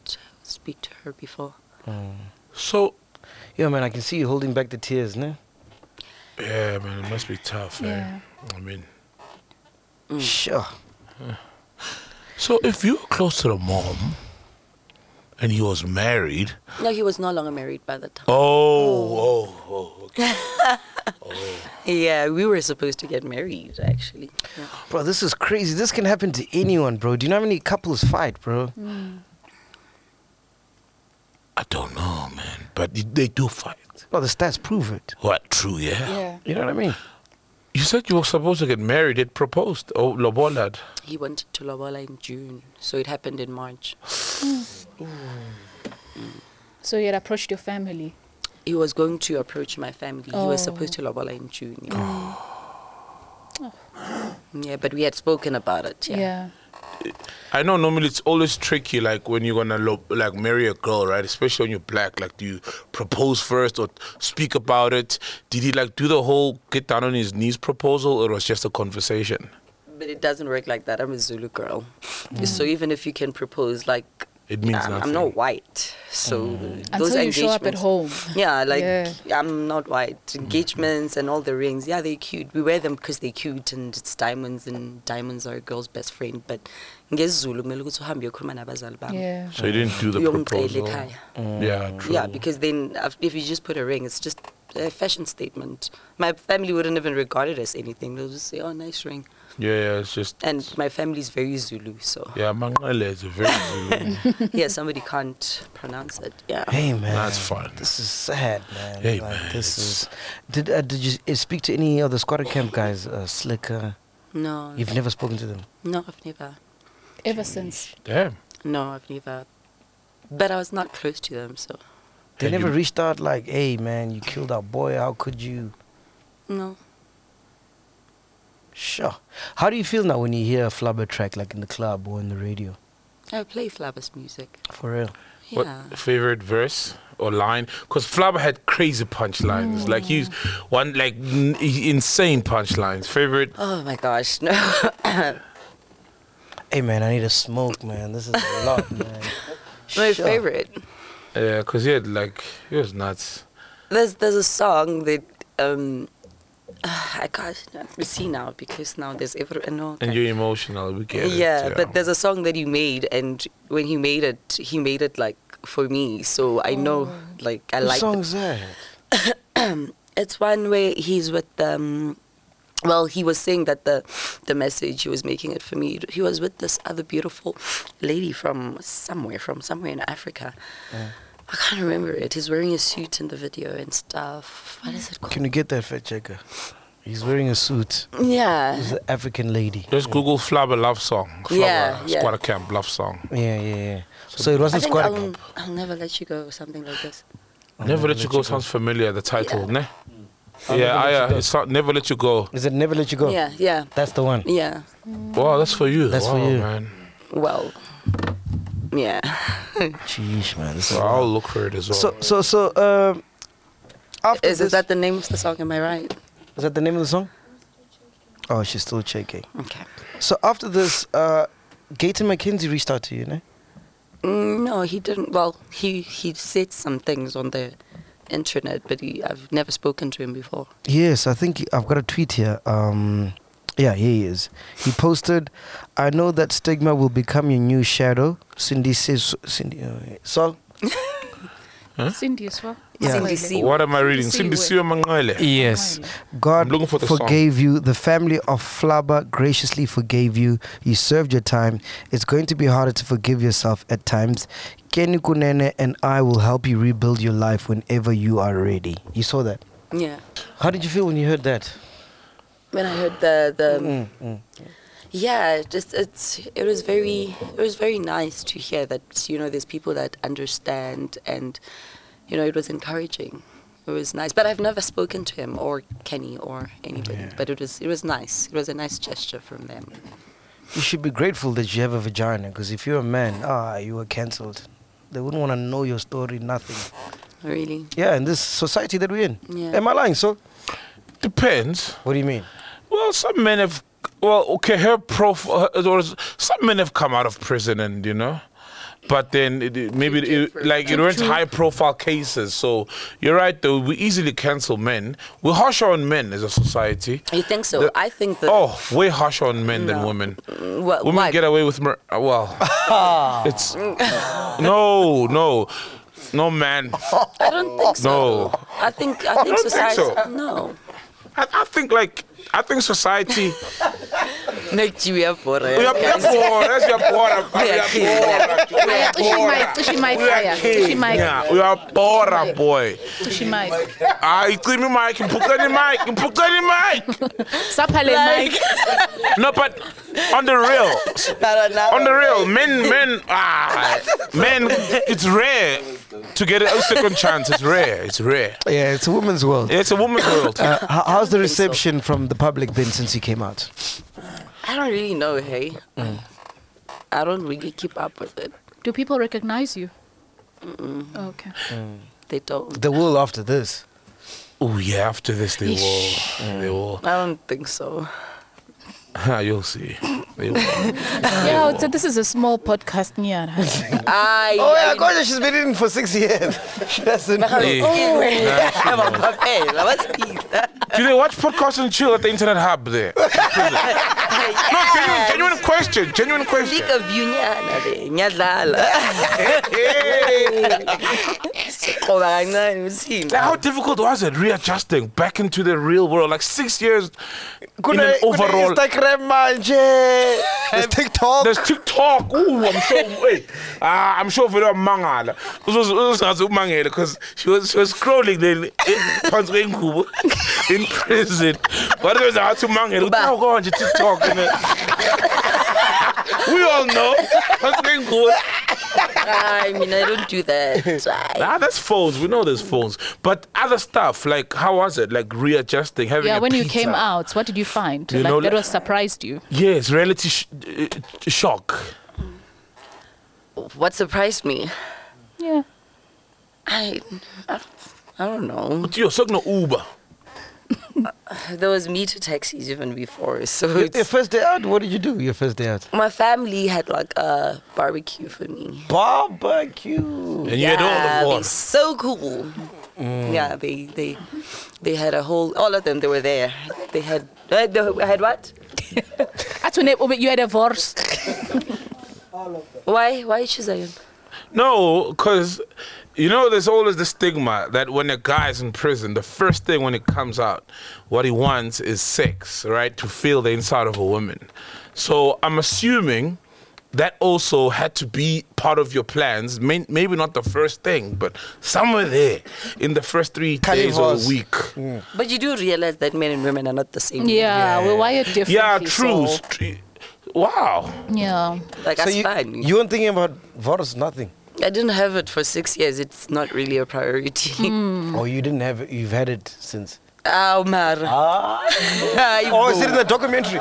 Speaker 9: speak to her before.
Speaker 2: Mm.
Speaker 3: So
Speaker 2: Yeah, man, I can see you holding back the tears, no?
Speaker 3: yeah, man, it must be tough.
Speaker 7: Yeah.
Speaker 3: Eh? I mean,
Speaker 2: Mm. Sure.
Speaker 3: so if you were close to the mom, and he was married.
Speaker 9: No, he was no longer married by the time.
Speaker 3: Oh, oh, oh. Okay.
Speaker 9: Yeah, we were supposed to get married actually. Yeah.
Speaker 2: Bro, this is crazy. This can happen to anyone, bro. Do you know how many couples fight, bro?
Speaker 3: I don't know, man, but y- they do fight.
Speaker 2: Well, the stats prove it.
Speaker 3: What? True,
Speaker 2: You know what I mean?
Speaker 3: You said you were supposed to get married. It proposed. Oh, lobolad.
Speaker 9: He wanted to Lobola in June, so it happened in March.
Speaker 7: So you had approached your family.
Speaker 9: He was going to approach my family. He was supposed
Speaker 7: Oh.
Speaker 9: to Lobola in June. Yeah. Yeah, but we had spoken about it. Yeah.
Speaker 3: I know normally it's always tricky, like when you're gonna lo- like marry a girl, right? Especially when you're black. Like, do you propose first or speak about it? Did he like do the whole get down on his knees proposal, or it was just a conversation?
Speaker 9: But it doesn't work like that. I'm a Zulu girl. So even if you can propose, like,
Speaker 3: It means
Speaker 9: I'm,
Speaker 3: nothing.
Speaker 9: I'm not white. So those
Speaker 7: Mm. Until you show up at
Speaker 9: engagements-
Speaker 7: home.
Speaker 9: Yeah, like
Speaker 7: Yeah.
Speaker 9: I'm not white. Engagements and all the rings, yeah, they're cute. We wear them because they're cute and it's diamonds and diamons are a girl's best friend. But ngesiZulu kumele ukuthi uhambe uyokhuluma nabazali bakho.
Speaker 7: Yeah.
Speaker 3: So he didn't do the
Speaker 9: Uyomcela
Speaker 3: proposal. Mm.
Speaker 9: ekhaya.
Speaker 3: Yeah, true.
Speaker 9: Yeah, because then af- if you just put a ring, it's just a fashion statement. My family wouldn't even regard it as anything. They'll just say, "Oh, nice ring."
Speaker 3: yeah, yeah, it's just.
Speaker 9: And my family's very Zulu, so
Speaker 3: Yeah, Mangale is a very Zulu.
Speaker 9: yeah, somebody can't pronounce it. Yeah.
Speaker 2: Hey, man.
Speaker 3: That's fun.
Speaker 2: This is sad, man.
Speaker 3: Hey,
Speaker 2: Like,
Speaker 3: man,
Speaker 2: This
Speaker 3: it's-
Speaker 2: is. Did uh, did you uh, speak to any of the squatter camp guys? Uh, Slicker.
Speaker 9: No.
Speaker 2: You've never spoken to them.
Speaker 9: no, I've never.
Speaker 7: Ever since.
Speaker 3: Damn.
Speaker 9: No, I've never. But I was not close to them, so
Speaker 2: They
Speaker 3: Had
Speaker 2: never
Speaker 3: you-
Speaker 2: reached out like, "Hey, man, you killed our boy. How could you?"
Speaker 9: no.
Speaker 2: Sure. How do you feel now when you hear a flubber track like in the club or in the radio?
Speaker 9: I Oh, play Flabbers music.
Speaker 2: For real.
Speaker 9: Yeah.
Speaker 3: What favorite verse or line? Because Flava had crazy punchlines. Like he's
Speaker 9: Mm.
Speaker 3: one like n- insane punchlines. Favorite.
Speaker 9: Oh my gosh, no.
Speaker 2: Hey, man, I need a smoke, man. This is a lot, man.
Speaker 9: my
Speaker 2: Sure.
Speaker 9: favorite.
Speaker 3: Yeah, because he had like he was nuts.
Speaker 9: There's there's a song that um I can't let me see now because now there's every no.
Speaker 3: And you're emotional. We get it,
Speaker 9: yeah, but there's a song that he made, and when he made it, he made it like for me. So I know, like I
Speaker 2: What
Speaker 9: like.
Speaker 2: song is that?
Speaker 9: It's one where he's with um, well, he was saying that the the message he was making it for me. He was with this other beautiful lady from somewhere, from somewhere in Africa. I can't remember it. He's wearing a suit in the video and stuff. What is it called?
Speaker 2: Can you get that, fact checker? He's wearing a suit.
Speaker 9: Yeah.
Speaker 2: He's an African lady.
Speaker 3: Just Google Flubber love song. Flubber
Speaker 9: Yeah, yeah.
Speaker 3: Squatter Camp love song.
Speaker 2: Yeah, yeah, yeah. So it
Speaker 9: I
Speaker 2: wasn't
Speaker 9: think um,
Speaker 2: squad.
Speaker 9: I'll, I'll never let you go or something like this.
Speaker 3: Never Let You Go sounds familiar, the title, ne?
Speaker 2: Never
Speaker 3: Yeah,
Speaker 2: Let
Speaker 3: I,
Speaker 2: You
Speaker 3: uh,
Speaker 2: Go.
Speaker 3: it's not Never Let You Go.
Speaker 2: Is it Never Let You Go?
Speaker 9: Yeah, yeah,
Speaker 2: That's the one.
Speaker 9: yeah.
Speaker 3: Wow, that's for you.
Speaker 2: That's for
Speaker 3: Wow,
Speaker 2: you.
Speaker 3: man.
Speaker 9: Well, yeah.
Speaker 2: Sheesh, man. this is-
Speaker 3: So I'll look for it as well.
Speaker 2: So, so, so, um, after
Speaker 9: Is,
Speaker 2: this,
Speaker 9: is that the name of the song? Am I right?
Speaker 2: is that the name of the song? Oh, she's still shaking.
Speaker 9: Okay.
Speaker 2: So after this, uh, Gator McKenzie reached out to you, no?
Speaker 9: Mm, No, he didn't. Well, he he said some things on the internet, but he, I've never spoken to him before.
Speaker 2: Yes, I think I've got a tweet here. Um, yeah, here he is. He posted, "I know that stigma will become your new shadow." Cindy says, "Cindy, uh, Sol."
Speaker 7: Cindy as well.
Speaker 2: Yeah.
Speaker 9: Cindy C.
Speaker 3: what am I reading?
Speaker 7: Cindy
Speaker 3: Cindy
Speaker 7: Siwe.
Speaker 3: Siwe Mangale.
Speaker 2: Yes, God
Speaker 3: I'm looking for the song.
Speaker 2: forgave you. The family of Flaba graciously forgave you. You served your time. It's going to be harder to forgive yourself at times. Kenny Kunene and I will help you rebuild your life whenever you are ready. You saw that.
Speaker 9: Yeah.
Speaker 2: How did you feel when you heard that?
Speaker 9: When I heard the the um,
Speaker 2: Mm,
Speaker 9: yeah, it just it's it was very it was very nice to hear that you know there's people that understand and you know it was encouraging. It was nice, but I've never spoken to him or Kenny or anybody. But it was it was nice. It was a nice gesture from them.
Speaker 2: You should be grateful that you have a vagina, because if you're a man, ah, you were cancelled. They wouldn't want to know your story, nothing.
Speaker 9: Really.
Speaker 2: Yeah, in this society that we're in.
Speaker 9: Yeah.
Speaker 2: Am I lying, so?
Speaker 3: Depends.
Speaker 2: What do you mean?
Speaker 3: Well, some men have. Well, okay, her profile. It was, some men have come out of prison, and you know, but then it, it- maybe it, like it weren't high profile cases. So you're right, though. We easily cancel men. We're harsher on men as a society.
Speaker 9: You think so?
Speaker 3: The-
Speaker 9: I think that.
Speaker 3: Oh, way harsher on men than
Speaker 9: No.
Speaker 3: women.
Speaker 9: Well,
Speaker 3: Women
Speaker 9: why? Ah.
Speaker 3: get away with mur- uh, well. it's no, no, no, man.
Speaker 9: I don't think so.
Speaker 3: No.
Speaker 9: I think I think
Speaker 3: don't think
Speaker 9: society.
Speaker 3: so.
Speaker 9: No.
Speaker 3: I, I think like I think society.
Speaker 9: Nigeria for
Speaker 3: We are poor. That's your poor. We are poor. We are poor. We are king. Yeah, we are poor, boy. Ah, icimi mic, mpukani mic, mpukani mic. No, but on the real, on the real, men, men, ah, men. It's rare to get a second chance. It's rare. It's rare.
Speaker 2: Yeah, it's a woman's world.
Speaker 3: It's a woman's world.
Speaker 2: Uh, ho- how's the reception from the public been since you came out?
Speaker 9: I don't really know. Hey, I don't really keep up with it.
Speaker 7: Do people recognize you? Okay.
Speaker 9: They don't.
Speaker 2: The will after this.
Speaker 3: Oh yeah, after this they will, they will.
Speaker 9: I don't think so.
Speaker 3: You'll see. They will.
Speaker 7: Yeah, I would say this is a small podcast, Nyana.
Speaker 9: I.
Speaker 2: Oh yeah, God, she's been in for six years. she doesn't know.
Speaker 3: Hey.
Speaker 9: uh,
Speaker 3: Do they watch podcasts and chill at the internet hub there? no, genuine, genuine question. Genuine question.
Speaker 9: Speak of you, nyana, be, nyadlala.
Speaker 3: Hey.
Speaker 9: Siqoba kancane umzimba.
Speaker 3: Like, how difficult was it readjusting back into the real world? Like six years in
Speaker 2: Kuna-
Speaker 3: an
Speaker 2: kuna
Speaker 3: overall.
Speaker 2: Instagram manje. There's TikTok.
Speaker 3: There's TikTok. Ooh, I'm sure. Wait, ah, I'm sure video mangala. Because she was she was scrolling then eh, phansi kwengubo, in prison. But it was how to mangala.
Speaker 9: Ba.
Speaker 3: Now go on to TikTok. you know. We all know. Phansi kwengubo.
Speaker 9: I mean, I don't do that. Ay.
Speaker 3: Nah, Ah, that's phones. We know there's phones. But other stuff, like how was it? Like readjusting, having
Speaker 7: Yeah,
Speaker 3: a
Speaker 7: when you came
Speaker 3: pizza.
Speaker 7: out, what did you find?
Speaker 3: You
Speaker 7: like
Speaker 3: know,
Speaker 7: that
Speaker 3: like-
Speaker 7: was surprised you.
Speaker 3: Yes, reality sh- uh, shock.
Speaker 9: What surprised me?
Speaker 7: Yeah.
Speaker 9: I. I I don't know.
Speaker 3: Yo, so no Uber.
Speaker 9: There was meter taxis even before, so
Speaker 2: Your-
Speaker 9: it's
Speaker 2: Your first day out, what did you do your first day out?
Speaker 9: My family had like a barbecue for me.
Speaker 2: Barbecue.
Speaker 3: And you had all the Mm.
Speaker 9: they
Speaker 3: phones.
Speaker 9: so cool. Yeah, they they they had a whole all of them. They were there. They had uh, they had what?
Speaker 7: That's when it- you had a divorce.
Speaker 9: Why why should I?
Speaker 3: No, because you know there's always the stigma that when a guy's in prison, the first thing when it comes out, what he wants is sex, right? To feel the inside of a woman. So I'm assuming that also had to be part of your plans. May- maybe not the first thing, but somewhere there in the first three days or
Speaker 2: Carnivores.
Speaker 3: week.
Speaker 9: But you do realize that men and women are not the same.
Speaker 7: Yeah, we're wired differently.
Speaker 3: Yeah, true.
Speaker 7: so-
Speaker 3: St- Wow.
Speaker 7: yeah.
Speaker 9: Like, that's
Speaker 2: you,
Speaker 9: fine.
Speaker 2: you weren't thinking about votes, nothing.
Speaker 9: I didn't have it for six years. It's not really a priority. Mm.
Speaker 2: Or you didn't have it, you've had it since.
Speaker 9: Ah, Omar. Ah,
Speaker 2: Oh, is it in the documentary?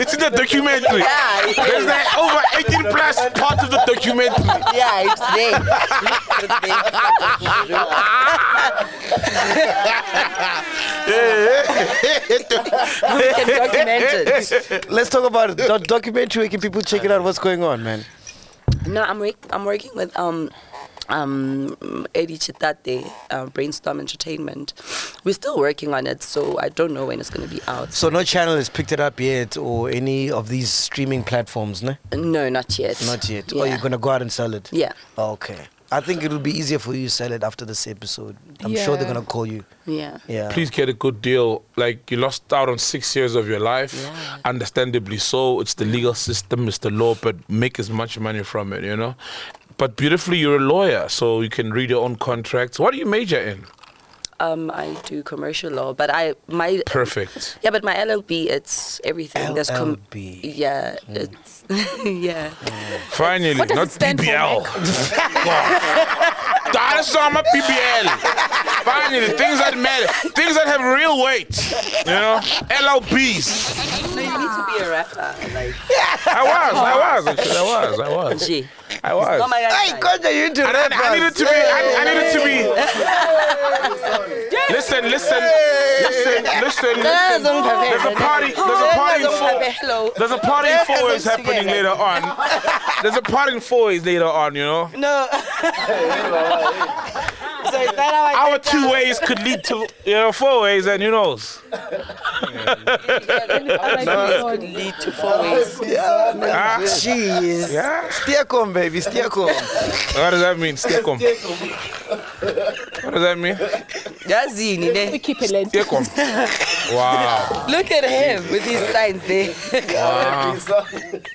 Speaker 3: It's in the documentary.
Speaker 9: yeah,
Speaker 3: There's like over 18 plus part of the documentary.
Speaker 9: yeah, it's there. we can document it.
Speaker 2: Let's talk about it. Doc- documentary. Where can people check it out? What's going on, man?
Speaker 9: No, I'm work- I'm working with um um Eddie Chitate, uh, Brainstorm Entertainment. We're still working on it, so I don't know when it's going to be out.
Speaker 2: So no channel has picked it up yet, or any of these streaming platforms, no?
Speaker 9: No, not yet.
Speaker 2: Not yet.
Speaker 3: Oh,
Speaker 9: Yeah.
Speaker 2: Or you're gonna go out and sell it?
Speaker 9: Yeah.
Speaker 2: Okay. I think it'll be easier for you to sell it after this episode. I'm sure they're
Speaker 7: Yeah.
Speaker 2: gonna call you.
Speaker 9: Yeah.
Speaker 2: Yeah.
Speaker 3: Please get a good deal. Like you lost out on six years of your life,
Speaker 9: Yeah.
Speaker 3: understandably so. It's the legal system, it's the law, but make as much money from it, you know. But beautifully, you're a lawyer, so you can read your own contracts. What do you major in?
Speaker 9: Um, I do commercial law, but I my
Speaker 3: Perfect.
Speaker 9: Yeah, but my LLB, it's everything. There's com-
Speaker 2: LLB.
Speaker 9: yeah, it's yeah.
Speaker 3: Finally,
Speaker 7: What does
Speaker 3: not
Speaker 7: it stand for,
Speaker 3: BBL. Dinosaur, PBL. Finally, things that matter, things that have real weight, you know. LLBs.
Speaker 9: No, you need to be a rapper. Like,
Speaker 3: I was, I was, actually, I was, I was,
Speaker 9: gee.
Speaker 3: I was.
Speaker 9: Oh my God.
Speaker 2: Hey, God, are you into
Speaker 3: I, I, I needed to be. I, I needed to be. listen, listen, listen, listen, listen. There's a party. There's a party in four. There's a party in four is happening later on. There's a party in four is later on. You know,
Speaker 9: No. so is that how I?
Speaker 3: our two ways could lead to you know four ways, and you knows.
Speaker 9: could lead to four ways.
Speaker 3: Ah,
Speaker 2: Jeez.
Speaker 3: Yeah.
Speaker 2: Steercom, baby. Steercom.
Speaker 3: what does that mean? Stekom. What does that mean?
Speaker 9: That's Zini, ne?
Speaker 7: Keep it lent.
Speaker 3: Stekom. Wow.
Speaker 9: Look at him with his signs there.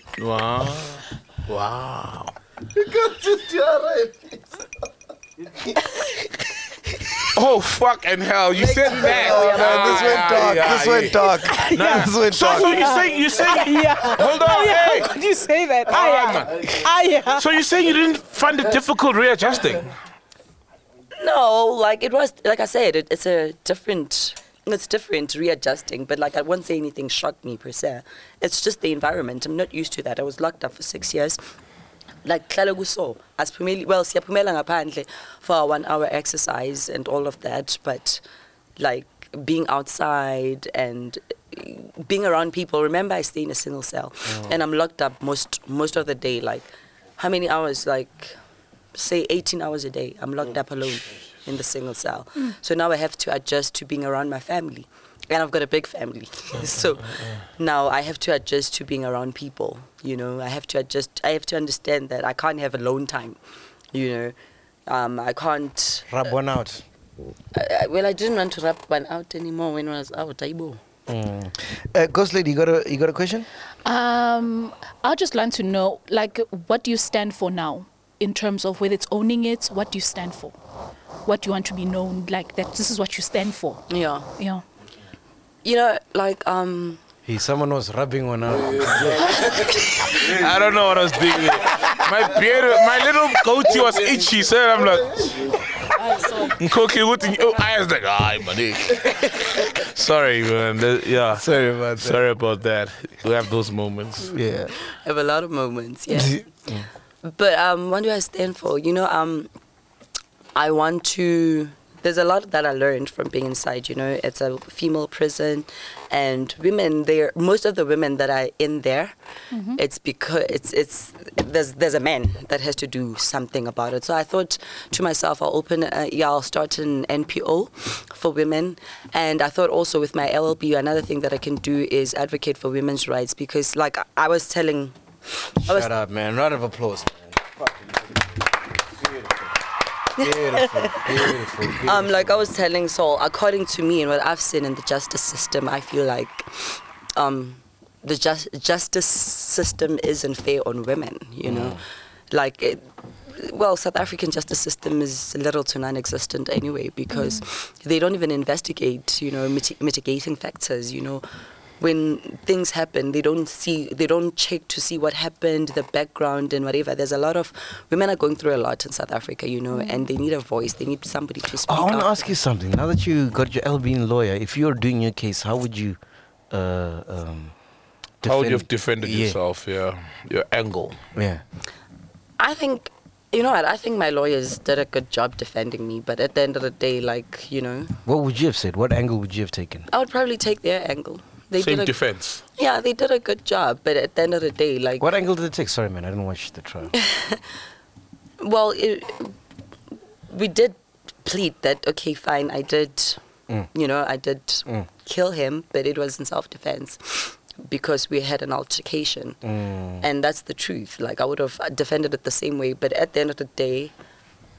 Speaker 3: Wow. Wow. Oh fuck and hell! You said that.
Speaker 2: Oh, man, this went dark. this went dark.
Speaker 3: Nah.
Speaker 2: This went
Speaker 3: So,
Speaker 2: dark.
Speaker 3: so you say you say hold on, hey,
Speaker 7: How could you say that?
Speaker 3: hold
Speaker 7: I
Speaker 3: on, man.
Speaker 7: am.
Speaker 3: So you say you didn't find it difficult readjusting?
Speaker 9: No, like it was, like I said, it, it's a different, it's different readjusting. But like I won't say anything shocked me per se. It's just the environment. I'm not used to that. I was locked up for six years. Like klala kuso, asiphumeli well siyaphumela ngaphandle for our one hour exercise and all of that, but like being outside and eh, being around people. Remember, I stay in a single cell, and I'm locked up most most of the day. Like how many hours? Like say 18 hours a day i'm locked up alone in the single cell so now i have to adjust to being around my family and i've got a big family so now i have to adjust to being around people you know i have to adjust i have to understand that i can't have alone time you know um, i can't
Speaker 2: Rub one out.
Speaker 9: I, I- well i didn't want to wrap one out anymore when i was out aibo
Speaker 2: Uh, Ghost lady, you got a you got a question?
Speaker 7: Um, I'd just like to know, like, what do you stand for now in terms of whether it's owning it? What do you stand for? What do you want to be known like that? This is what you stand for.
Speaker 9: yeah
Speaker 7: Yeah.
Speaker 9: you know like um
Speaker 2: Hey, someone was rubbing one out.
Speaker 3: I don't know what I was doing. My beard, my little goatee was itchy, so I'm like, Nkoki, what in your eyes? Like, ah, man. Sorry, man. That- Yeah.
Speaker 2: Sorry about that.
Speaker 3: Sorry about that. We have those moments.
Speaker 2: Yeah.
Speaker 9: I have a lot of moments, yeah. but um, what do I stand for? You know, um, I want to. There's a lot that I learned from being inside. You know, it's a female prison, and women there. Most of the women that are in there, it's because it's it's there's there's a man that has to do something about it. So I thought to myself, I'll open, a, yeah, I'll start an NPO for women, and I thought also with my LLB, another thing that I can do is advocate for women's rights because, like I was telling I was-
Speaker 2: Shut up, man. Round of applause. Man. Beautiful. Beautiful. Beautiful.
Speaker 9: Um, like I was telling Saul, according to me and what I've seen in the justice system, I feel like um, the just, justice system isn't fair on women, you
Speaker 2: Mm.
Speaker 9: know. Like, it, well, South African justice system is little to non-existent anyway because
Speaker 2: Mm.
Speaker 9: they don't even investigate, you know, miti- mitigating factors, you know. When things happen, they don't see, they don't check to see what happened, the background and whatever. There's a lot of women are going through a lot in South Africa, you know, and they need a voice. They need somebody to speak.
Speaker 2: Mm. I want
Speaker 9: out.
Speaker 2: to ask you something. Now that you got your LB in lawyer, if you're doing your case, how would you? Uh, um,
Speaker 3: How you've
Speaker 2: defend-
Speaker 3: defended
Speaker 2: Yeah,
Speaker 3: yourself, yeah, your angle.
Speaker 2: Yeah.
Speaker 9: I think, you know what, I think my lawyers did a good job defending me, but at the end of the day, like, you know,
Speaker 2: What would you have said? What angle would you have taken?
Speaker 9: I would probably take their angle. They
Speaker 3: Same
Speaker 9: did a,
Speaker 3: defense.
Speaker 9: Yeah, they did a good job, but at the end of the day, like,
Speaker 2: What angle did it take? Sorry, man, I didn't watch the trial.
Speaker 9: well, it, we did plead that, okay, fine, I did,
Speaker 3: Mm.
Speaker 9: you know, I did kill him, but it was in self defense because we had an altercation.
Speaker 3: Mm.
Speaker 9: And that's the truth. Like, I would have defended it the same way, but at the end of the day,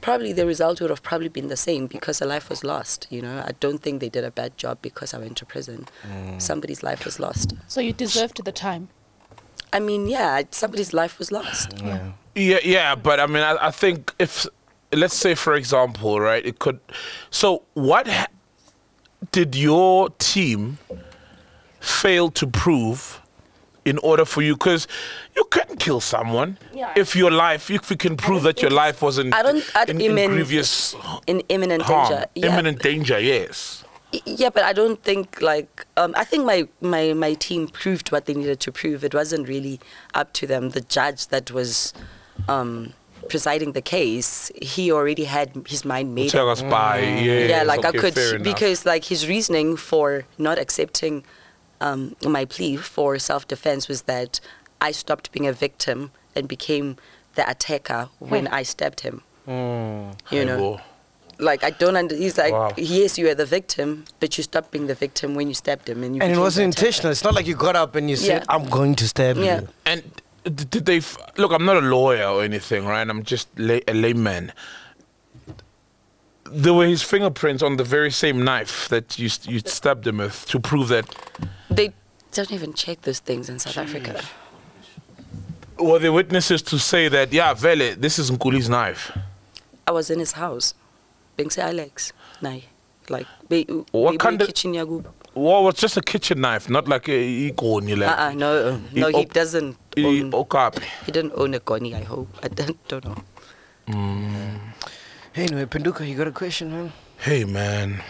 Speaker 9: probably the result would have probably been the same because a life was lost, you know. I don't think they did a bad job because I went to prison.
Speaker 3: Mm.
Speaker 9: Somebody's life was lost.
Speaker 7: So you deserved the time.
Speaker 9: I mean, yeah, somebody's life was lost.
Speaker 2: Yeah.
Speaker 3: Yeah, yeah, but I mean, I, I think if let's say, for example, right, it could. So, what ha- did your team fail to prove in order for you? Because you can kill someone
Speaker 9: Yeah.
Speaker 3: if your life, if you can prove that your
Speaker 9: think-
Speaker 3: life wasn't
Speaker 9: I don't- I-
Speaker 3: in,
Speaker 9: I
Speaker 3: in
Speaker 9: mean,
Speaker 3: grievous
Speaker 9: In imminent
Speaker 3: harm,
Speaker 9: danger. Yeah.
Speaker 3: imminent danger. Yes.
Speaker 9: Y- Yeah, but I don't think like um, I think my, my my team proved what they needed to prove. It wasn't really up to them. The judge that was um, presiding the case, he already had his mind made
Speaker 3: Tell
Speaker 9: up.
Speaker 3: us by. Yeah,
Speaker 9: Yeah, like
Speaker 3: okay,
Speaker 9: I
Speaker 3: fair
Speaker 9: could
Speaker 3: enough.
Speaker 9: because like his reasoning for not accepting um, my plea for self-defense was that I stopped being a victim and became the attacker when I stabbed him.
Speaker 3: Hmm.
Speaker 9: You know
Speaker 3: Well,
Speaker 9: like I don't under. He's like,
Speaker 3: Wow.
Speaker 9: yes, you were the victim, but you stopped being the victim when you stabbed him, and you.
Speaker 2: And it
Speaker 9: became
Speaker 2: wasn't
Speaker 9: the attacker.
Speaker 2: intentional. It's not like you got up and you said,
Speaker 9: Yeah.
Speaker 2: "I'm going to stab
Speaker 9: Yeah.
Speaker 2: you."
Speaker 3: And d- did they f- look? I'm not a lawyer or anything, right? I'm just lay- a layman. There were his fingerprints on the very same knife that you st- you stabbed him with to prove that.
Speaker 9: They don't even check those things in South Africa.
Speaker 3: Were the witnesses to say that? Yeah, Vele, this is Nkuli's knife.
Speaker 9: I was in his house, being say Alex, nay, like be,
Speaker 3: What
Speaker 9: be-
Speaker 3: kind
Speaker 9: be
Speaker 3: of-
Speaker 9: kitchen yagu.
Speaker 3: Well, it was just a kitchen knife, not like a ikoni like. e,
Speaker 9: Uh-uh, no,
Speaker 3: He
Speaker 9: no, he
Speaker 3: op-
Speaker 9: doesn't.
Speaker 3: i-
Speaker 9: Own,
Speaker 3: okapi.
Speaker 9: he didn't own a goni. I hope. I don't, don't know.
Speaker 2: Hey, anyway, Penduka, you got a question, man?
Speaker 3: Hey man,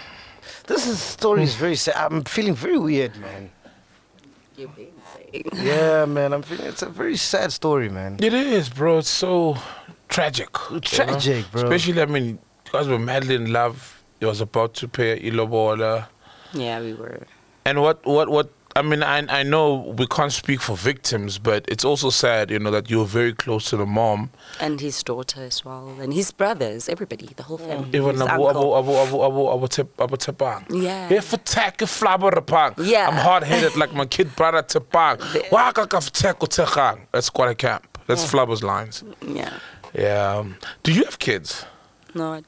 Speaker 2: This is, story is very sad. I'm feeling very weird, man.
Speaker 9: You've been saying.
Speaker 2: Yeah, man. I'm feeling it's a very sad story, man.
Speaker 3: it is, bro. It's so tragic. you know?
Speaker 2: Tragic, bro.
Speaker 3: Especially, I mean, you guys were madly in love. He was about to pay ilobola.
Speaker 9: Yeah, we were.
Speaker 3: And what what what I mean, I I know we can't speak for victims, but it's also sad, you know, that you were very close to the mom.
Speaker 9: And his daughter as well, and his brothers, everybody, the whole family.
Speaker 3: Even
Speaker 9: his
Speaker 3: abu abu
Speaker 9: uncle.
Speaker 3: abu abu abu abu Tep- abu tepang.
Speaker 9: Yeah.
Speaker 3: If attack flabber rapang.
Speaker 9: Yeah.
Speaker 3: I'm hard headed like my kid brother tepang.
Speaker 9: The-
Speaker 3: Wakakaf teko tekang. That's quite a camp. That's flabber's lines.
Speaker 9: Yeah.
Speaker 3: Yeah. um, Do you have kids?
Speaker 9: No, I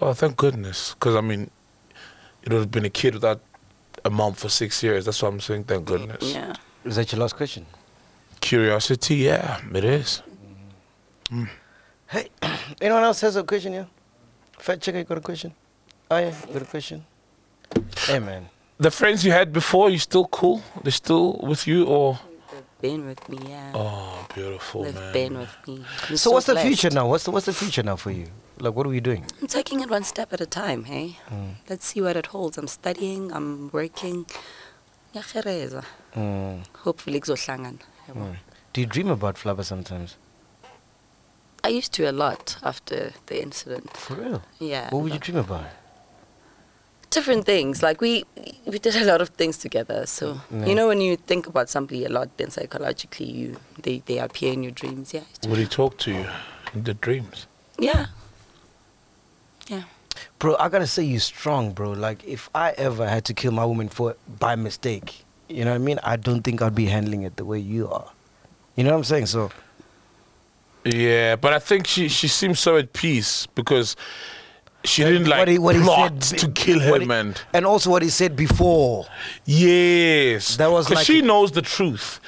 Speaker 3: Oh, thank goodness. Because I mean, it would have been a kid without a mom for six years. That's what I'm saying. Thank goodness.
Speaker 9: Yeah.
Speaker 2: Is that your last question?
Speaker 3: Curiosity. Yeah, it is.
Speaker 2: Hey, anyone else has a question? Yeah. Fat checker, you got a question? Oh yeah, you got a question? Hey, man.
Speaker 3: the friends you had before, you still cool? They still with you or?
Speaker 9: Been with me, yeah.
Speaker 3: Oh, beautiful
Speaker 9: They've
Speaker 3: man.
Speaker 9: been with me. I'm
Speaker 2: So, what's the
Speaker 9: blessed.
Speaker 2: future now? What's the what's the future now for you? Like, what are we doing?
Speaker 9: I'm taking it one step at a time, hey?
Speaker 2: Hmm.
Speaker 9: Let's see what it holds. I'm studying, I'm working. Ngiyakereza.
Speaker 2: Mm.
Speaker 9: Hopefully kuzohlangana. yabo.
Speaker 2: Hmm. Do you dream about flubber sometimes?
Speaker 9: I used to a lot after the incident.
Speaker 2: For real?
Speaker 9: Yeah.
Speaker 2: What would you dream about?
Speaker 9: Different things. Like we we did a lot of things together. So
Speaker 2: Hmm. Yeah.
Speaker 9: you know when you think about somebody a lot then psychologically you they, they appear in your dreams, yeah. it's-
Speaker 3: Would he talk to you in the dreams?
Speaker 9: Yeah. Yeah.
Speaker 2: Bro, I gotta say you're strong, bro. Like if I ever had to kill my woman for by mistake, you know what I mean? I don't think I'd be handling it the way you are. You know what I'm saying? So
Speaker 3: Yeah, but I think she she seems so at peace because she didn't like
Speaker 2: what he, what he
Speaker 3: plot
Speaker 2: said,
Speaker 3: to kill
Speaker 2: what
Speaker 3: him,
Speaker 2: he-
Speaker 3: and
Speaker 2: and also what he said before.
Speaker 3: yes,
Speaker 2: That was
Speaker 3: 'Cause
Speaker 2: like-
Speaker 3: she knows the truth.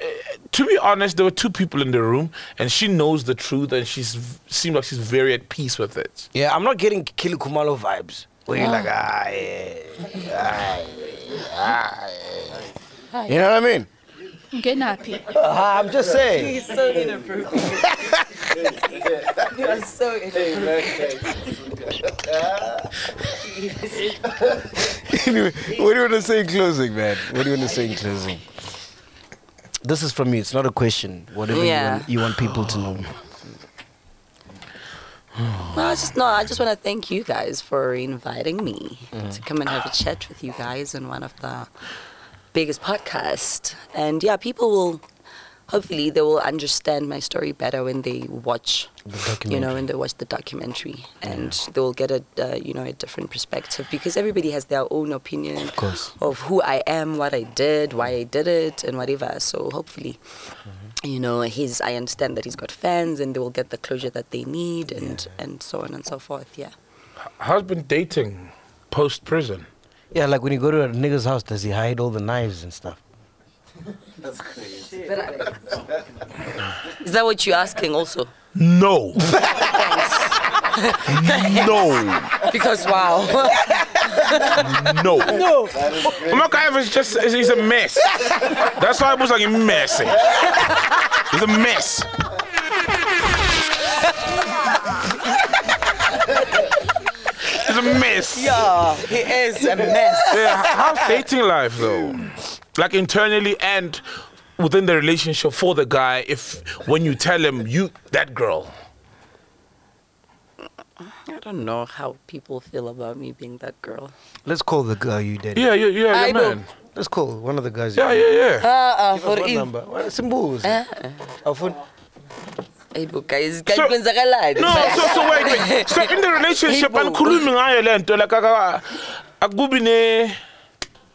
Speaker 3: Uh, to be honest, there were two people in the room, and she knows the truth, and she's v- seemed like she's very at peace with it.
Speaker 2: Yeah, I'm not getting Kili Kumalo vibes. Where you're like, ah, yeah, ah, yeah, ah, yeah." You know what I mean?
Speaker 7: Ngenapi.
Speaker 2: Ah, I'm just saying.
Speaker 9: He's so inappropriate. you are so inappropriate.
Speaker 2: anyway, what do you want to say in closing, man? What do you want to say in closing? This is from me. It's not a question. Whatever you
Speaker 9: Yeah.
Speaker 2: want- you, want, people to know.
Speaker 9: No, it's just no. I just want to thank you guys for inviting me to come and have a chat with you guys on one of the biggest podcasts. And yeah, people will hopefully they will understand my story better when they watch, you know, when they watch the documentary, and they will get a uh, you know a different perspective because everybody has their own opinion of,
Speaker 2: course.
Speaker 9: who I am, what I did, why I did it, and whatever. So hopefully
Speaker 2: Mm-hmm.
Speaker 9: you know he's i understand that he's got fans and they will get the closure that they need and and so on and so forth yeah
Speaker 3: How's been dating post prison?
Speaker 2: Yeah, like when you go to a nigga's house, does he hide all the knives and stuff?
Speaker 9: is that what you're asking also
Speaker 3: No, no,
Speaker 9: because wow
Speaker 3: no, no. MacGyver is just is- he's a mess. That's why I was like a mess. He's a mess. He's a mess.
Speaker 9: yeah he is a mess
Speaker 3: yeah, h- how's dating life though? Like internally and within the relationship for the guy, if when you tell him you that girl.
Speaker 9: i don't know how people feel about me being that girl
Speaker 2: Let's call the girl you dated.
Speaker 3: Yeah, yeah, yeah,
Speaker 9: I
Speaker 3: yeah
Speaker 9: know.
Speaker 3: man.
Speaker 2: Let's call one of the guys.
Speaker 3: Yeah, yeah, yeah.
Speaker 9: uh-uh,
Speaker 2: Give us what number? Well, it's in Bulls. Our phone-
Speaker 9: guys
Speaker 3: So- No,
Speaker 9: no,
Speaker 3: so so wait, wait. So in the relationship,
Speaker 9: People.
Speaker 3: alikhulumi ngayo le nto like aka- akubi ne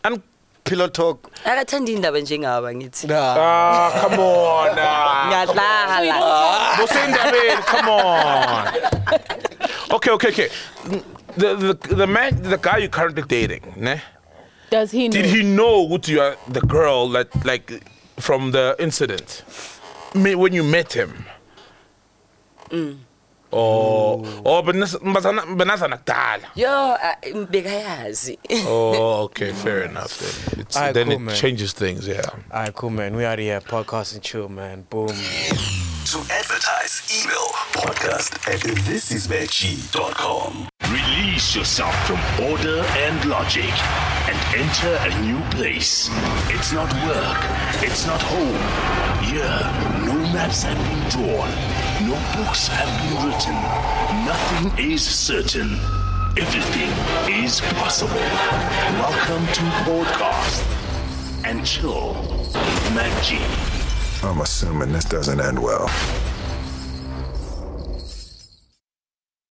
Speaker 3: and
Speaker 2: pillow talk.
Speaker 9: akathandi indaba njengaba ngithi
Speaker 3: ah come on. ah.
Speaker 9: ngiyadlala
Speaker 3: Busendabeni, come on. Okay, okay, okay. The, the the man the guy you're currently dating, ne?
Speaker 7: Does he know?
Speaker 3: Did he know what you are the girl that like from the incident Me- when you met him? Oh, oh, but nas- mbazana- mbanazana kudala.
Speaker 9: yo uh, bekayazi
Speaker 3: Oh, okay, fair enough. Then, it's,
Speaker 10: Alright,
Speaker 3: then
Speaker 10: cool,
Speaker 3: it
Speaker 10: man.
Speaker 3: changes things, yeah.
Speaker 10: All right, cool, man. We out of here. Podcast and chill, man. Boom.
Speaker 11: To advertise, email podcast at thisisveggie.com. Release yourself from order and logic and enter a new place. It's not work, it's not home. Here, no maps have been drawn, no books have been written, nothing is certain. Everything is possible. Welcome to podcast and chill, Mac G.
Speaker 1: I'm assuming this doesn't end well.